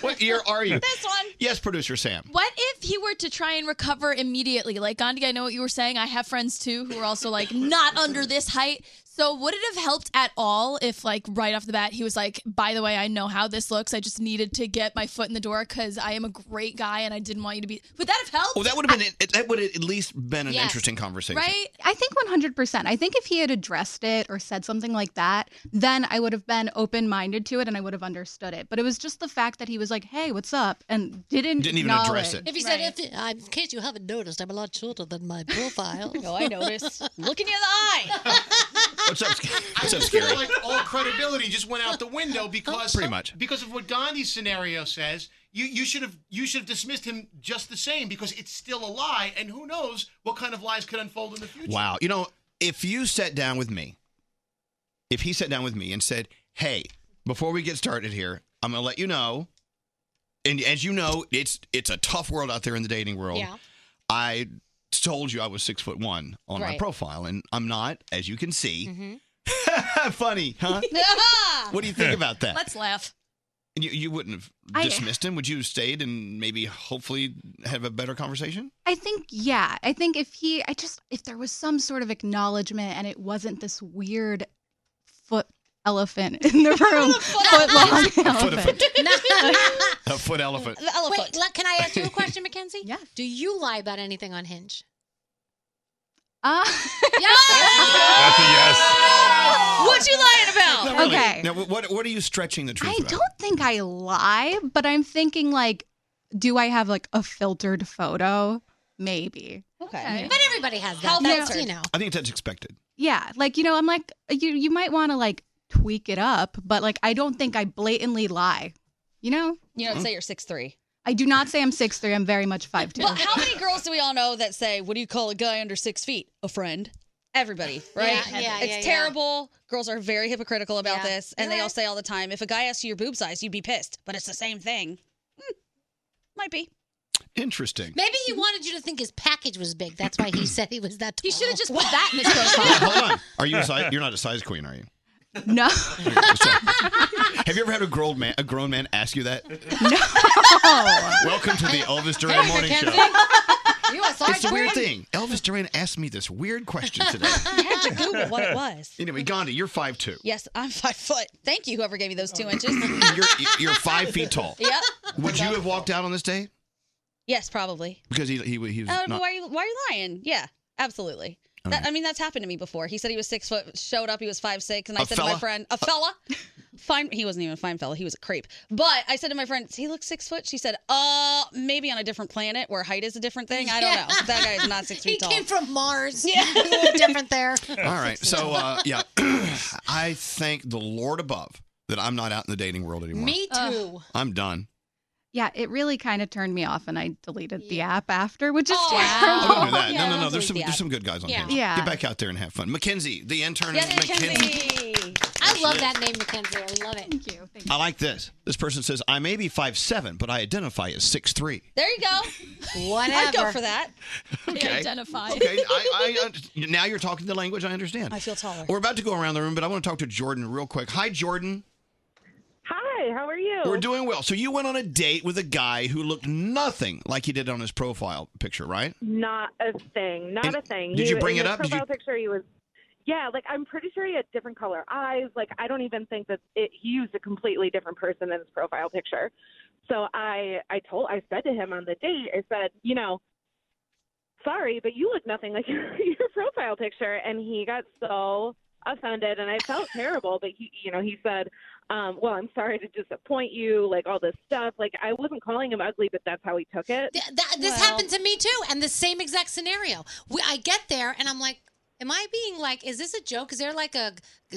Speaker 1: What year are you?
Speaker 9: This one.
Speaker 1: Yes, producer Sam.
Speaker 9: What if he were to try and recover immediately? Like Gandhi, I know what you were saying. I have friends too who are also like not under this height. So would it have helped at all if like right off the bat he was like, "By the way, I know how this looks. I just needed to get my foot in the door cuz I am a great guy and I didn't want you to be Would that have helped?
Speaker 1: Well, that would have been that would have at least been an
Speaker 13: Yes.
Speaker 1: interesting conversation.
Speaker 13: I think 100%. I think if he had addressed it or said something like that, then I would have been open minded to it and I would have understood it. But it was just the fact that he was like, hey, what's up? And didn't,
Speaker 1: Didn't even address
Speaker 13: acknowledge.
Speaker 7: If he said, if, I- in case you haven't noticed, I'm a lot shorter than my profile.
Speaker 10: no, I noticed. Looking you in the eye.
Speaker 1: What's up? Sc- What's up,
Speaker 11: I feel
Speaker 1: Scary?
Speaker 11: like all credibility just went out the window because
Speaker 1: Pretty much.
Speaker 11: because of what Gandhi's scenario says. You you should have you should have dismissed him just the same because it's still a lie, and who knows what kind of lies could unfold in the future.
Speaker 1: Wow. You know, if you sat down with me, if he sat down with me and said, "Hey, before we get started here, I'm going to let you know, and as you know, it's it's a tough world out there in the dating world.
Speaker 5: Yeah.
Speaker 1: I told you I was six foot one on my
Speaker 5: Right.
Speaker 1: profile, and I'm not, as you can see.
Speaker 10: Mm-hmm.
Speaker 1: Funny, huh? what do you think about that?
Speaker 9: Ah! Let's laugh.
Speaker 1: And you, you wouldn't have
Speaker 13: I-
Speaker 1: dismissed him. Would you have stayed and maybe hopefully have a better conversation?
Speaker 13: I think, yeah. I think if he, I just, if there was some sort of acknowledgement and it wasn't this weird foot elephant in the room, foot long elephant.
Speaker 1: A foot elephant.
Speaker 10: The elephant.
Speaker 7: Wait, look, can I ask you a question, Mackenzie? yeah. Do you lie about anything on Hinge?
Speaker 13: Uh,
Speaker 26: That's a yes.
Speaker 10: What you lying about?
Speaker 1: Not really.
Speaker 13: Okay.
Speaker 1: Now, what what are you stretching the truth
Speaker 13: I
Speaker 1: about?
Speaker 13: don't think I lie, but I'm thinking like, do I have like a filtered photo? Maybe.
Speaker 10: Okay.
Speaker 7: But everybody has that.
Speaker 13: How
Speaker 7: That's,
Speaker 13: filtered?
Speaker 7: you know.
Speaker 1: I think that's expected.
Speaker 13: Yeah, like you know, I'm like you. You might want to like tweak it up, but like I don't think I blatantly lie. You know.
Speaker 10: You don't say you're six three.
Speaker 13: I do not say I'm six three. I'm very much five two.
Speaker 10: Well, how many girls do we all know that say, "What do you call a guy under six feet? A friend." Everybody, right?
Speaker 7: Yeah, yeah,
Speaker 10: it's
Speaker 7: yeah, yeah.
Speaker 10: terrible. Girls are very hypocritical about
Speaker 7: Yeah.
Speaker 10: this, and they all say all the time, "If a guy asks you your boob size, you'd be pissed." But it's the same thing. Hmm. Might be.
Speaker 1: Interesting.
Speaker 7: Maybe he wanted you to think his package was big. That's why he said he was that tall. He should have just
Speaker 9: put that in his
Speaker 1: Hold on. Are you a size, you're not a size queen, are you?
Speaker 13: No.
Speaker 1: Have you ever had a grown man a grown man ask you that?
Speaker 13: No.
Speaker 1: Welcome to the Elvis Duran morning show.
Speaker 7: You a
Speaker 1: It's a weird thing. Elvis Duran asked me this weird question today.
Speaker 10: I had to Google what it was.
Speaker 1: Anyway, Gandhi, you're five two.
Speaker 10: Yes, I'm five foot. Thank you, whoever gave me those two inches.
Speaker 1: You're you're five feet tall.
Speaker 10: yep.
Speaker 1: Oh. Would you have walked out on this date
Speaker 10: Yes, probably.
Speaker 1: because he he, he was
Speaker 10: Uh,
Speaker 1: not?
Speaker 10: why, are you, why are you lying? Yeah, absolutely.
Speaker 1: All
Speaker 10: That, I mean, that's happened to me before. He said he was six foot, showed up, he was five six, and I
Speaker 1: A
Speaker 10: said to my
Speaker 1: fella? Uh,
Speaker 10: friend, a fella, fine. He wasn't even a fine fella; he was a creep. But I said to my friend, he looks six foot. She said, uh, maybe on a different planet where height is a different thing. I don't know. That guy is not six feet
Speaker 7: He
Speaker 10: tall.
Speaker 7: came from Mars.
Speaker 10: Yeah.
Speaker 7: a little different there.
Speaker 1: All right. So uh, yeah, I thank the Lord above that I'm not out in the dating world anymore.
Speaker 7: Me too.
Speaker 1: I'm done.
Speaker 13: Yeah, it really kind of turned me off, and I deleted the app after, which is
Speaker 1: Oh,
Speaker 13: terrible.
Speaker 1: don't do that. no, no, no. There's some there's some good guys on
Speaker 13: Yeah.
Speaker 1: Hinge.
Speaker 13: Yeah.
Speaker 1: Get back out there and have fun. Mackenzie, the intern.
Speaker 13: Yeah,
Speaker 1: Mackenzie.
Speaker 10: Mackenzie.
Speaker 7: I I love that name, Mackenzie. I love it. Thank you.
Speaker 1: I like this. This person says, I may be five seven, but I identify as six three.
Speaker 10: There you go.
Speaker 7: Whatever.
Speaker 10: I'd go for that.
Speaker 1: Okay.
Speaker 9: identify.
Speaker 1: Okay, I, I, und- now you're talking the language I understand.
Speaker 10: I feel taller.
Speaker 1: We're about to go around the room, but I want to talk to Jordan real quick. Hi, Jordan.
Speaker 23: Hi, how are you?
Speaker 1: We're doing well. So you went on a date with a guy who looked nothing like he did on his profile picture, right?
Speaker 23: Not a thing. Not
Speaker 1: And
Speaker 23: a thing.
Speaker 1: did you bring
Speaker 23: in
Speaker 1: it
Speaker 23: his
Speaker 1: up? Did you-
Speaker 23: Profile picture. He was. Yeah, like I'm pretty sure he had different color eyes. Like I don't even think that it, he used a completely different person in his profile picture. So I, I told, I said to him on the date, I said, you know, sorry, but you look nothing like your, your profile picture. And he got so offended, and I felt terrible. But he, you know, he said, um, well, I'm sorry to disappoint you, like all this stuff. Like I wasn't calling him ugly, but that's how he took it.
Speaker 7: That, this happened to me too, and the same exact scenario. We, I get there and I'm like, "Am I being like? Is this a joke? Is there like a,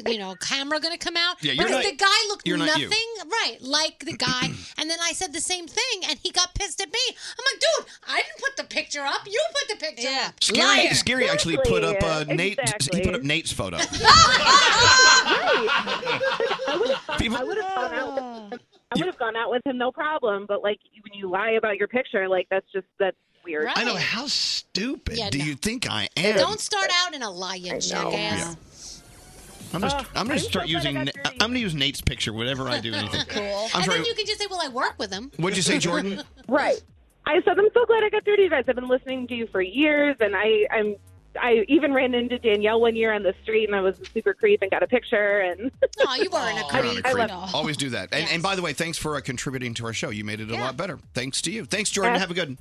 Speaker 7: you know, camera going to come out?"
Speaker 27: Yeah, you're
Speaker 7: because
Speaker 27: not-
Speaker 7: the guy looked
Speaker 27: you're not
Speaker 7: nothing
Speaker 27: you.
Speaker 7: right, like the guy. and then I said the same thing, and he got pissed at me. I'm like, "Dude, I didn't put the picture up. You put the picture up."
Speaker 1: Scary,
Speaker 7: Liar.
Speaker 1: Scary actually put up uh, Nate.
Speaker 23: Exactly.
Speaker 1: He put up Nate's photo. People-
Speaker 23: I would have gone out. With, I would have gone out with him, no problem. But like when you lie about your picture, like that's just that's weird.
Speaker 1: I know how stupid.
Speaker 23: Yeah,
Speaker 1: do
Speaker 23: no.
Speaker 1: you think I am?
Speaker 7: Don't start out in a lie, you jackass.
Speaker 1: I'm just.
Speaker 7: Ugh,
Speaker 1: I'm
Speaker 7: I'm
Speaker 1: gonna
Speaker 7: so
Speaker 1: start
Speaker 7: glad I
Speaker 1: using.
Speaker 7: got
Speaker 1: Na- I'm gonna use Nate's picture whenever I do anything.
Speaker 7: cool.
Speaker 1: I'm
Speaker 7: and
Speaker 1: sorry.
Speaker 7: then you can just say, "Well, I work with him."
Speaker 1: What'd you say, Jordan?
Speaker 23: Right. I said I'm so glad I got through to you guys. I've been listening to you for years, and I I'm I even ran into Danielle one year on the street, and I was a super creep and got a picture. And
Speaker 7: no, you weren't a
Speaker 1: You're not a
Speaker 23: I
Speaker 1: creep.
Speaker 23: love-
Speaker 1: Always do that. And, and by the way, thanks for uh, contributing to our show. You made it a lot better. Thanks to you. Thanks, Jordan.
Speaker 23: Yeah.
Speaker 1: Have a good.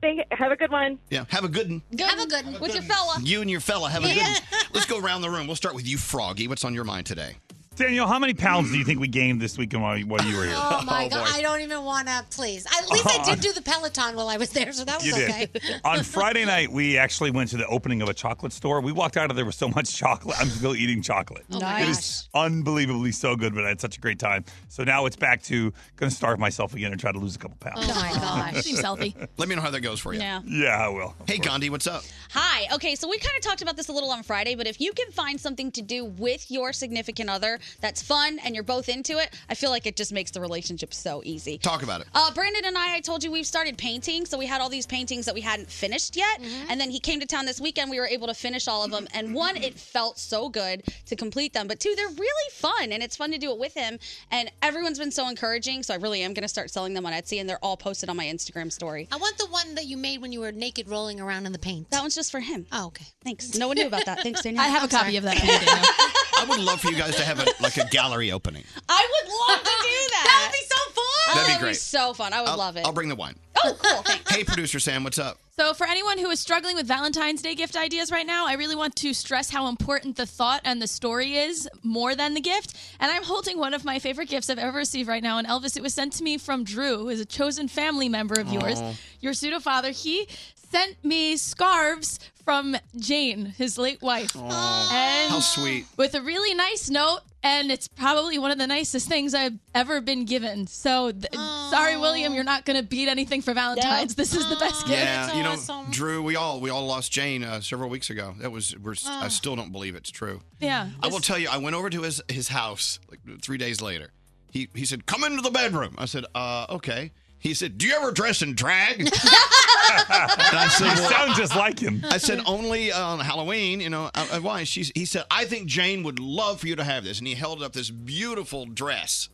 Speaker 23: Thank, have a good one.
Speaker 1: Yeah. Have a good. one.
Speaker 7: Have a good one with your fella.
Speaker 1: You and your fella have a good. one. Let's go around the room. We'll start with you, Froggy. What's on your mind today?
Speaker 8: Daniel, how many pounds do you think we gained this weekend while, while you were here?
Speaker 7: Oh my god! I don't even want to. Please, at least I did do the Peloton while I was there, so that was
Speaker 8: You
Speaker 7: okay.
Speaker 8: did. On Friday night, we actually went to the opening of a chocolate store. We walked out of there with so much chocolate. I'm still eating chocolate.
Speaker 7: Oh my
Speaker 8: It is unbelievably so good, but I had such a great time. So now it's back to going to starve myself again and try to lose a couple pounds.
Speaker 10: Oh my gosh. Seems healthy.
Speaker 1: Let me know how that goes for you.
Speaker 10: Yeah.
Speaker 8: Yeah, I will.
Speaker 1: Hey, Gandhi, what's up?
Speaker 10: Hi. Okay, so we kind of talked about this a little on Friday, but if you can find something to do with your significant other that's fun and you're both into it, I feel like it just makes the relationship so easy.
Speaker 1: Talk about it.
Speaker 10: Uh, Brandon and I, I told you we've started painting, so we had all these paintings that we hadn't finished yet,
Speaker 9: Mm-hmm.
Speaker 10: and then he came to town this weekend. We were able to finish all of them, and one, it felt so good to complete them, but two, they're really fun, and it's fun to do it with him. And everyone's been so encouraging, so I really am going to start selling them on Etsy, and they're all posted on my Instagram story.
Speaker 7: I want the one that you made when you were naked rolling around in the paint.
Speaker 10: That one's just for him.
Speaker 7: Oh, okay.
Speaker 10: Thanks. No one knew about that. Thanks, Danielle.
Speaker 9: I have
Speaker 10: I'm
Speaker 9: a copy
Speaker 10: sorry.
Speaker 9: of that.
Speaker 1: I would love for you guys to have a, like a gallery opening.
Speaker 10: I would love to do that. that would be
Speaker 7: so
Speaker 9: Oh,
Speaker 7: fun.
Speaker 1: That'd be great.
Speaker 10: so fun. I would
Speaker 1: I'll-
Speaker 10: love it.
Speaker 1: I'll bring the wine.
Speaker 10: Oh, cool.
Speaker 1: Hey, producer Sam, what's up?
Speaker 9: So, for anyone who is struggling with Valentine's Day gift ideas right now, I really want to stress how important the thought and the story is more than the gift. And I'm holding one of my favorite gifts I've ever received right now. And Elvis, it was sent to me from Drew, who is a chosen family member of yours,
Speaker 27: Aw.
Speaker 9: your pseudo father. He sent me scarves from Jane, his late wife. And
Speaker 1: How sweet.
Speaker 9: with a really nice note and it's probably one of the nicest things I've ever been given. So, th- sorry, William, you're not going to beat anything for Valentine's. This is the best gift.
Speaker 1: Yeah, you know, Drew, we all we all lost Jane uh, several weeks ago. That was we're, s I
Speaker 9: Ah.
Speaker 1: still don't believe it's true.
Speaker 9: Yeah.
Speaker 1: I will tell you, I went over to his his house like three days later. He he said, "Come into the bedroom." I said, "Uh, okay." He said, "Do you ever dress in drag?" and I
Speaker 8: You sound just like him.
Speaker 1: I said, "Only on Halloween, you know." I, I- why? She he said, "I think Jane would love for you to have this," and he held up this beautiful dress.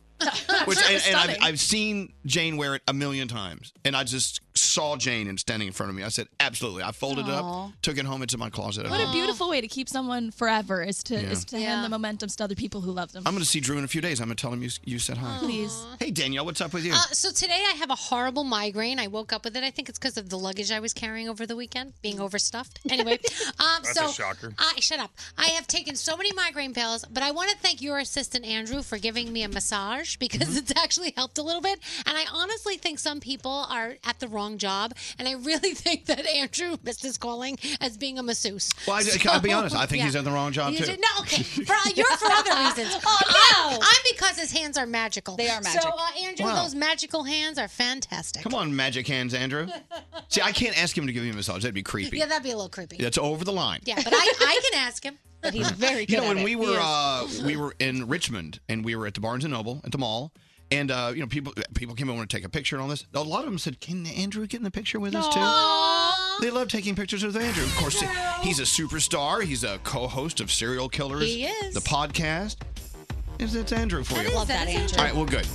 Speaker 1: Which and, and I've, I've seen Jane wear it a million times, and I just saw Jane and standing in front of me. I said, "Absolutely!" I folded it
Speaker 9: Aw.
Speaker 1: up, took it home into my closet. At
Speaker 9: What a
Speaker 1: home.
Speaker 9: beautiful way to keep someone forever is to
Speaker 1: Yeah.
Speaker 9: is to hand the momentums to other people who love them.
Speaker 1: I'm going to see Drew in a few days. I'm going to tell him you you said hi.
Speaker 7: Please.
Speaker 1: Hey Danielle, what's up with you?
Speaker 7: Uh, so today I have a horrible migraine. I woke up with it. I think it's because of the luggage I was carrying over the weekend,
Speaker 1: Mm.
Speaker 7: being overstuffed. Anyway, um,
Speaker 8: That's
Speaker 7: so
Speaker 8: a shocker.
Speaker 7: I shut up. I have taken so many migraine pills, but I want to thank your assistant Andrew for giving me a massage because
Speaker 1: Mm-hmm.
Speaker 7: it's actually helped a little bit. And I honestly think some people are at the wrong job, and I really think that Andrew missed his calling as being a masseuse.
Speaker 1: Well, I,
Speaker 7: So-
Speaker 1: can I be honest? I think he's
Speaker 7: Yeah.
Speaker 1: in the wrong job
Speaker 7: You
Speaker 1: too.
Speaker 7: did- no, okay. For, you're for other reasons. Um,
Speaker 10: Oh,
Speaker 7: I'm, I'm because his hands are magical. They are So,
Speaker 1: magic.
Speaker 7: uh, Andrew,
Speaker 1: Wow.
Speaker 7: those magical hands are fantastic.
Speaker 1: Come on, magic hands, Andrew. See, I can't ask him to give me a massage. That'd be creepy.
Speaker 7: Yeah, that'd be a little creepy.
Speaker 1: That's over the line.
Speaker 7: Yeah, but I, I can ask him.
Speaker 10: But he's very good
Speaker 1: you know,
Speaker 10: at
Speaker 1: when
Speaker 10: it.
Speaker 1: we
Speaker 10: He
Speaker 1: were
Speaker 10: is.
Speaker 1: uh, we were in Richmond and we were at the Barnes and Noble at the mall, and uh, you know people people came over to take a picture and all this. A lot of them said, "Can Andrew get in the picture with us too?" They love taking pictures with Andrew. Of course, he's a superstar. He's a co-host of Serial Killers,
Speaker 17: He is.
Speaker 1: the podcast. Is it's Andrew for you?
Speaker 7: is- Love that that is Andrew.
Speaker 1: All right, well, good.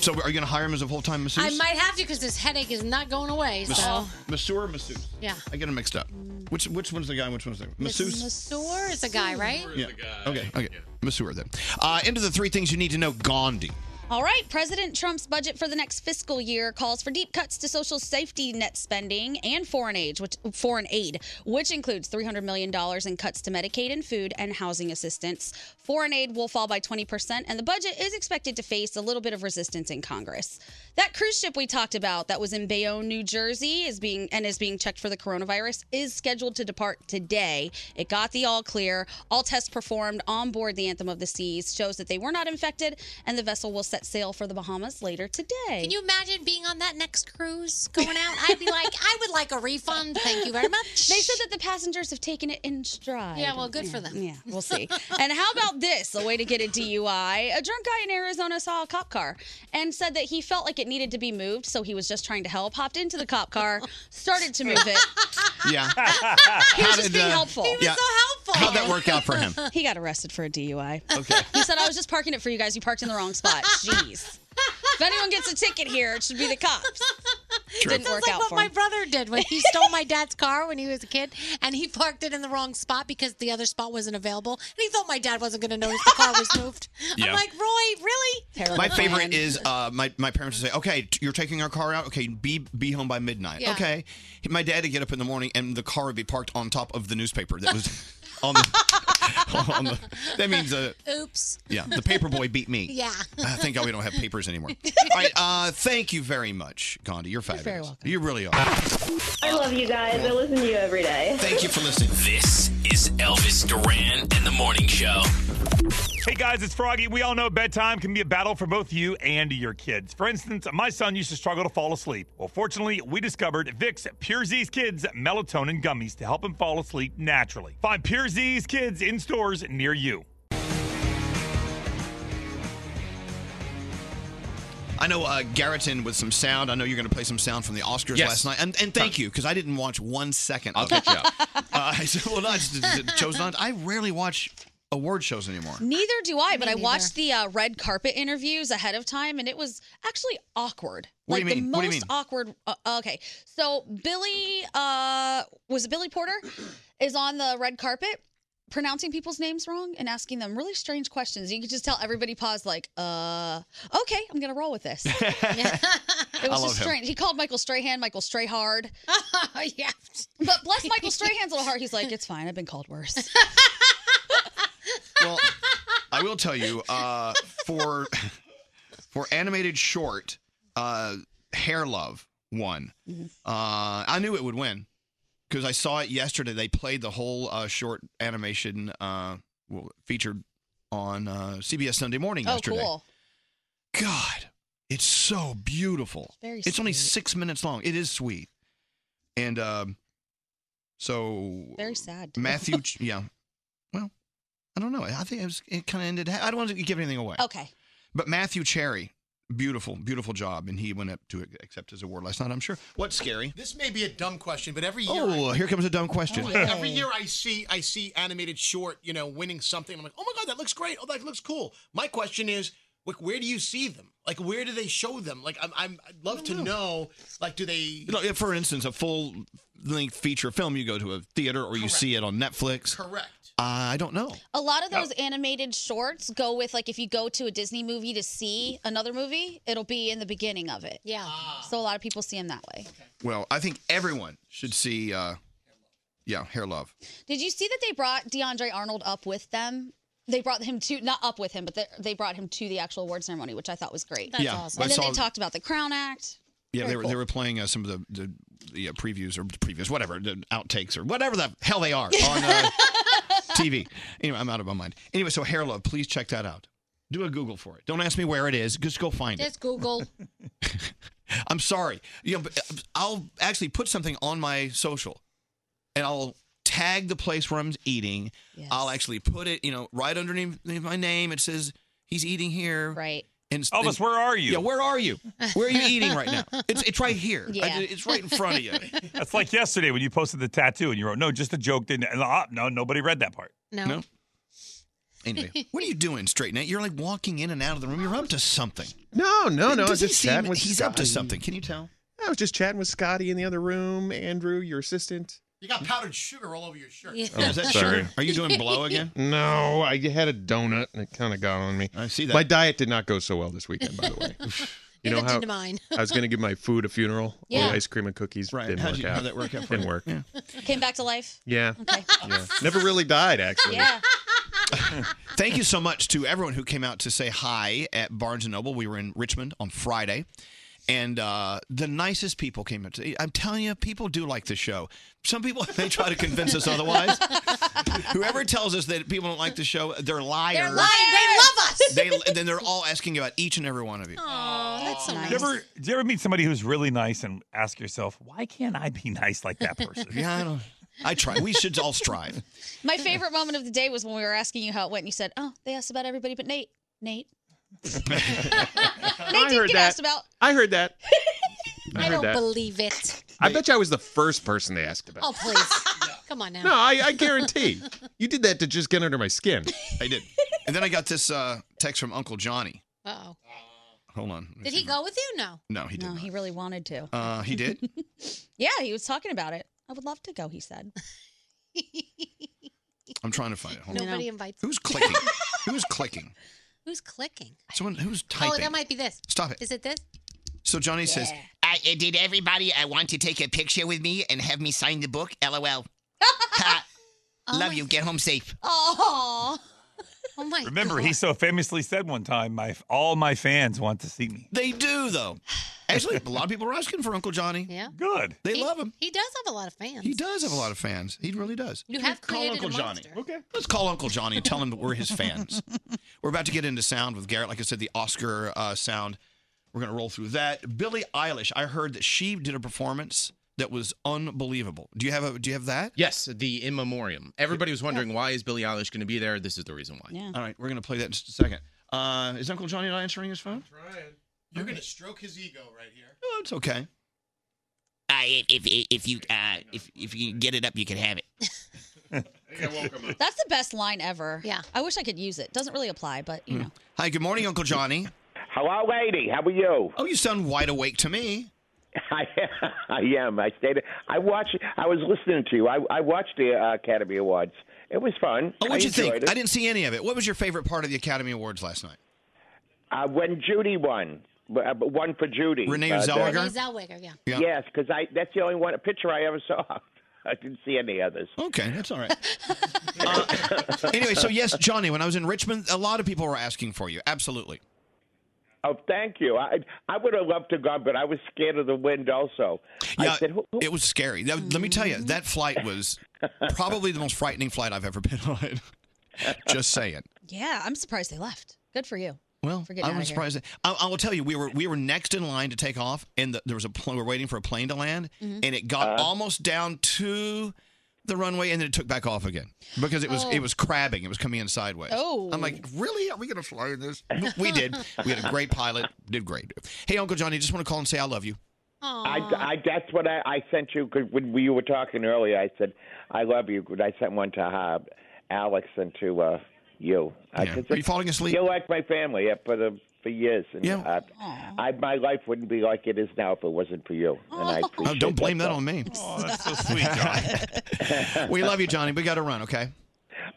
Speaker 1: So, are you going to hire him as a full-time masseuse?
Speaker 7: I might have to because this headache is not going away.
Speaker 1: Mas-
Speaker 7: So
Speaker 1: masseur, or masseuse.
Speaker 7: yeah,
Speaker 1: I get them mixed up. Which which one's the guy? and Which one's the masseuse?
Speaker 7: Masur is a guy, right?
Speaker 1: Yeah. Okay. Okay. Masseur then. Uh, into the three things you need to know. Gandhi.
Speaker 10: All right, President Trump's budget for the next fiscal year calls for deep cuts to social safety net spending and foreign aid, which foreign aid, which includes 300 million dollars in cuts to Medicaid and food and housing assistance. Foreign aid will fall by 20% and the budget is expected to face a little bit of resistance in Congress. That cruise ship we talked about that was in Bayonne, New Jersey is being and is being checked for the coronavirus is scheduled to depart today. It got the all clear. All tests performed on board the Anthem of the Seas shows that they were not infected and the vessel will set sail for the Bahamas later today.
Speaker 7: Can you imagine being on that next cruise going out? I'd be like, I would like a refund. Thank you very much.
Speaker 10: They said that the passengers have taken it in stride.
Speaker 7: Yeah, well, good for them.
Speaker 10: Yeah, we'll see. and how about this? A way to get a DUI. A drunk guy in Arizona saw a cop car and said that he felt like it needed to be moved, so he was just trying to help. Hopped into the cop car, started to move it.
Speaker 1: Yeah.
Speaker 10: He was
Speaker 1: How
Speaker 10: just
Speaker 1: did,
Speaker 10: being
Speaker 1: uh,
Speaker 10: helpful.
Speaker 1: yeah. How'd that work out for him?
Speaker 10: He got arrested for a DUI.
Speaker 1: Okay.
Speaker 10: He said, I was just parking it for you guys. You parked in the wrong spot. Jeez. If anyone gets a ticket here, it should be the cops. Didn't
Speaker 7: Sounds
Speaker 10: work
Speaker 7: like
Speaker 10: out
Speaker 7: what
Speaker 10: for
Speaker 7: my
Speaker 10: him.
Speaker 7: brother did when he stole my dad's car when he was a kid, and he parked it in the wrong spot because the other spot wasn't available, and he thought my dad wasn't going to notice the car was moved.
Speaker 1: Yeah.
Speaker 7: I'm like, Roy, really?
Speaker 1: My favorite is uh, my my parents would say, "Okay, t- you're taking our car out. Okay, be be home by midnight.
Speaker 7: Yeah.
Speaker 1: Okay." My dad would get up in the morning and the car would be parked on top of the newspaper that was on the. on the that means uh,
Speaker 7: Oops.
Speaker 1: yeah, the paperboy beat me.
Speaker 7: Yeah.
Speaker 1: I thank God we don't have papers anymore. All right, uh, thank you very much, Gandhi. You're fabulous.
Speaker 17: very
Speaker 1: welcome. You really are.
Speaker 17: I love you guys. I listen to you every day.
Speaker 1: Thank you for listening.
Speaker 17: This is Elvis Duran and the Morning Show.
Speaker 8: Hey guys, it's Froggy. We all know bedtime can be a battle for both you and your kids. For instance, my son used to struggle to fall asleep. Well, fortunately, we discovered Vicks Pure Z's Kids melatonin gummies to help him fall asleep naturally. Find Pure Z's Kids in stores near you.
Speaker 1: I know uh, Garretton with some sound. I know you're going to play some sound from the Oscars
Speaker 12: Yes.
Speaker 1: last night, and, and thank you because I didn't watch one second.
Speaker 12: I'll
Speaker 1: of
Speaker 12: catch
Speaker 1: it.
Speaker 12: you up.
Speaker 1: Uh, I said, well, no, I just d- d- chose not. I rarely watch award shows anymore.
Speaker 10: Neither do I, but I watched the uh, red carpet interviews ahead of time, and it was actually awkward.
Speaker 1: What do
Speaker 10: like
Speaker 1: you mean?
Speaker 10: the most
Speaker 1: What do you mean?
Speaker 10: awkward. Uh, okay, so Billy uh, was it Billy Porter is on the red carpet. Pronouncing people's names wrong and asking them really strange questions. You could just tell everybody paused, like, uh, okay, I'm gonna roll with this. it
Speaker 1: I
Speaker 10: was
Speaker 1: love
Speaker 10: just
Speaker 1: him.
Speaker 10: strange. He called Michael Strahan Michael Strayhard. yeah. But bless Michael Strahan's little heart. He's like, it's fine. I've been called worse.
Speaker 1: Well, I will tell you uh, for for animated short, uh, Hair Love won.
Speaker 10: Mm-hmm.
Speaker 1: Uh, I knew it would win because I saw it yesterday. They played the whole uh, short animation uh, well, featured on uh, CBS Sunday Morning
Speaker 10: oh,
Speaker 1: yesterday.
Speaker 10: cool.
Speaker 1: God, it's so beautiful.
Speaker 10: very
Speaker 1: it's only
Speaker 10: sweet.
Speaker 1: six minutes long. It is sweet, and um, so
Speaker 10: Very sad.
Speaker 1: Matthew, Ch- yeah. Well, I don't know. I think it, was- it kind of ended. I don't want to give anything away.
Speaker 10: Okay.
Speaker 1: But Matthew Cherry, beautiful, beautiful job, and he went up to accept his award last night. I'm sure. What's scary?
Speaker 11: This may be a dumb question, but every year,
Speaker 1: Oh, here comes a dumb question.
Speaker 11: every year I see I see animated short, you know, winning something. I'm like, oh my god, that looks great. Oh, that looks cool. My question is, like, where do you see them? Like, where do they show them? Like, I'm, I'm I'd love
Speaker 1: Hmm.
Speaker 11: to know. Like, do they?
Speaker 1: You know, if, for instance, a full length feature film, you go to a theater or you see it on Netflix.
Speaker 11: Correct.
Speaker 1: I don't know.
Speaker 10: A lot of
Speaker 1: No.
Speaker 10: those animated shorts go with like if you go to a Disney movie to see another movie, it'll be in the beginning of it.
Speaker 7: Yeah.
Speaker 12: Ah.
Speaker 10: So a lot of people see them that way.
Speaker 1: Well, I think everyone should see. Uh, yeah, Hair Love.
Speaker 10: Did you see that they brought DeAndre Arnold up with them? They brought him to not up with him, but they- they brought him to the actual award ceremony, which I thought was great.
Speaker 1: That's Yeah, awesome.
Speaker 10: And
Speaker 1: I
Speaker 10: then they
Speaker 1: saw-
Speaker 10: talked about the Crown Act.
Speaker 1: Yeah,
Speaker 10: Very
Speaker 1: they were they were playing uh, some of the the, the uh, previews or previews, whatever the outtakes or whatever the hell they are on uh, TV. Anyway, I'm out of my mind. Anyway, so Hair Love, please check that out. Do a Google for it. Don't ask me where it is. Just go find it.
Speaker 7: Just Google.
Speaker 1: I'm sorry. You know, but, uh, I'll actually put something on my social, and I'll tag the place where I'm eating. I'll actually put it, you know, right underneath my name. It says he's eating here.
Speaker 3: Right.
Speaker 1: And
Speaker 8: Elvis,
Speaker 1: and-
Speaker 8: where are you?
Speaker 1: Yeah, where are you? Where are you eating right now? It's it's right here. I-
Speaker 8: Yeah.
Speaker 1: it's right in front of you.
Speaker 8: That's like yesterday when you posted the tattoo and you wrote, no, just a joke. Didn't and, ah, no, nobody read that part.
Speaker 7: No.
Speaker 1: Anyway, what are you doing, straight Nate? You're like walking in and out of the room. You're up to something.
Speaker 12: No, no, no. I
Speaker 1: Does
Speaker 12: was
Speaker 1: he
Speaker 12: just
Speaker 1: seem-
Speaker 12: chatting with
Speaker 1: he's up to
Speaker 12: Scotty.
Speaker 1: something. Can you tell?
Speaker 12: I was just chatting with Scotty in the other room. Andrew, your assistant.
Speaker 11: You got powdered sugar all over your shirt.
Speaker 1: Oh,
Speaker 12: Are you doing blow again? No, I had a donut and it kind of got on me. I see that. My diet did not go so well this weekend, by the way. you know
Speaker 7: Neither
Speaker 12: how
Speaker 7: did mine.
Speaker 12: I was going to give my food a funeral,
Speaker 3: Yeah.
Speaker 12: all the ice cream and cookies.
Speaker 1: Right.
Speaker 12: Didn't
Speaker 1: How'd
Speaker 12: work
Speaker 1: you-
Speaker 12: out.
Speaker 1: how'd that work out for
Speaker 12: Didn't
Speaker 1: you?
Speaker 12: work. Yeah.
Speaker 3: Came back to life.
Speaker 12: Yeah.
Speaker 3: Okay.
Speaker 12: Never really died, actually.
Speaker 3: Yeah.
Speaker 1: Thank you so much to everyone who came out to say hi at Barnes and Noble. We were in Richmond on Friday, and uh, the nicest people came out. To, I'm telling you, people do like the show. Some people they try to convince us otherwise. Whoever tells us that people don't like the show, they're liars.
Speaker 17: They're lying. They love us.
Speaker 1: They and then they're all asking about each and every one of you.
Speaker 7: Oh, that's so nice.
Speaker 8: Do you, ever, do you ever meet somebody who's really nice and ask yourself, why can't I be nice like that person?
Speaker 1: yeah, I don't. I try. We should all strive.
Speaker 3: My favorite moment of the day was when we were asking you how it went, and you said, "Oh, they asked about everybody but Nate." Nate.
Speaker 12: I
Speaker 3: did
Speaker 12: heard
Speaker 3: get
Speaker 12: that.
Speaker 3: asked about-
Speaker 12: I heard that. I,
Speaker 7: I
Speaker 12: heard
Speaker 7: don't
Speaker 12: that.
Speaker 7: believe it.
Speaker 12: I bet you I was the first person they asked about.
Speaker 7: Oh, please. Come on now.
Speaker 12: No, I, I guarantee. you did that to just get under my skin.
Speaker 1: I did. And then I got this uh, text from Uncle Johnny.
Speaker 7: Uh-oh.
Speaker 1: Hold on.
Speaker 7: Did he go with you? No.
Speaker 1: Oh, No, he did.
Speaker 3: No, he really wanted to.
Speaker 1: Uh, he did.
Speaker 3: Yeah, he was talking about it. I would love to go, he said.
Speaker 1: I'm trying to find it. Hold on.
Speaker 7: Nobody invites.
Speaker 1: Who's clicking? who's clicking?
Speaker 7: Who's clicking?
Speaker 1: Someone who's
Speaker 7: Oh,
Speaker 1: typing.
Speaker 7: that might be this.
Speaker 1: Stop it.
Speaker 7: Is it this?
Speaker 1: so Johnny says,
Speaker 19: Uh, uh, did everybody uh, want to take a picture with me and have me sign the book? LOL. Ha. Love you. Get home safe.
Speaker 7: Oh. Oh my.
Speaker 8: Remember, he so famously said one time, "My all my fans want to see me."
Speaker 1: They do, though. Actually, a lot of people are asking for Uncle Johnny.
Speaker 7: Yeah.
Speaker 8: Good.
Speaker 1: They
Speaker 7: He-
Speaker 1: love him.
Speaker 7: He does have a lot of fans.
Speaker 1: He does have a lot of fans. He really does.
Speaker 7: You have
Speaker 1: call
Speaker 7: created
Speaker 1: Uncle
Speaker 7: a
Speaker 1: Johnny.
Speaker 7: monster.
Speaker 1: Okay. Let's call Uncle Johnny and tell him that we're his fans. we're about to get into sound with Garrett. Like I said, the Oscar uh, sound. We're going to roll through that. Billie Eilish. I heard that she did a performance that was unbelievable. Do you have a? Do you have that?
Speaker 2: Yes, the in memoriam. Everybody was wondering why is Billie Eilish going to be there. This is the reason why.
Speaker 1: Yeah. All right, we're going to play that in just a second. Uh, is Uncle Johnny not answering his phone?
Speaker 11: You're going to stroke his ego right here.
Speaker 1: No, it's okay.
Speaker 19: Uh, if, if, if you uh, if, if you can get it up, you can have it.
Speaker 3: That's the best line ever. Yeah. I wish I could use it. Doesn't really apply, but
Speaker 1: Mm.
Speaker 3: you know.
Speaker 1: Hi, good morning, Uncle Johnny.
Speaker 21: Hello, lady. How are you?
Speaker 1: Oh, you sound wide awake to me.
Speaker 21: I, I am. I stayed. I watched. I was listening to you. I, I watched the uh, Academy Awards. It was fun.
Speaker 1: Oh, what'd
Speaker 21: I
Speaker 1: you think?
Speaker 21: enjoyed It.
Speaker 1: I didn't see any of it. What was your favorite part of the Academy Awards last night?
Speaker 21: Uh, when Judy won, uh, one for Judy.
Speaker 1: Renee
Speaker 21: Uh, the-
Speaker 7: Renee Zellweger, yeah.
Speaker 21: Yes, because I that's the only one picture I ever saw. I didn't see any others.
Speaker 1: Okay, that's all right. anyway, so yes, Johnny, when I was in Richmond, a lot of people were asking for you. Absolutely.
Speaker 21: Oh, thank you. I I would have loved to go, but I was scared of the wind. Also,
Speaker 1: Yeah, it was scary. Now, Let me tell you, that flight was probably the most frightening flight I've ever been on. Just saying.
Speaker 3: Yeah, I'm surprised they left. Good for you.
Speaker 1: Well,
Speaker 3: for getting
Speaker 1: I
Speaker 3: out
Speaker 1: was
Speaker 3: of here.
Speaker 1: surprised. I, I will tell you, we were we were next in line to take off, and the, there was a pl- we were waiting for a plane to land,
Speaker 3: Mhm.
Speaker 1: and it got almost down to the runway, and then it took back off again because it was
Speaker 3: Oh.
Speaker 1: it was crabbing. It was coming in sideways.
Speaker 3: Oh.
Speaker 1: I'm like, really? Are we gonna fly this? we did. We had a great pilot. Did great. Hey, Uncle Johnny, just want to call and say I love you.
Speaker 21: I, I that's what I, I sent you because when we were talking earlier, I said I love you. 'cause I sent one to uh, Alex and to uh, you. I
Speaker 1: Yeah.
Speaker 21: said,
Speaker 1: Are you falling asleep?
Speaker 21: You're like my family yeah, for the for years. And,
Speaker 1: Yeah.
Speaker 21: uh, I, my life wouldn't be like it is now if it wasn't for you. And I
Speaker 1: Oh,
Speaker 21: appreciate
Speaker 1: don't blame that
Speaker 21: so.
Speaker 1: on me. Oh, that's so sweet, Johnny. we love you, Johnny. We got to run. Okay.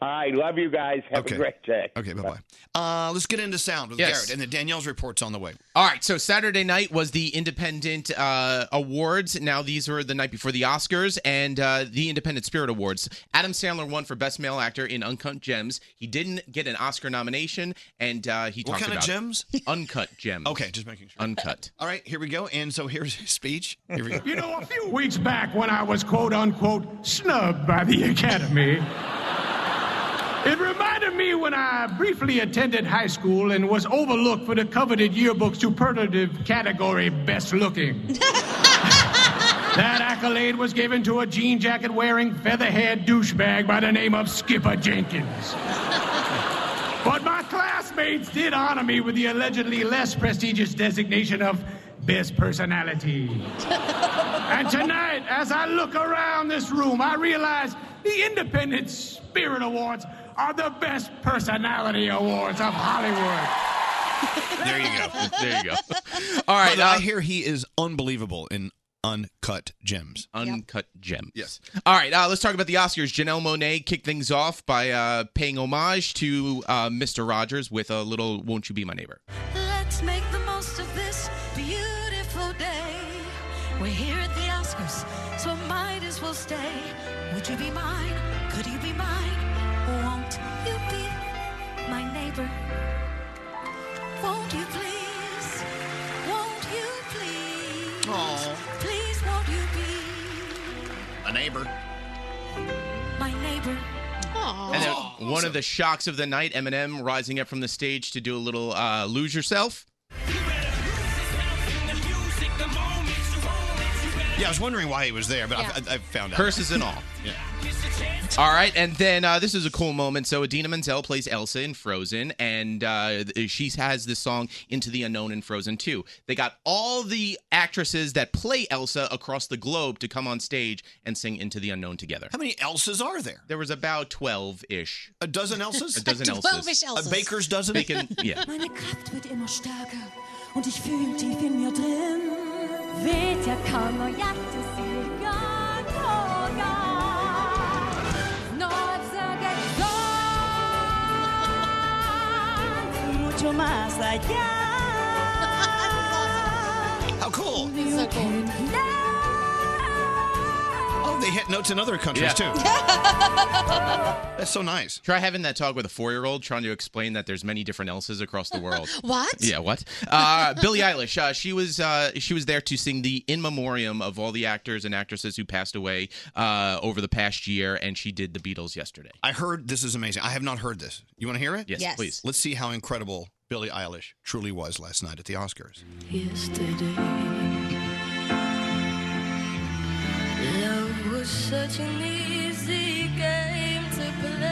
Speaker 21: I love you guys. Have
Speaker 1: Okay.
Speaker 21: a great day.
Speaker 1: Okay. Bye bye. Uh, let's get into sound with
Speaker 21: Yes.
Speaker 1: Garrett, and the Danielle's report's on the way.
Speaker 2: All right, so Saturday night was the Independent uh, Awards. Now these were the night before the Oscars and uh, the Independent Spirit Awards. Adam Sandler won for Best Male Actor in Uncut Gems. He didn't get an Oscar nomination, and uh, he
Speaker 1: What
Speaker 2: talked
Speaker 1: kind of
Speaker 2: about
Speaker 1: gems?
Speaker 2: Uncut Gems.
Speaker 1: Okay, just making sure.
Speaker 2: Uncut.
Speaker 1: All right, here we go. And so here's his speech. Here we go.
Speaker 22: You know, a few weeks back when I was quote unquote snubbed by the Academy, it reminded me when I briefly attended high school and was overlooked for the coveted yearbook superlative category best looking.
Speaker 28: That accolade was given to a jean jacket wearing, feather haired douchebag by the name of Skipper Jenkins. But my classmates did honor me with the allegedly less prestigious designation of best personality. and tonight, as I look around this room, I realize the Independent Spirit Awards are the best personality awards of Hollywood.
Speaker 1: There you go.
Speaker 2: There you go. All right.
Speaker 1: I hear he is unbelievable in Uncut Gems.
Speaker 2: Uncut Gems. Yes. All right, uh, let's talk about the Oscars. Janelle Monet kicked things off by uh, paying homage to uh, Mr. Rogers with a little "Won't You Be My Neighbor."
Speaker 5: Let's make the most of this beautiful day. We're here at the Oscars, so might as well stay. Would you be mine? Could you be mine? Won't you be my neighbor? Won't you please? Won't you please?
Speaker 11: Aw.
Speaker 5: Please won't you be
Speaker 2: A neighbor.
Speaker 5: my neighbor? Oh,
Speaker 2: And then one of the shocks of the night, Eminem rising up from the stage to do a little uh, "Lose Yourself."
Speaker 1: Yeah, I was wondering why he was there, but I, I, I found out.
Speaker 2: Curses and all.
Speaker 1: Yeah.
Speaker 2: All right, and then uh, this is a cool moment. So Adina Menzel plays Elsa in Frozen, and uh, th- she has this song "Into the Unknown" in Frozen 2. They got all the actresses that play Elsa across the globe to come on stage and sing "Into the Unknown" together.
Speaker 1: How many Elsas are there?
Speaker 2: There was about twelve ish.
Speaker 1: A dozen Elsas?
Speaker 2: A dozen Elsas.
Speaker 1: A baker's dozen?
Speaker 2: Bacon, yeah.
Speaker 5: Meine Kraft wird immer stärker und ich fühle tief in mir drin. Weht der Kammer, ja, du Mucho más allá.
Speaker 1: How cool.
Speaker 5: So cool.
Speaker 1: Oh, they hit notes in other countries,
Speaker 2: Yeah.
Speaker 1: too. That's so nice.
Speaker 2: Try having that talk with a four-year-old trying to explain that there's many different Elsas across the world.
Speaker 5: What?
Speaker 2: Yeah, what? Uh, Billie Eilish. Uh, she was uh, she was there to sing the in memoriam of all the actors and actresses who passed away uh, over the past year, and she did the Beatles yesterday.
Speaker 1: I heard this is amazing. I have not heard this. You want to hear it?
Speaker 2: Yes, Yes. please.
Speaker 1: Let's see how incredible Billie Eilish truly was last night at the Oscars.
Speaker 5: Yesterday, love was such an easy game to play.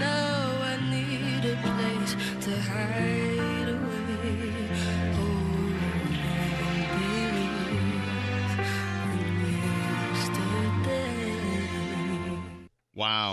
Speaker 5: Now I need a place to hide away. Oh, believe in yesterday.
Speaker 1: Wow.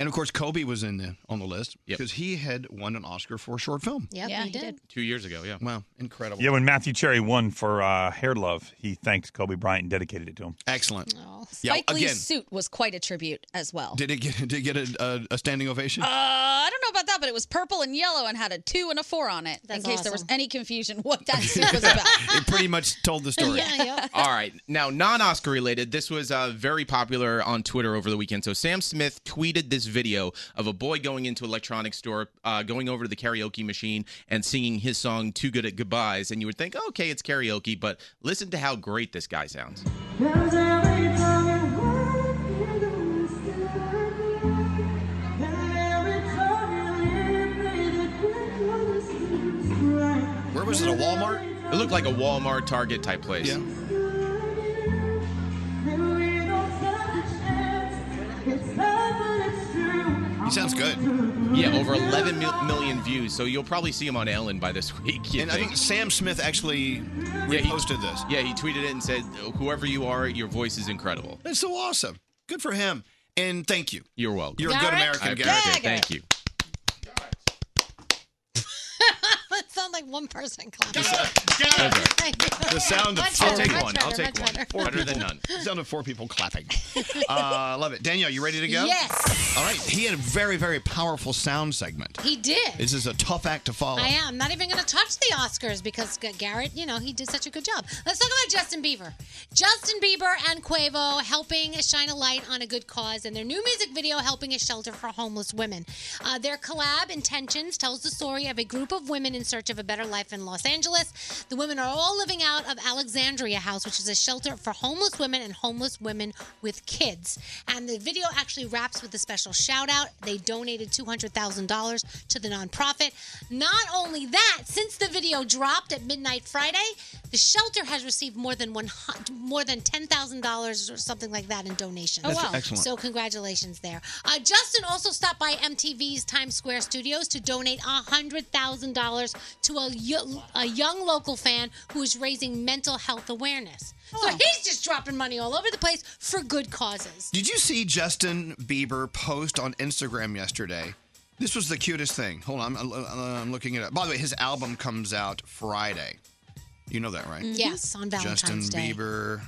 Speaker 1: And of course, Kobe was in the, on the list because he had won an Oscar for a short film.
Speaker 7: Yep, yeah, he did.
Speaker 2: Two years ago, yeah.
Speaker 1: Wow, incredible.
Speaker 8: Yeah, when Matthew Cherry won for uh, Hair Love, he thanked Kobe Bryant and dedicated it to him.
Speaker 1: Excellent.
Speaker 7: Oh,
Speaker 10: Spike Lee's suit was quite a tribute as well.
Speaker 1: did it get did it get a, a, a standing ovation?
Speaker 10: Uh, I don't know about that, but it was purple and yellow and had a two and a four on it.
Speaker 7: That's
Speaker 10: in case there was
Speaker 7: awesome.
Speaker 10: any confusion what that suit was about.
Speaker 1: it pretty much told the story.
Speaker 2: All right. Now, non Oscar related, this was uh, very popular on Twitter over the weekend. So, Sam Smith tweeted this video of a boy going into an electronics store, uh, going over to the karaoke machine, and singing his song, Too Good at Goodbyes. And you would think, "Oh, okay, it's karaoke, but listen to how great this guy sounds.
Speaker 1: Where was it, a Walmart?
Speaker 2: It looked like a Walmart, Target type place. Yeah.
Speaker 1: He sounds good.
Speaker 2: Yeah, over 11 mil- million views. So, you'll probably see him on Ellen by this week. you
Speaker 1: And I think Sam Smith actually reposted this.
Speaker 2: Yeah, he tweeted it and said, whoever you are, your voice is incredible.
Speaker 1: That's so awesome. Good for him. And thank you.
Speaker 2: You're welcome.
Speaker 1: You're a good American,
Speaker 2: I
Speaker 1: Garrett.
Speaker 2: appreciate it. Thank you.
Speaker 7: that sounds like one person clapping.
Speaker 1: uh, The sound of
Speaker 7: Much
Speaker 1: four
Speaker 7: better,
Speaker 1: people.
Speaker 7: much better, much better.
Speaker 1: Four
Speaker 7: Better
Speaker 1: people.
Speaker 7: than none.
Speaker 1: The sound of four people clapping. Uh, love it. Danielle, you ready to go?
Speaker 7: Yes.
Speaker 1: All right. He had a very, very powerful sound segment.
Speaker 7: He did.
Speaker 1: This is a tough act to follow.
Speaker 7: I am not even going to touch the Oscars because G- Garrett, you know, he did such a good job. Let's talk about Justin Bieber. Justin Bieber and Quavo helping shine a light on a good cause, and their new music video helping a shelter for homeless women. Uh, their collab intentions tells the story of a group of women in search of a better life in Los Angeles. The women are all living out of Alexandria House, which is a shelter for homeless women and homeless women with kids. And the video actually wraps with a special shout out. They donated $200,000 to the nonprofit. Not only that, since the video dropped at midnight Friday, the shelter has received more than one hun- more than $10,000 or something like that in donations.
Speaker 9: That's excellent.
Speaker 7: So congratulations there. Uh, Justin also stopped by MTV's Times Square studios to donate $100,000 to a, yo- a young local fan who is raising mental health awareness.
Speaker 1: Oh.
Speaker 7: So he's just dropping money all over the place for good causes.
Speaker 1: Did you see Justin Bieber post on Instagram yesterday? This was the cutest thing. Hold on, I'm, I'm looking it up. By the way, his album comes out Friday. You know that, right?
Speaker 7: Mm-hmm. Mm, Yes, on Valentine's
Speaker 1: Justin
Speaker 7: Day.
Speaker 1: Bieber.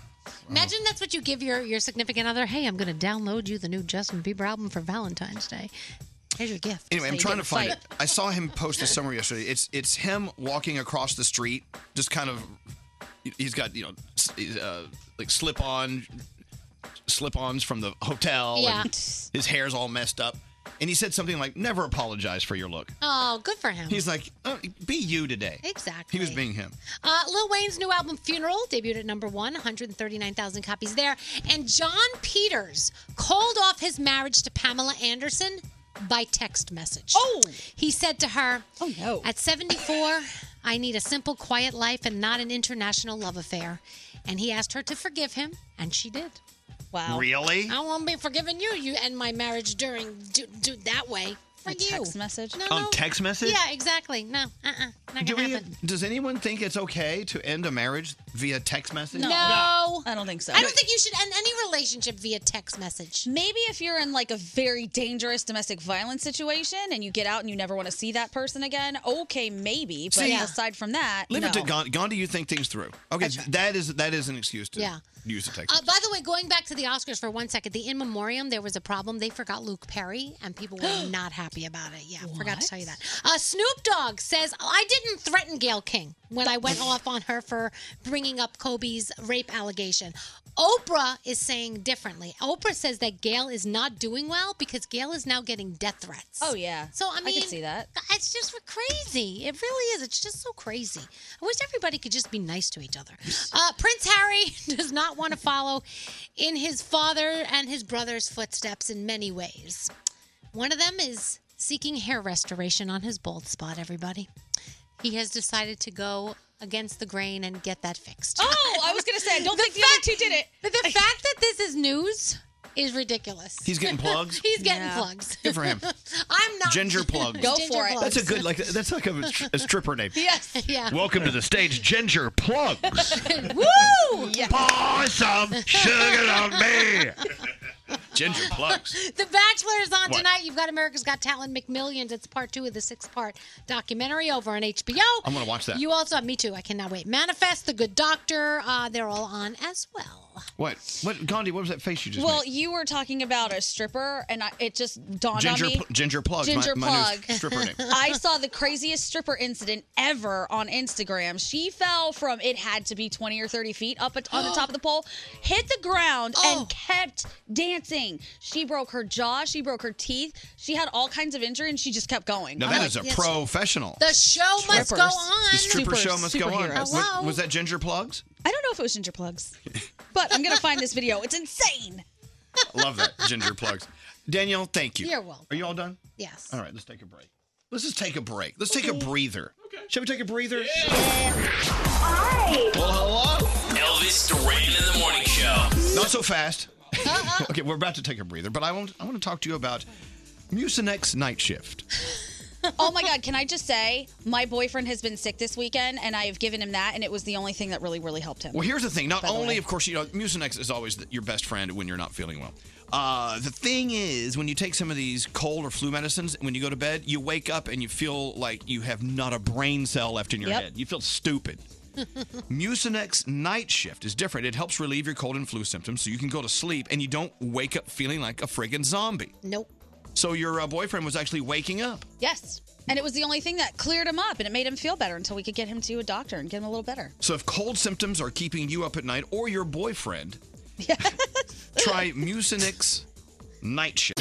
Speaker 7: Imagine that's what you give your, your significant other. Hey, I'm going to download you the new Justin Bieber album for Valentine's Day. Here's your gift.
Speaker 1: Anyway,
Speaker 7: So
Speaker 1: I'm
Speaker 7: you
Speaker 1: trying
Speaker 7: get
Speaker 1: to find it.
Speaker 7: excited.
Speaker 1: I saw him post a summary yesterday. It's it's him walking across the street, just kind of. He's got you know, s- he's, uh, like slip on, slip ons from the hotel.
Speaker 7: Yeah.
Speaker 1: And his hair's all messed up, and he said something like, "Never apologize for your look."
Speaker 7: Oh, good for him.
Speaker 1: He's like, oh, "Be you today."
Speaker 7: Exactly.
Speaker 1: He was being him.
Speaker 7: Uh, Lil Wayne's new album, Funeral, debuted at number one, 139,000 copies there. And John Peters called off his marriage to Pamela Anderson by text message. Oh! He said to her, Oh no. At 74, I need a simple, quiet life and not an international love affair. And he asked her to forgive him, and she did. Wow.
Speaker 1: Really?
Speaker 7: I won't be forgiving you. You end my marriage during do, do that way. For you. Text
Speaker 10: message?
Speaker 7: No,
Speaker 1: On
Speaker 7: no.
Speaker 1: text message?
Speaker 7: Yeah, exactly. No, uh uh Not
Speaker 1: Do
Speaker 7: gonna
Speaker 1: we,
Speaker 7: happen.
Speaker 1: does anyone think it's okay to end a marriage via text message?
Speaker 7: No.
Speaker 10: I don't think so.
Speaker 7: I don't think you should end any relationship via text message.
Speaker 3: Maybe if you're in like a very dangerous domestic violence situation and you get out and you never want to see that person again, okay, maybe. But
Speaker 1: See,
Speaker 3: aside from that,
Speaker 1: Leave it
Speaker 3: no.
Speaker 1: to Gandhi. Gandhi, you think things through. Okay, that is that is an excuse to
Speaker 7: Yeah.
Speaker 1: use a text.
Speaker 7: Uh, by the way, going back to the Oscars for one second, the in memoriam there was a problem. They forgot Luke Perry, and people were not happy about it. Yeah, forgot to tell you that. Uh, Snoop Dogg says I didn't threaten Gail King when I went off on her for bringing up Kobe's rape allegation. Oprah is saying differently. Oprah says that Gail is not doing well because Gail is now getting death threats.
Speaker 3: Oh, yeah.
Speaker 7: So I mean,
Speaker 3: I can see that.
Speaker 7: It's just crazy. It really is. It's just so crazy. I wish everybody could just be nice to each other. Uh, Prince Harry does not want to follow in his father and his brother's footsteps in many ways. One of them is seeking hair restoration on his bald spot. Everybody, he has decided to go against the grain and get that fixed.
Speaker 3: Oh, I was going to say, I don't think the other two did it.
Speaker 7: But the fact that this is news is ridiculous.
Speaker 1: He's getting plugs?
Speaker 7: He's getting
Speaker 1: Yeah.
Speaker 7: plugs.
Speaker 1: Good for him.
Speaker 7: I'm not
Speaker 1: Ginger plug.
Speaker 7: Go Ginger for it.
Speaker 1: That's a good like that's like a, a stripper name.
Speaker 7: Yes. Yeah.
Speaker 1: Welcome to the stage, Ginger Plug.
Speaker 7: Woo!
Speaker 1: Pour some sugar on me. Ginger plugs.
Speaker 7: The Bachelor is on
Speaker 1: What?
Speaker 7: tonight. You've got America's Got Talent McMillions. It's part two of the six part documentary over on HBO.
Speaker 1: I'm gonna watch that.
Speaker 7: You also, me too. I cannot wait. Manifest, The Good Doctor. Uh, they're all on as well.
Speaker 1: What? What? Gandhi? What was that face you just
Speaker 3: Well,
Speaker 1: made?
Speaker 3: you were talking about a stripper, and I, it just dawned
Speaker 1: Ginger
Speaker 3: on me.
Speaker 1: pl- ginger plug, my-
Speaker 3: Ginger
Speaker 1: my new
Speaker 3: plug.
Speaker 1: stripper name.
Speaker 3: I saw the craziest stripper incident ever on Instagram. She fell from it had to be twenty or thirty feet up at, on the top of the pole, hit the ground,
Speaker 7: Oh.
Speaker 3: and kept dancing. She broke her jaw. She broke her teeth. She had all kinds of injury, and she just kept going.
Speaker 1: No,
Speaker 3: I'm
Speaker 1: that
Speaker 3: like,
Speaker 1: is a
Speaker 3: yes.
Speaker 1: professional.
Speaker 7: The show must go
Speaker 3: Strippers.
Speaker 7: on.
Speaker 1: The stripper show must go on.
Speaker 3: superheroes.
Speaker 1: Wa-
Speaker 3: Hello?
Speaker 1: was that Ginger plugs?
Speaker 3: I don't know if it was ginger plugs, but I'm gonna find this video. It's insane.
Speaker 1: Love that ginger plugs. Danielle, thank you.
Speaker 3: You're welcome.
Speaker 1: Are you all done?
Speaker 7: Yes.
Speaker 1: All right, let's take a break. Let's just take a break. Let's take a breather. Okay. Shall we take a breather?
Speaker 17: Hi.
Speaker 1: Well, hello.
Speaker 17: Elvis Duran in the morning show.
Speaker 1: Not so fast.
Speaker 3: Uh-uh.
Speaker 1: okay, we're about to take a breather, but I want I want to talk to you about Mucinex Night Shift.
Speaker 3: oh my god, can I just say my boyfriend has been sick this weekend and I've given him that and it was the only thing that really really helped him.
Speaker 1: Well, here's the thing. Not
Speaker 3: By the
Speaker 1: only,
Speaker 3: way.
Speaker 1: of course, you know, Mucinex is always the, your best friend when you're not feeling well. Uh, the thing is, when you take some of these cold or flu medicines, when you go to bed, you wake up and you feel like you have not a brain cell left in your
Speaker 17: Yep.
Speaker 1: head. You feel stupid. Mucinex Night Shift is different. It helps relieve your cold and flu symptoms so you can go to sleep and you don't wake up feeling like a friggin' zombie.
Speaker 7: Nope.
Speaker 1: So your uh, boyfriend was actually waking up.
Speaker 3: Yes. And it was the only thing that cleared him up and it made him feel better until we could get him to a doctor and get him a little better.
Speaker 1: So if cold symptoms are keeping you up at night or your boyfriend, try Mucinex Night Shift.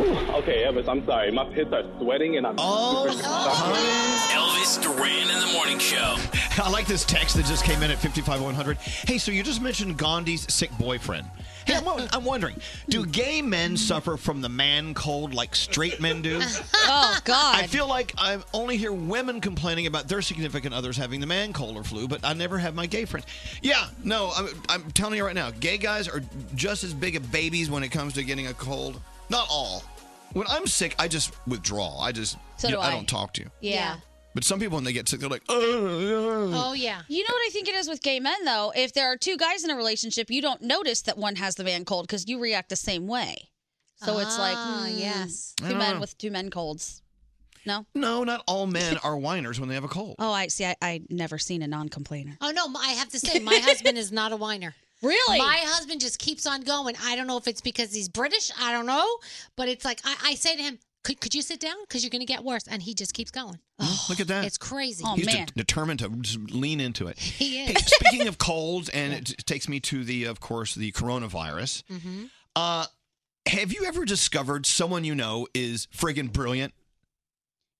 Speaker 5: Okay, Elvis, I'm sorry. My pits are sweating and I'm. Oh,
Speaker 17: Elvis
Speaker 1: Oh.
Speaker 17: Duran in the morning show.
Speaker 1: I like this text that just came in at 55100. Hey, so you just mentioned Gandhi's sick boyfriend. Hey, I'm, wo- I'm wondering, do gay men suffer from the man cold like straight men do?
Speaker 10: Oh God.
Speaker 1: I feel like I only hear women complaining about their significant others having the man cold or flu, but I never have my gay friends. Yeah, no, I'm, I'm telling you right now, gay guys are just as big of babies when it comes to getting a cold. Not all. When I'm sick, I just withdraw. I just
Speaker 10: So
Speaker 1: you know,
Speaker 10: do
Speaker 1: I.
Speaker 10: I.
Speaker 1: don't talk to you.
Speaker 10: Yeah.
Speaker 1: But some people when they get sick, they're like, oh,
Speaker 7: Oh yeah.
Speaker 10: You know what I think it is with gay men though? If there are two guys in a relationship, you don't notice that one has the man cold because you react the same way. So it's like,
Speaker 7: Ah,
Speaker 3: hmm,
Speaker 10: mm,
Speaker 7: yes.
Speaker 1: I
Speaker 10: two
Speaker 1: don't
Speaker 10: men
Speaker 1: know.
Speaker 10: with two men colds. No.
Speaker 1: No, not all men are whiners when they have a cold.
Speaker 10: Oh, I see. I, I never seen a non-complainer.
Speaker 7: Oh no, I have to say, my husband is not a whiner.
Speaker 10: Really?
Speaker 7: My husband just keeps on going. I don't know if it's because he's British. I don't know, but it's like I, I say to him, "Could, could you sit down? Because you're going to get worse," and he just keeps going.
Speaker 10: Oh,
Speaker 1: Look at that.
Speaker 7: It's crazy.
Speaker 1: He's de- determined to just lean into it.
Speaker 7: He
Speaker 1: Hey, speaking of colds, and it t- takes me to the, of course, the coronavirus.
Speaker 7: Mm-hmm.
Speaker 1: Uh, have you ever discovered someone you know is friggin' brilliant?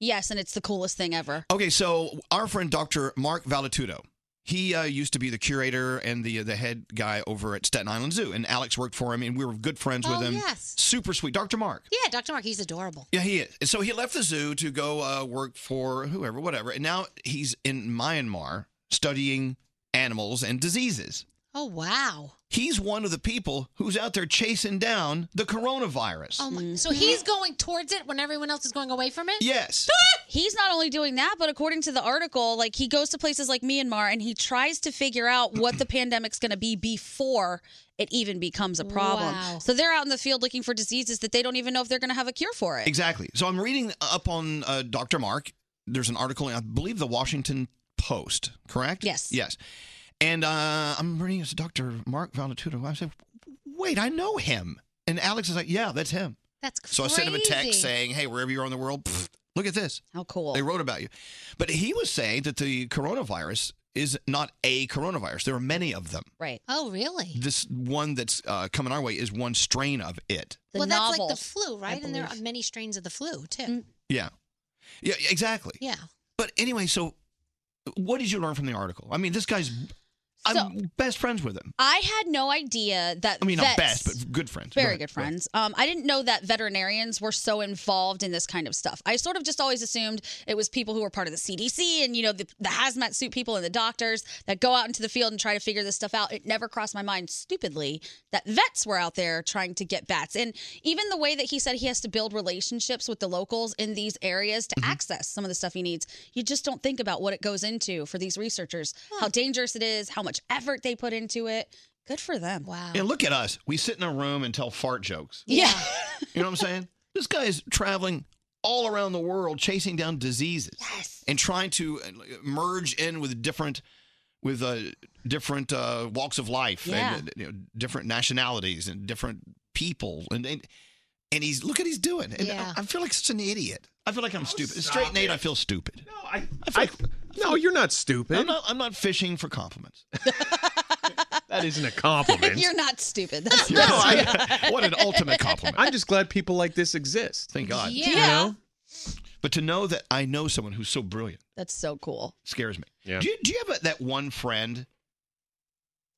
Speaker 10: Yes, and it's the coolest thing ever.
Speaker 1: Okay, so our friend Dr. Mark Valatudo, he uh, used to be the curator and the the head guy over at Staten Island Zoo, and Alex worked for him, and we were good friends
Speaker 7: Oh,
Speaker 1: with him.
Speaker 7: yes.
Speaker 1: Super sweet, Dr. Mark.
Speaker 7: Yeah, Dr. Mark, he's adorable.
Speaker 1: Yeah, he is. And so he left the zoo to go uh, work for whoever, whatever, and now he's in Myanmar studying animals and diseases.
Speaker 7: Oh wow.
Speaker 1: He's one of the people who's out there chasing down the coronavirus.
Speaker 7: Oh my.
Speaker 10: Mm-hmm.
Speaker 7: So he's going towards it when everyone else is going away from it.
Speaker 1: Yes.
Speaker 10: He's not only doing that, but according to the article, like he goes to places like Myanmar and he tries to figure out what the pandemic's going to be before it even becomes a problem.
Speaker 1: Wow.
Speaker 10: So they're out in the field looking for diseases that they don't even know if they're going to have a cure for it.
Speaker 1: Exactly. So I'm reading up on uh, Dr. Mark. There's an article in, I believe, the Washington Post, correct?
Speaker 10: Yes.
Speaker 1: Yes. And uh, I'm reading it's Dr. Mark Valatudo. I said, wait, I know him. And Alex is like, yeah, that's him.
Speaker 7: That's
Speaker 1: So I sent him a
Speaker 7: crazy.
Speaker 1: text saying, hey, wherever you are in the world, pfft, look at this.
Speaker 10: How cool.
Speaker 1: They wrote about you. But he was saying that the coronavirus is not a coronavirus, there are many of them.
Speaker 10: Right.
Speaker 7: Oh really?
Speaker 1: This one that's uh, coming our way is one strain of it.
Speaker 7: well, that's like the flu, right? And there are many strains of the flu too.
Speaker 1: Yeah. Yeah, exactly.
Speaker 7: Yeah.
Speaker 1: But anyway, so what did you learn from the article? I mean, this guy's I'm best friends with him.
Speaker 10: I had no idea that
Speaker 1: I mean,
Speaker 10: vets,
Speaker 1: not best, but good friends.
Speaker 10: very
Speaker 1: Right,
Speaker 10: good
Speaker 1: right.
Speaker 10: friends. Um, I didn't know that veterinarians were so involved in this kind of stuff. I sort of just always assumed it was people who were part of the CDC and you know the, the hazmat suit people and the doctors that go out into the field and try to figure this stuff out. It never crossed my mind, stupidly, that vets were out there trying to get bats. And even the way that he said he has to build relationships with the locals in these areas
Speaker 1: Mm-hmm.
Speaker 10: to access some of the stuff he needs, you just don't think about what it goes into for these researchers, how dangerous it is, how much effort they put into it. Good for them.
Speaker 7: Wow.
Speaker 1: And look at us. We sit in a room and tell fart jokes.
Speaker 10: Yeah.
Speaker 1: You know what I'm saying? this guy is traveling all around the world chasing down diseases and trying to uh, merge in with different with uh, different uh, walks of life and uh, you know, different nationalities and different people and and, and he's look at he's doing. And
Speaker 12: Yeah.
Speaker 1: I, I feel like such an idiot. I feel like I'm stupid. Straight Nate, I feel stupid. No, I, feel like,
Speaker 12: No, you're not stupid.
Speaker 1: I'm not. I'm not fishing for compliments.
Speaker 12: that isn't a compliment.
Speaker 10: You're not stupid. That's
Speaker 12: No,
Speaker 1: I- what an ultimate compliment.
Speaker 12: I'm just glad people like this exist.
Speaker 1: Thank God.
Speaker 10: Yeah. You know?
Speaker 1: But to know that I know someone who's so brilliant
Speaker 10: That's so cool.
Speaker 1: scares me. Do you, do you have a, that one friend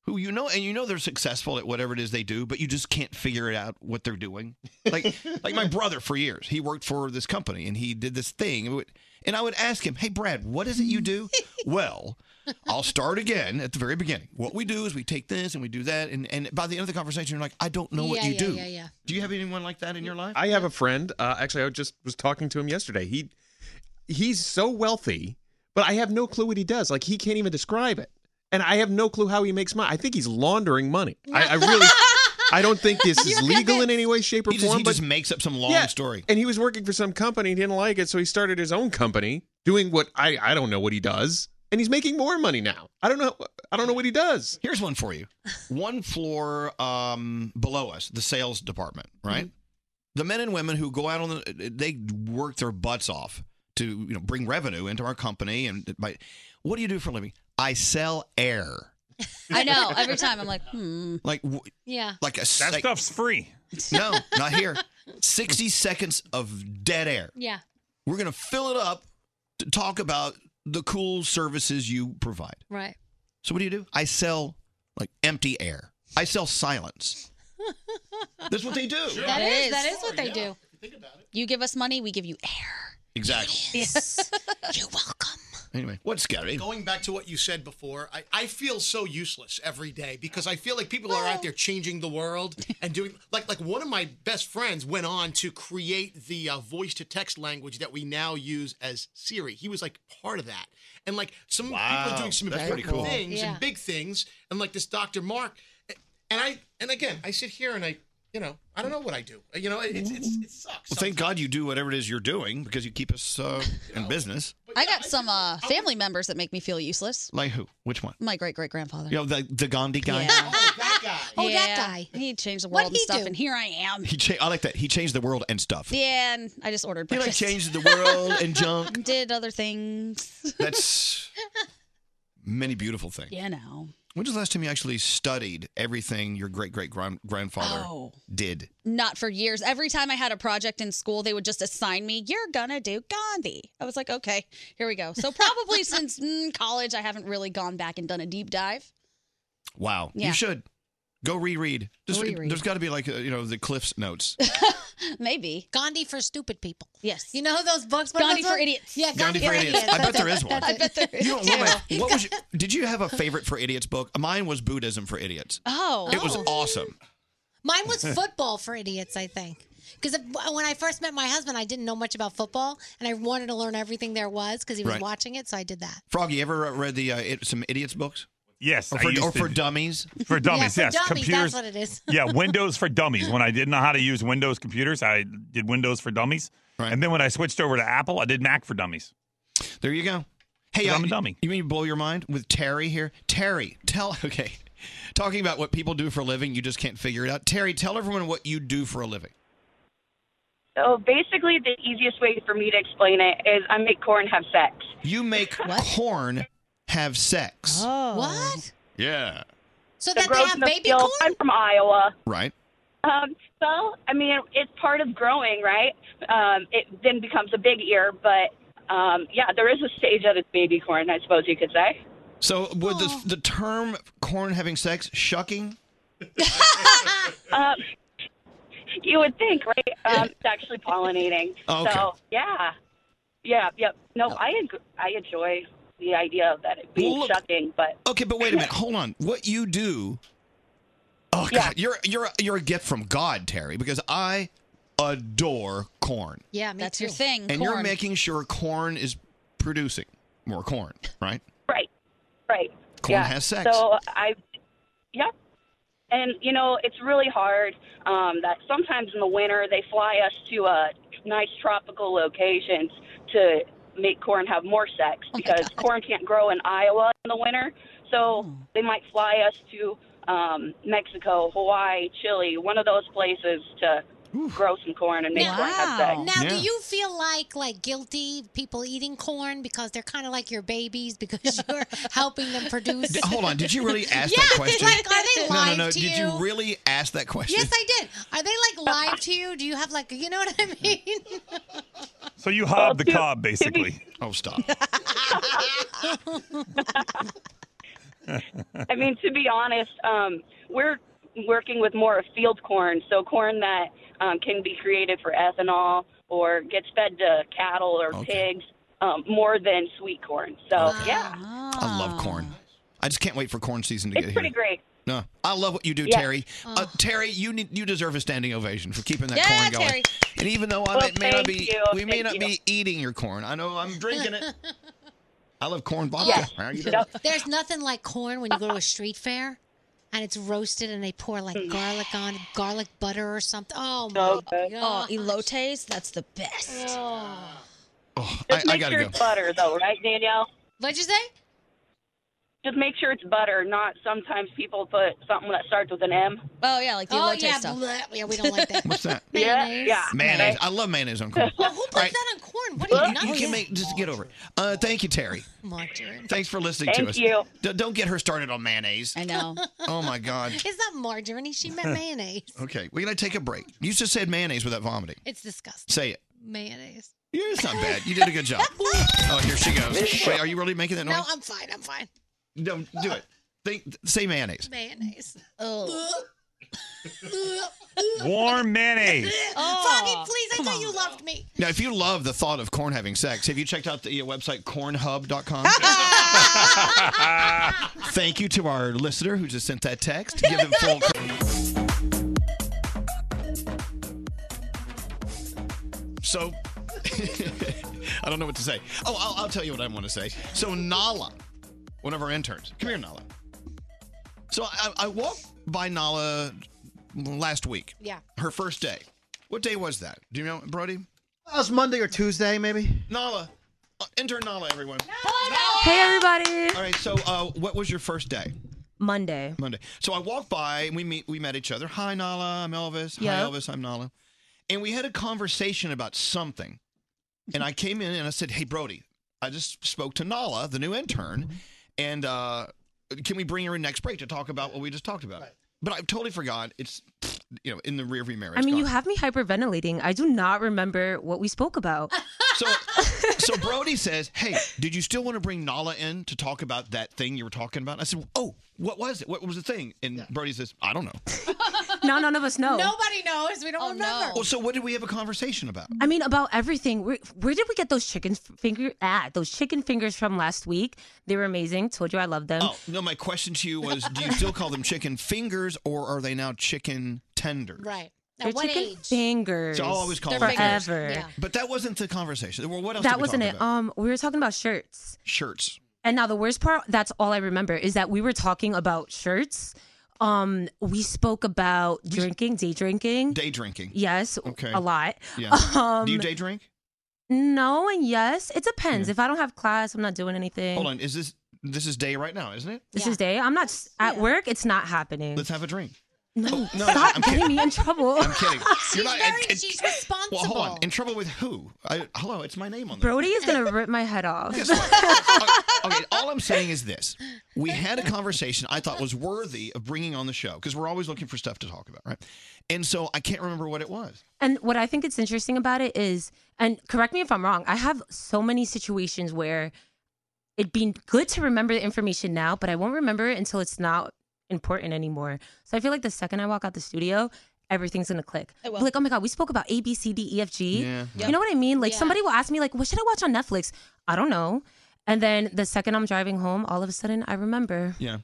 Speaker 1: who you know and you know they're successful at whatever it is they do, but you just can't figure it out what they're doing? Like like my brother for years, he worked for this company and he did this thing, and we- and I would ask him, "Hey Brad, what is it you do?" well, I'll start again at the very beginning. What we do is we take this and we do that, and and by the end of the conversation, you're like, "I don't know what
Speaker 7: Yeah,
Speaker 1: you
Speaker 7: yeah,
Speaker 1: do."
Speaker 7: yeah, yeah.
Speaker 1: Do you have anyone like that in your life?
Speaker 12: I have a friend. Uh, actually, I just was talking to him yesterday. He he's so wealthy, but I have no clue what he does. Like he can't even describe it, and I have no clue how he makes money. I think he's laundering money. I, I really. I don't think this is legal in any way, shape, or
Speaker 1: He just-
Speaker 12: form.
Speaker 1: he
Speaker 12: but
Speaker 1: just makes up some long story.
Speaker 12: And he was working for some company. He didn't like it, so he started his own company, doing what I I don't know what he does, and he's making more money now. I don't know. I don't know what he does.
Speaker 1: Here's one for you. One floor um, below us, the sales department,
Speaker 12: Mm-hmm.
Speaker 1: right? The men and women who go out on the, they work their butts off to you know bring revenue into our company. And by, what do you do for a living? I sell air.
Speaker 10: I know. Every time I'm like, hmm.
Speaker 1: Like, w-
Speaker 7: Yeah.
Speaker 1: like a
Speaker 8: That stuff's free.
Speaker 1: No, not here. 60 seconds of dead air.
Speaker 7: Yeah.
Speaker 1: We're going to fill it up to talk about the cool services you provide.
Speaker 7: Right.
Speaker 1: So what do you do? I sell like empty air. I sell silence. That's what they do.
Speaker 3: That is that is what
Speaker 7: they do.
Speaker 3: You give us money, we give you air.
Speaker 1: Exactly.
Speaker 3: Yes.
Speaker 1: Anyway, what's scary?
Speaker 11: Going back to what you said before, I, I feel so useless every day because I feel like people are out there changing the world and doing like like one of my best friends went on to create the uh, voice to text language that we now use as Siri. He was like part of that, and like some people
Speaker 1: Wow,
Speaker 11: are doing some
Speaker 1: that's pretty
Speaker 11: important
Speaker 1: cool.
Speaker 11: things
Speaker 1: Yeah.
Speaker 11: and big things, and like this Dr. Mark, and I and again I sit here and I you know I don't know what I do. You know it, it's, it's, it sucks.
Speaker 1: Well, thank God you do whatever it is you're doing because you keep us uh, in business.
Speaker 3: I got some uh, family members that make me feel useless.
Speaker 1: Like who? Which one?
Speaker 3: My great great grandfather.
Speaker 1: You know, the, the Gandhi guy?
Speaker 3: Oh, that guy. He changed the world and
Speaker 7: he
Speaker 3: stuff,
Speaker 7: do?
Speaker 3: and here I am.
Speaker 1: He cha- I like that. He changed the world and stuff.
Speaker 3: Yeah, and I just ordered
Speaker 1: He like
Speaker 3: breakfast.
Speaker 1: changed the world and junk.
Speaker 3: Did other things.
Speaker 1: That's many beautiful things.
Speaker 3: You know.
Speaker 1: When was the last time you actually studied everything your great great gran- grandfather
Speaker 3: Oh.
Speaker 1: did?
Speaker 3: Not for years. Every time I had a project in school, they would just assign me, you're going to do Gandhi. I was like, okay, here we go. So, probably since mm, college, I haven't really gone back and done a deep dive.
Speaker 1: Wow.
Speaker 3: Yeah.
Speaker 1: You should go reread. Just,
Speaker 3: reread.
Speaker 1: There's got to be like, uh, you know, the Cliff's notes.
Speaker 3: Maybe.
Speaker 7: Gandhi for stupid people.
Speaker 3: Yes.
Speaker 7: You know those books? What are
Speaker 3: Gandhi
Speaker 7: those
Speaker 3: for
Speaker 7: books?
Speaker 3: idiots.
Speaker 7: Yeah,
Speaker 1: Gandhi for Idiots. I bet
Speaker 7: That's
Speaker 1: there
Speaker 7: it.
Speaker 1: is one.
Speaker 7: That's
Speaker 1: I
Speaker 7: it.
Speaker 3: bet there is.
Speaker 1: You know, what, my, what was your, did you have a favorite for idiots book? Mine was Buddhism for Idiots.
Speaker 7: Oh.
Speaker 1: It was
Speaker 7: Oh.
Speaker 1: awesome.
Speaker 7: Mine was football for idiots, I think. Because when I first met my husband, I didn't know much about football, and I wanted to learn everything there was because he was
Speaker 1: Right.
Speaker 7: watching it, so I did that.
Speaker 1: Froggy, you ever uh, read the uh, it, some idiots books?
Speaker 8: Yes,
Speaker 1: Or
Speaker 8: I
Speaker 1: for,
Speaker 8: used
Speaker 1: or
Speaker 8: to-
Speaker 1: for dummies?
Speaker 8: For dummies,
Speaker 7: for
Speaker 8: yes.
Speaker 7: dummies,
Speaker 8: computers.
Speaker 7: that's what it is.
Speaker 8: yeah, Windows for dummies. When I didn't know how to use Windows computers, I did Windows for dummies. And then when I switched over to Apple, I did Mac for dummies.
Speaker 1: There you go. Hey,
Speaker 8: I'm
Speaker 1: uh,
Speaker 8: a dummy.
Speaker 1: You mean you blow your mind with Terry here? Terry, tell okay. Talking about what people do for a living, you just can't figure it out. Terry, tell everyone what you do for a living.
Speaker 15: So basically, the easiest way for me to explain it is I make corn have sex.
Speaker 1: You make corn have sex.
Speaker 3: Oh.
Speaker 7: What?
Speaker 1: Yeah.
Speaker 7: So
Speaker 15: that they have baby corn? I'm from Iowa.
Speaker 1: Right.
Speaker 15: Um, well, I mean, it's part of growing, right? Um, it then becomes a big ear, but um, yeah, there is a stage that it's baby corn, I suppose you could say.
Speaker 1: So would
Speaker 7: Oh.
Speaker 1: the, the term corn having sex shucking?
Speaker 15: Um, you would think, right? Um, it's actually pollinating.
Speaker 1: Oh, okay.
Speaker 15: So yeah, yeah, yep. No, I eng- I enjoy the idea of that it being shucking, but
Speaker 1: Okay, but wait a minute. Hold on. What you do? Oh God, you're you're you're a gift from God, Terry, because I adore corn.
Speaker 7: Yeah, me
Speaker 3: That's your thing.
Speaker 7: Mm-hmm.
Speaker 1: and you're
Speaker 3: corn.
Speaker 1: making sure corn is producing more corn, right?
Speaker 15: Right. Right.
Speaker 1: Corn
Speaker 15: yeah.
Speaker 1: has sex.
Speaker 15: So I, yep. And you know it's really hard. Um, that sometimes in the winter they fly us to uh, nice tropical locations to make corn have more
Speaker 1: Oh
Speaker 15: sex because corn can't grow in Iowa in the winter. So
Speaker 1: Oh.
Speaker 15: they might fly us to um, Mexico, Hawaii, Chile, one of those places to grow some corn and make corn have sex.
Speaker 7: Now, do you feel like like guilty people eating corn because they're kind of like your babies because you're helping them produce?
Speaker 1: D- Hold on, did you really ask
Speaker 7: yeah,
Speaker 1: that question?
Speaker 7: Like, are
Speaker 1: no,
Speaker 7: they
Speaker 1: no,
Speaker 7: live
Speaker 1: no.
Speaker 7: to
Speaker 1: Did
Speaker 7: you?
Speaker 1: you really ask that question?
Speaker 7: Yes, I did. Are they like live to you? Do you have like you know what I mean?
Speaker 8: So you hob the cob, basically.
Speaker 1: oh, stop.
Speaker 15: I mean, to be honest, um, we're working with more of field corn, so corn that um, can be created for ethanol or gets fed to cattle or pigs um, more than sweet corn. So, yeah,
Speaker 1: Oh. I love corn. I just can't wait for corn season to
Speaker 15: it's
Speaker 1: get
Speaker 15: pretty
Speaker 1: here.
Speaker 15: great.
Speaker 1: No, I love what you do,
Speaker 15: Yeah. Oh.
Speaker 1: Terry. Uh, Terry, you need, you deserve a standing ovation for keeping that
Speaker 15: Yeah,
Speaker 1: corn going.
Speaker 15: Terry.
Speaker 1: And even though I
Speaker 15: Well,
Speaker 1: may not
Speaker 15: thank
Speaker 1: be,
Speaker 15: you,
Speaker 1: we may
Speaker 15: thank
Speaker 1: not
Speaker 15: you.
Speaker 1: be eating your corn. I know I'm drinking it. I love corn vodka. How you doing?
Speaker 7: There's nothing like corn when you go to a street fair and it's roasted and they pour like
Speaker 15: Mm.
Speaker 7: garlic on it, garlic butter or something. Oh my
Speaker 3: Oh,
Speaker 7: god.
Speaker 3: elotes, that's the best.
Speaker 1: Oh,
Speaker 15: Just make sure it's butter, though, right, Danielle?
Speaker 7: What'd you say?
Speaker 15: Just make sure it's butter, not sometimes people put something that starts with an M.
Speaker 3: Oh yeah, like
Speaker 15: the
Speaker 7: oh
Speaker 15: elote
Speaker 7: yeah,
Speaker 15: stuff.
Speaker 7: bleh, yeah, we don't like that.
Speaker 1: What's that?
Speaker 7: Mayonnaise.
Speaker 15: Yeah,
Speaker 1: Mayonnaise. I love mayonnaise on corn.
Speaker 7: Well, who puts that on corn? What are
Speaker 1: Well,
Speaker 7: you nuts?
Speaker 1: you can make just get over it. Uh, thank you, Terry.
Speaker 7: Come on, Jared.
Speaker 1: Thanks for listening
Speaker 7: Thank
Speaker 1: to us.
Speaker 7: you.
Speaker 1: D- don't get her started on mayonnaise.
Speaker 7: I know.
Speaker 1: Oh my God.
Speaker 7: It's not margarine. She meant mayonnaise.
Speaker 1: Okay, we're gonna take a break. You just said mayonnaise without vomiting.
Speaker 7: It's disgusting.
Speaker 1: Say it.
Speaker 7: Mayonnaise.
Speaker 1: Yeah, it's not bad. You did a good job. Oh, here she goes. Wait, are you really making that noise?
Speaker 7: No, I'm fine. I'm fine.
Speaker 1: Don't do it. Think, say mayonnaise.
Speaker 7: Mayonnaise. Oh.
Speaker 1: Warm mayonnaise. Oh,
Speaker 7: Foggy, please. I thought you loved me.
Speaker 1: Now, if you love the thought of corn having sex, have you checked out the uh, website cornhub.com? Thank you to our listener who just sent that text. Give them full. so, I don't know what to say. Oh, I'll, I'll tell you what I want to say. So, Nala, one of our interns, come here, Nala. So, I, I walked by Nala last week.
Speaker 7: Yeah.
Speaker 1: Her first day. What day was that? Do you know, Brody?
Speaker 16: That was Monday or Tuesday, maybe.
Speaker 1: Nala. Uh, Enter Nala, everyone.
Speaker 18: Hey, everybody.
Speaker 1: All right. So, uh, what was your first day?
Speaker 18: Monday.
Speaker 1: Monday. So I walked by and we meet. We met each other. Hi, Nala. I'm Elvis. Hi,
Speaker 18: Yep.
Speaker 1: Elvis. I'm Nala. And we had a conversation about something. And I came in and I said, "Hey, Brody, I just spoke to Nala, the new intern, and uh, can we bring her in next break to talk about what we just talked about?" But I totally forgot. It's you know in the rearview mirror.
Speaker 18: I
Speaker 1: It's
Speaker 18: mean, you
Speaker 1: gone.
Speaker 18: have me hyperventilating. I do not remember what we spoke about.
Speaker 1: so Brody says, "Hey, did you still want to bring Nala in to talk about that thing you were talking about?" I said, "Oh, what was it? What was the thing?" And Brody says, "I don't know."
Speaker 18: Not none of us know.
Speaker 7: Nobody knows. We don't remember.
Speaker 1: Well, so what did we have a conversation about?
Speaker 18: I mean, about everything. Where, where did we get those chicken f- finger? Ah, those chicken fingers from last week. They were amazing. Told you I love them.
Speaker 1: Oh no, my question to you was: Do you still call them chicken fingers, or are they now chicken tenders?
Speaker 7: Right.
Speaker 18: They're chicken fingers.
Speaker 1: So I'll always call them fingers.
Speaker 18: forever.
Speaker 1: But that wasn't the conversation. Well, what else? did
Speaker 18: That
Speaker 1: we
Speaker 18: wasn't
Speaker 1: talk
Speaker 18: it.
Speaker 1: about?
Speaker 18: Um, we were talking about shirts.
Speaker 1: Shirts.
Speaker 18: And now the worst part, that's all I remember, is that we were talking about shirts. Um, we spoke about drinking, day drinking.
Speaker 1: Day drinking.
Speaker 18: Um, Yes,
Speaker 1: Okay.
Speaker 18: a lot.
Speaker 1: Yeah.
Speaker 18: Um,
Speaker 1: Do you day drink?
Speaker 18: No, and yes, it depends. If I don't have class, I'm not doing anything.
Speaker 1: Hold on. Is this this is day right now? Isn't it?
Speaker 18: This is day. I'm not s- at work. It's not happening.
Speaker 1: Let's have a drink.
Speaker 18: No,
Speaker 1: no,
Speaker 18: stop
Speaker 1: I'm
Speaker 18: getting
Speaker 1: kidding.
Speaker 18: me in trouble.
Speaker 1: I'm kidding. You're not.
Speaker 18: very-
Speaker 1: it- it-
Speaker 18: she's
Speaker 1: Well, hold on.
Speaker 18: responsible.
Speaker 1: In trouble with who? I, hello, it's my name on the.
Speaker 18: Brody is gonna rip my head off.
Speaker 1: Uh, Okay, all I'm saying is this. We had a conversation I thought was worthy of bringing on the show because we're always looking for stuff to talk about, right? And so I can't remember what it was.
Speaker 18: And what I think it's interesting about it is, and correct me if I'm wrong, I have so many situations where it'd be good to remember the information now, but I won't remember it until it's not important anymore. So I feel like the second I walk out the studio, everything's gonna click.
Speaker 3: It will.
Speaker 18: Be Like, oh my god, we spoke about A, B, C, D, E, F, G.
Speaker 3: Yeah.
Speaker 18: You know what I mean? Like somebody will ask me, like, what should I watch on Netflix? I don't know. And then the second I'm driving home, all of a sudden I remember.
Speaker 1: Yeah.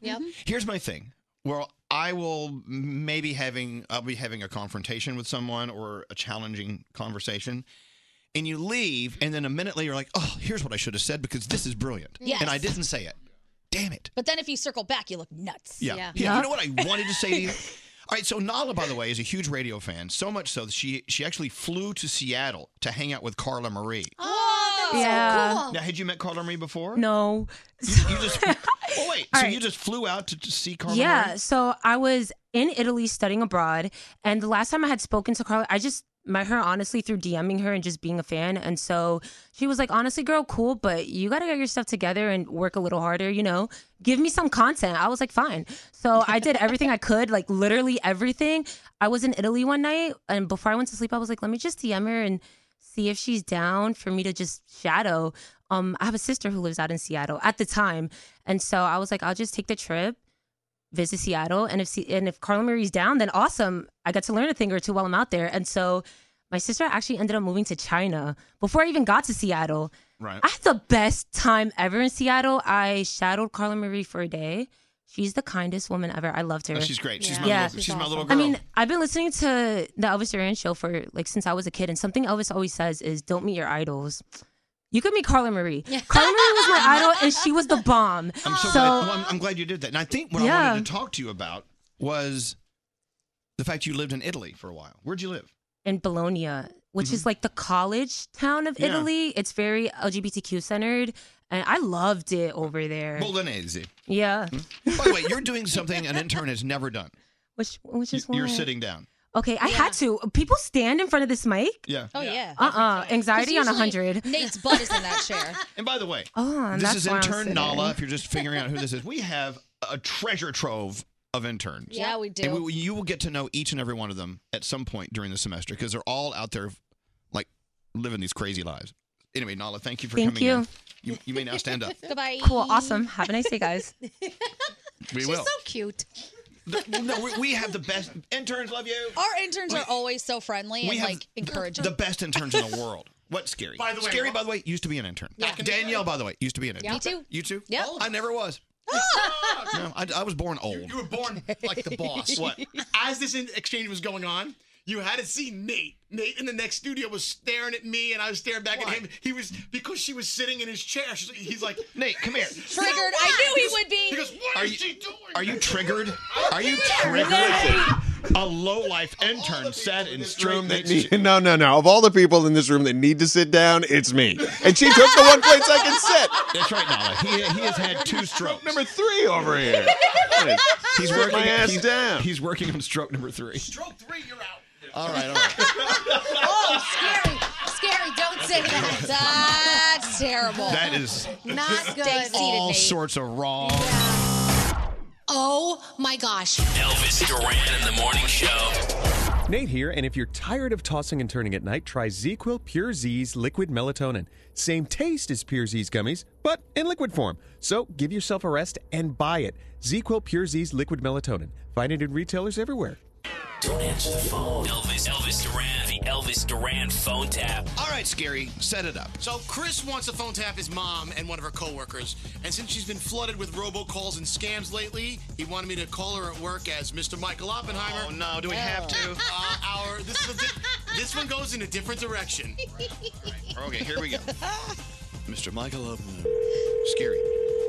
Speaker 1: Here's my thing. Well, I will maybe having I'll be having a confrontation with someone or a challenging conversation. And you leave, and then a minute later, you're like, "Oh, here's what I should have said because this is brilliant,"
Speaker 3: Yes.
Speaker 1: and I didn't say it.
Speaker 3: But then if you circle back, you look nuts.
Speaker 1: Yeah. yeah. You know what I wanted to say to you? All right, so Nala, by the way, is a huge radio fan, so much so that she she actually flew to Seattle to hang out with Carla Marie.
Speaker 7: Oh, that's
Speaker 18: Yeah.
Speaker 7: so cool.
Speaker 1: Now, had you met Carla Marie before?
Speaker 18: No.
Speaker 1: You just well, wait.
Speaker 18: All
Speaker 1: so
Speaker 18: right.
Speaker 1: you just flew out to, to see Carla
Speaker 18: yeah,
Speaker 1: Marie?
Speaker 18: so I was in Italy studying abroad, and the last time I had spoken to Carla, I just met her honestly through DMing her and just being a fan. And so she was like, honestly, girl, cool, but you got to get your stuff together and work a little harder, you know? Give me some content. I was like, fine. So I did everything I could, like literally everything. I was in Italy one night, and before I went to sleep, I was like, let me just DM her and see if she's down for me to just shadow. Um, I have a sister who lives out in Seattle at the time. And so I was like, I'll just take the trip visit Seattle. And if Se- and if Carla Marie's down, then awesome. I got to learn a thing or two while I'm out there. And so my sister actually ended up moving to China before I even got to Seattle.
Speaker 1: Right.
Speaker 18: I had the best time ever in Seattle. I shadowed Carla Marie for a day. She's the kindest woman ever. I loved her.
Speaker 1: Oh, she's great. She's my little- she's my little
Speaker 18: I
Speaker 1: girl.
Speaker 18: mean, I've been listening to the Elvis Duran show for like since I was a kid, and something Elvis always says is, "Don't meet your idols." You could meet Carla Marie. Carla Marie was my idol, and she was the bomb.
Speaker 1: I'm so,
Speaker 18: so
Speaker 1: glad, well, I'm, I'm glad you did that. And I think what I
Speaker 18: Yeah.
Speaker 1: wanted to talk to you about was the fact you lived in Italy for a while. Where'd you live? Mm-hmm.
Speaker 18: in Bologna, which is like the college town of
Speaker 1: Yeah.
Speaker 18: Italy. It's very LGBTQ centered. and I loved it over there.
Speaker 1: Bolognese. Hmm?
Speaker 18: Yeah,
Speaker 1: By the way, you're doing something an intern has never done.
Speaker 18: which which is
Speaker 1: You're
Speaker 18: one?
Speaker 1: sitting down.
Speaker 18: Okay, I had to. People stand in front of this mic.
Speaker 1: Yeah.
Speaker 10: Oh yeah.
Speaker 18: Uh uh Anxiety on a hundred.
Speaker 10: Nate's butt is in that chair.
Speaker 1: And by the way,
Speaker 18: Oh, and
Speaker 1: this
Speaker 18: that's
Speaker 1: is
Speaker 18: why I'm
Speaker 1: intern
Speaker 18: sitting.
Speaker 1: Nala. If you're just figuring out who this is, we have a treasure trove of interns.
Speaker 10: Yeah, we do.
Speaker 1: And we, you will get to know each and every one of them at some point during the semester because they're all out there, like living these crazy lives. Anyway, Nala, thank you for
Speaker 18: Thank
Speaker 1: coming
Speaker 18: you.
Speaker 1: in. You, you may now stand up.
Speaker 10: Goodbye.
Speaker 18: Cool. Awesome. Have a nice day, guys.
Speaker 1: We will.
Speaker 18: cute.
Speaker 1: The- no, we, we have the best interns. Love you.
Speaker 10: Our interns are always so friendly
Speaker 1: we
Speaker 10: and
Speaker 1: have
Speaker 10: like encouraging.
Speaker 1: the best interns in the world. What's scary?
Speaker 10: By the way,
Speaker 1: scary.
Speaker 10: Rob-
Speaker 1: By the way, used to be an intern.
Speaker 10: Yeah.
Speaker 1: Danielle, by the way, used to be an intern.
Speaker 10: Yeah. Me too.
Speaker 1: You too.
Speaker 10: Yep.
Speaker 1: I never was. No, I, I was born old.
Speaker 22: You were born like the boss.
Speaker 1: What?
Speaker 22: As this in- exchange was going on, you had to see Nate. Nate in the next studio was staring at me, and I was staring back at him. He was because she was sitting in his chair. She's, he's like,
Speaker 1: Nate, come here.
Speaker 22: Triggered.
Speaker 10: I knew he would be.
Speaker 22: He goes, what
Speaker 1: Are
Speaker 22: is
Speaker 1: you-
Speaker 22: she doing?
Speaker 1: Are you triggered? Are you triggered? A low life intern sat in straight
Speaker 11: that
Speaker 1: Nate's
Speaker 11: need- no, no, no. Of all the people in this room that need to sit down, it's me. And she took the one place I can sit.
Speaker 1: That's right, Nala. He, he has had two strokes.
Speaker 11: Number three over here.
Speaker 1: He's
Speaker 11: Put
Speaker 1: working
Speaker 11: my ass
Speaker 1: he's,
Speaker 11: down.
Speaker 1: He's working on stroke number three.
Speaker 22: Stroke three, you're out.
Speaker 1: All right, all right.
Speaker 7: oh, scary. Scary. Don't say that.
Speaker 10: That's terrible.
Speaker 1: That is
Speaker 7: Not good.
Speaker 10: Stay seated,
Speaker 1: all
Speaker 7: Nate.
Speaker 1: sorts of wrong.
Speaker 7: Oh my gosh.
Speaker 17: Elvis Duran in the morning show.
Speaker 12: Nate here, and if you're tired of tossing and turning at night, try ZQuil Pure Z's liquid melatonin. Same taste as Pure Z's gummies, but in liquid form. So give yourself a rest and buy it. ZQuil Pure Z's liquid melatonin. Find it in retailers everywhere.
Speaker 17: Don't answer the phone. Elvis, Elvis Duran, the Elvis Duran phone tap.
Speaker 1: All right, Scary, set it up.
Speaker 22: So Chris wants to phone tap his mom and one of her coworkers, and since she's been flooded with robocalls and scams lately, he wanted me to call her at work as Mr. Michael Oppenheimer. Oh
Speaker 1: no, do we have to?
Speaker 22: Uh, our this is a di- this one goes in a different direction.
Speaker 1: Okay, here we go. Mr. Michael Oppenheimer. Scary.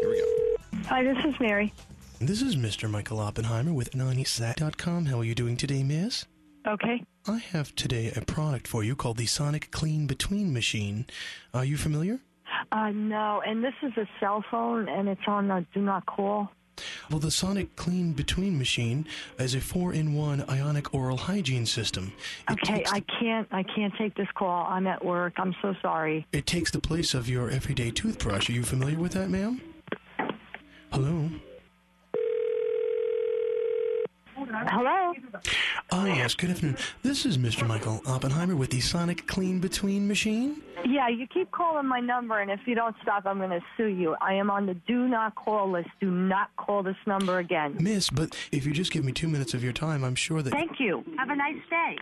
Speaker 1: Here we go.
Speaker 16: Hi, this is Mary.
Speaker 22: This is Mr. Michael Oppenheimer with NaniSat.com. How are you doing today, miss?
Speaker 16: Okay.
Speaker 22: I have today a product for you called the Sonic Clean Between Machine. Are you familiar?
Speaker 16: Uh, no, and this is a cell phone, and it's on uh, Do Not Call.
Speaker 22: Well, the Sonic Clean Between Machine is a four-in-one ionic oral hygiene system.
Speaker 16: Okay, I can't. I can't take this call. I'm at work. I'm so sorry.
Speaker 22: It takes the place of your everyday toothbrush. Are you familiar with that, ma'am? Hello?
Speaker 16: Hello.
Speaker 22: Ah, yes, good afternoon. This is Mr. Michael Oppenheimer with the Sonic Clean Between Machine.
Speaker 16: Yeah, you keep calling my number, and if you don't stop, I'm going to sue you. I am on the Do Not Call list. Do not call this number again.
Speaker 22: Miss, but if you just give me two minutes of your time, I'm sure that.
Speaker 16: Thank you. Have a nice day.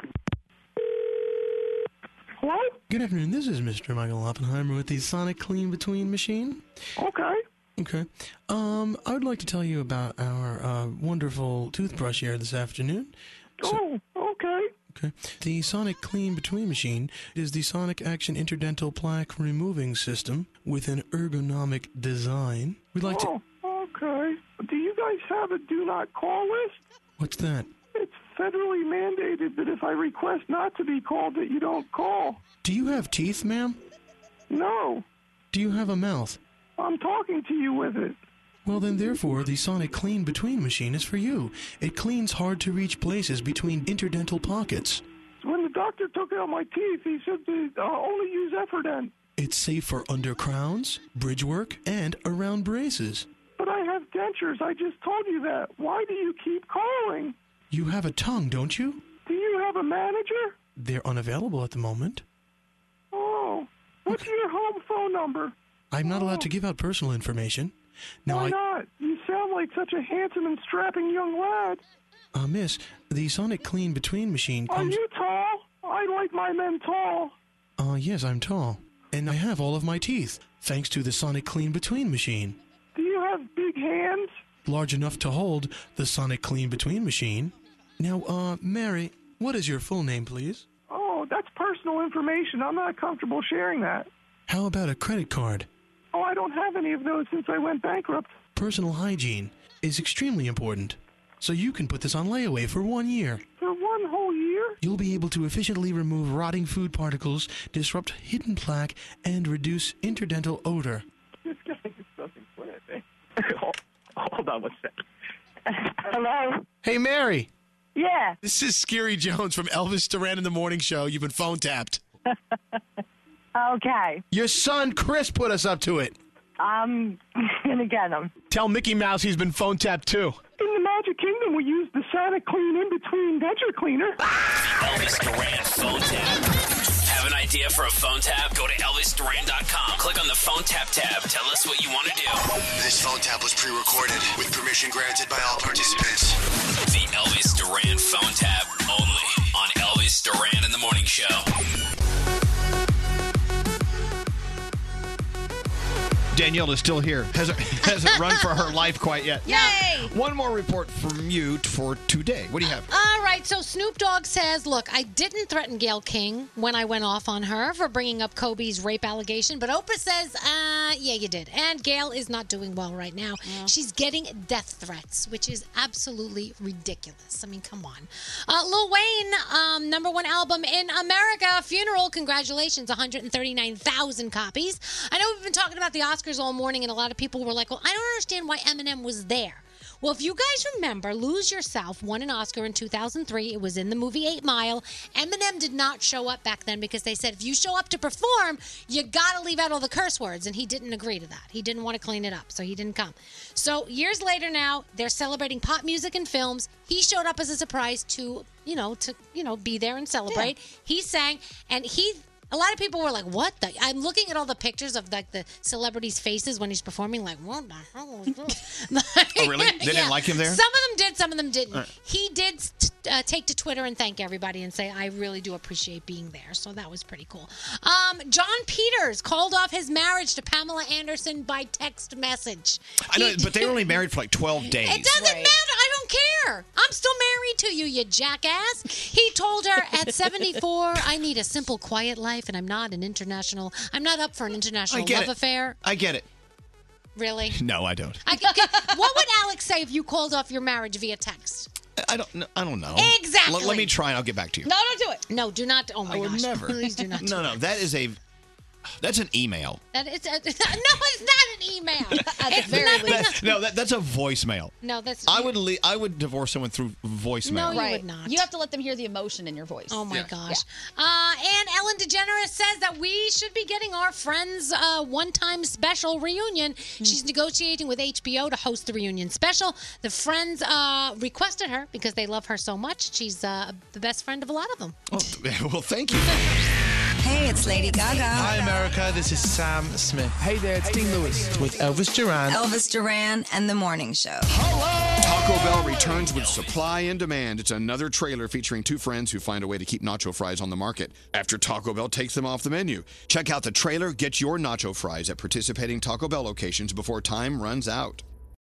Speaker 16: Hello?
Speaker 22: Good afternoon. This is Mr. Michael Oppenheimer with the Sonic Clean Between Machine.
Speaker 16: Okay.
Speaker 22: Okay. Um, I would like to tell you about our uh, wonderful toothbrush here this afternoon.
Speaker 16: oh, okay.
Speaker 22: Okay. The Sonic Clean Between Machine is the Sonic Action Interdental Plaque Removing System with an ergonomic design. We'd like to.
Speaker 20: Oh, Okay. Do you guys have a do not call list?
Speaker 22: What's that?
Speaker 20: It's federally mandated that if I request not to be called, that you don't call.
Speaker 22: Do you have teeth, ma'am?
Speaker 20: No,
Speaker 22: Do you have a mouth?
Speaker 20: I'm talking to you with it.
Speaker 22: Well, then, therefore, the Sonic Clean Between machine is for you. It cleans hard to reach places between interdental pockets.
Speaker 20: When the doctor took out my teeth, he said to uh, only use Efferdent.
Speaker 22: It's safe for under crowns, bridge work, and around braces.
Speaker 20: But I have dentures. I just told you that. Why do you keep calling?
Speaker 22: You have a tongue, don't you?
Speaker 20: Do you have a manager?
Speaker 22: They're unavailable at the moment.
Speaker 20: Oh, what's your home phone number?
Speaker 22: I'm not allowed to give out personal information. Now,
Speaker 20: Oh. Why
Speaker 22: I,
Speaker 20: not? You sound like such a handsome and strapping young lad.
Speaker 22: uh, miss, the Sonic Clean Between machine
Speaker 20: Are
Speaker 22: comes.
Speaker 20: you tall? I like my men tall.
Speaker 22: Uh, yes, I'm tall. And I have all of my teeth, thanks to the Sonic Clean Between machine.
Speaker 20: Do you have big hands?
Speaker 22: large enough to hold the Sonic Clean Between machine. Now, uh, Mary, what is your full name, please?
Speaker 20: Oh, that's personal information. I'm not comfortable sharing that.
Speaker 22: How about a credit card?
Speaker 20: Oh, I don't have any of those since I went bankrupt.
Speaker 22: Personal hygiene is extremely important, so you can put this on layaway for one year.
Speaker 20: For one whole year?
Speaker 22: You'll be able to efficiently remove rotting food particles, disrupt hidden plaque, and reduce interdental odor.
Speaker 20: This guy
Speaker 16: Hold on one second. Hello?
Speaker 11: Hey, Mary.
Speaker 16: Yeah.
Speaker 11: This is Scary Jones from Elvis Duran in the Morning Show. You've been phone tapped.
Speaker 16: Okay.
Speaker 11: Your son, Chris, put us up to it.
Speaker 16: I'm gonna get him.
Speaker 11: Tell Mickey Mouse he's been phone tapped too.
Speaker 20: In the Magic Kingdom, we use the Sonic Clean in between denture cleaner.
Speaker 17: Elvis Duran phone tap. Have an idea for a phone tap? Go to ElvisDuran.com. Click on the phone tap tab. Tell us what you want to do.
Speaker 29: This phone tap was pre-recorded with permission granted by all participants.
Speaker 17: The Elvis Duran phone tap only on Elvis Duran in the Morning Show.
Speaker 30: Danielle is still here. Hasn't, hasn't run for her life quite yet.
Speaker 7: Yay!
Speaker 30: One more report from you t- for today. What do you have?
Speaker 7: All right, so Snoop Dogg says, Look, I didn't threaten Gail King when I went off on her for bringing up Kobe's rape allegation, but Oprah says, uh, Yeah, you did. And Gail is not doing well right now. She's getting death threats, which is absolutely ridiculous. I mean, come on. Uh, Lil Wayne, um, number one album in America, Funeral. Congratulations, 139,000 copies. I know we've been talking about the Oscars all morning, and a lot of people were like, Well, I don't understand why Eminem was there. Well, if you guys remember, Lose Yourself won an Oscar in 2003. It was in the movie Eight Mile. Eminem did not show up back then because they said, if you show up to perform, you got to leave out all the curse words. And he didn't agree to that. He didn't want to clean it up, so he didn't come. So years later now, they're celebrating pop music and films. He showed up as a surprise to, you know, to, you know, be there and celebrate. He sang, and he a lot of people were like, "What the?" I'm looking at all the pictures of like the celebrities' faces when he's performing. Like, what the hell is this?
Speaker 30: Oh, really? They didn't like him there?
Speaker 7: Some of them did, some of them didn't.
Speaker 30: All right.
Speaker 7: He did t- uh, take to Twitter and thank everybody and say, "I really do appreciate being there." So that was pretty cool. Um, John Peters called off his marriage to Pamela Anderson by text message.
Speaker 30: I know, but they were only married for like 12 days.
Speaker 7: It doesn't matter. I don't care. I'm still married to you, you jackass. He told her at 74, I need a simple, quiet life, and I'm not an international. I'm not up for an international
Speaker 30: I get
Speaker 7: love
Speaker 30: it.
Speaker 7: affair.
Speaker 30: I get it.
Speaker 7: Really?
Speaker 30: No, I don't.
Speaker 7: I, what would Alex say if you called off your marriage via text?
Speaker 30: I don't. kn- I don't know.
Speaker 7: Exactly.
Speaker 30: Let, let me try, and I'll get back to you.
Speaker 7: don't do it. No, do not. Oh my
Speaker 30: I would
Speaker 7: gosh!
Speaker 30: never.
Speaker 7: Please do not.
Speaker 30: No, no, that is a. That's an email.
Speaker 7: That is a, no, it's not an email. It's nothing-
Speaker 30: That- no, that, that's a voicemail.
Speaker 7: No, that's.
Speaker 30: I would. Le- I would divorce someone through voicemail.
Speaker 7: would not.
Speaker 10: You have to let them hear the emotion in your voice.
Speaker 7: Oh my
Speaker 30: Yeah.
Speaker 7: gosh! Uh, and Ellen DeGeneres says that we should be getting our friends' uh, one-time special reunion. She's negotiating with HBO to host the reunion special. The friends uh, requested her because they love her so much. She's uh, the best friend of a lot of them.
Speaker 30: well, thank you.
Speaker 25: Hey, it's Lady Gaga.
Speaker 2: Hi, America. This is Sam Smith. Hey there, it's Dean Lewis with Elvis Duran.
Speaker 25: Elvis Duran and the Morning Show.
Speaker 31: Taco Bell returns with Supply and Demand. It's another trailer featuring two friends who find a way to keep nacho fries on the market after Taco Bell takes them off the menu. Check out the trailer, get your nacho fries at participating Taco Bell locations before time runs out.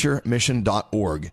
Speaker 1: stbonaventuremission.org.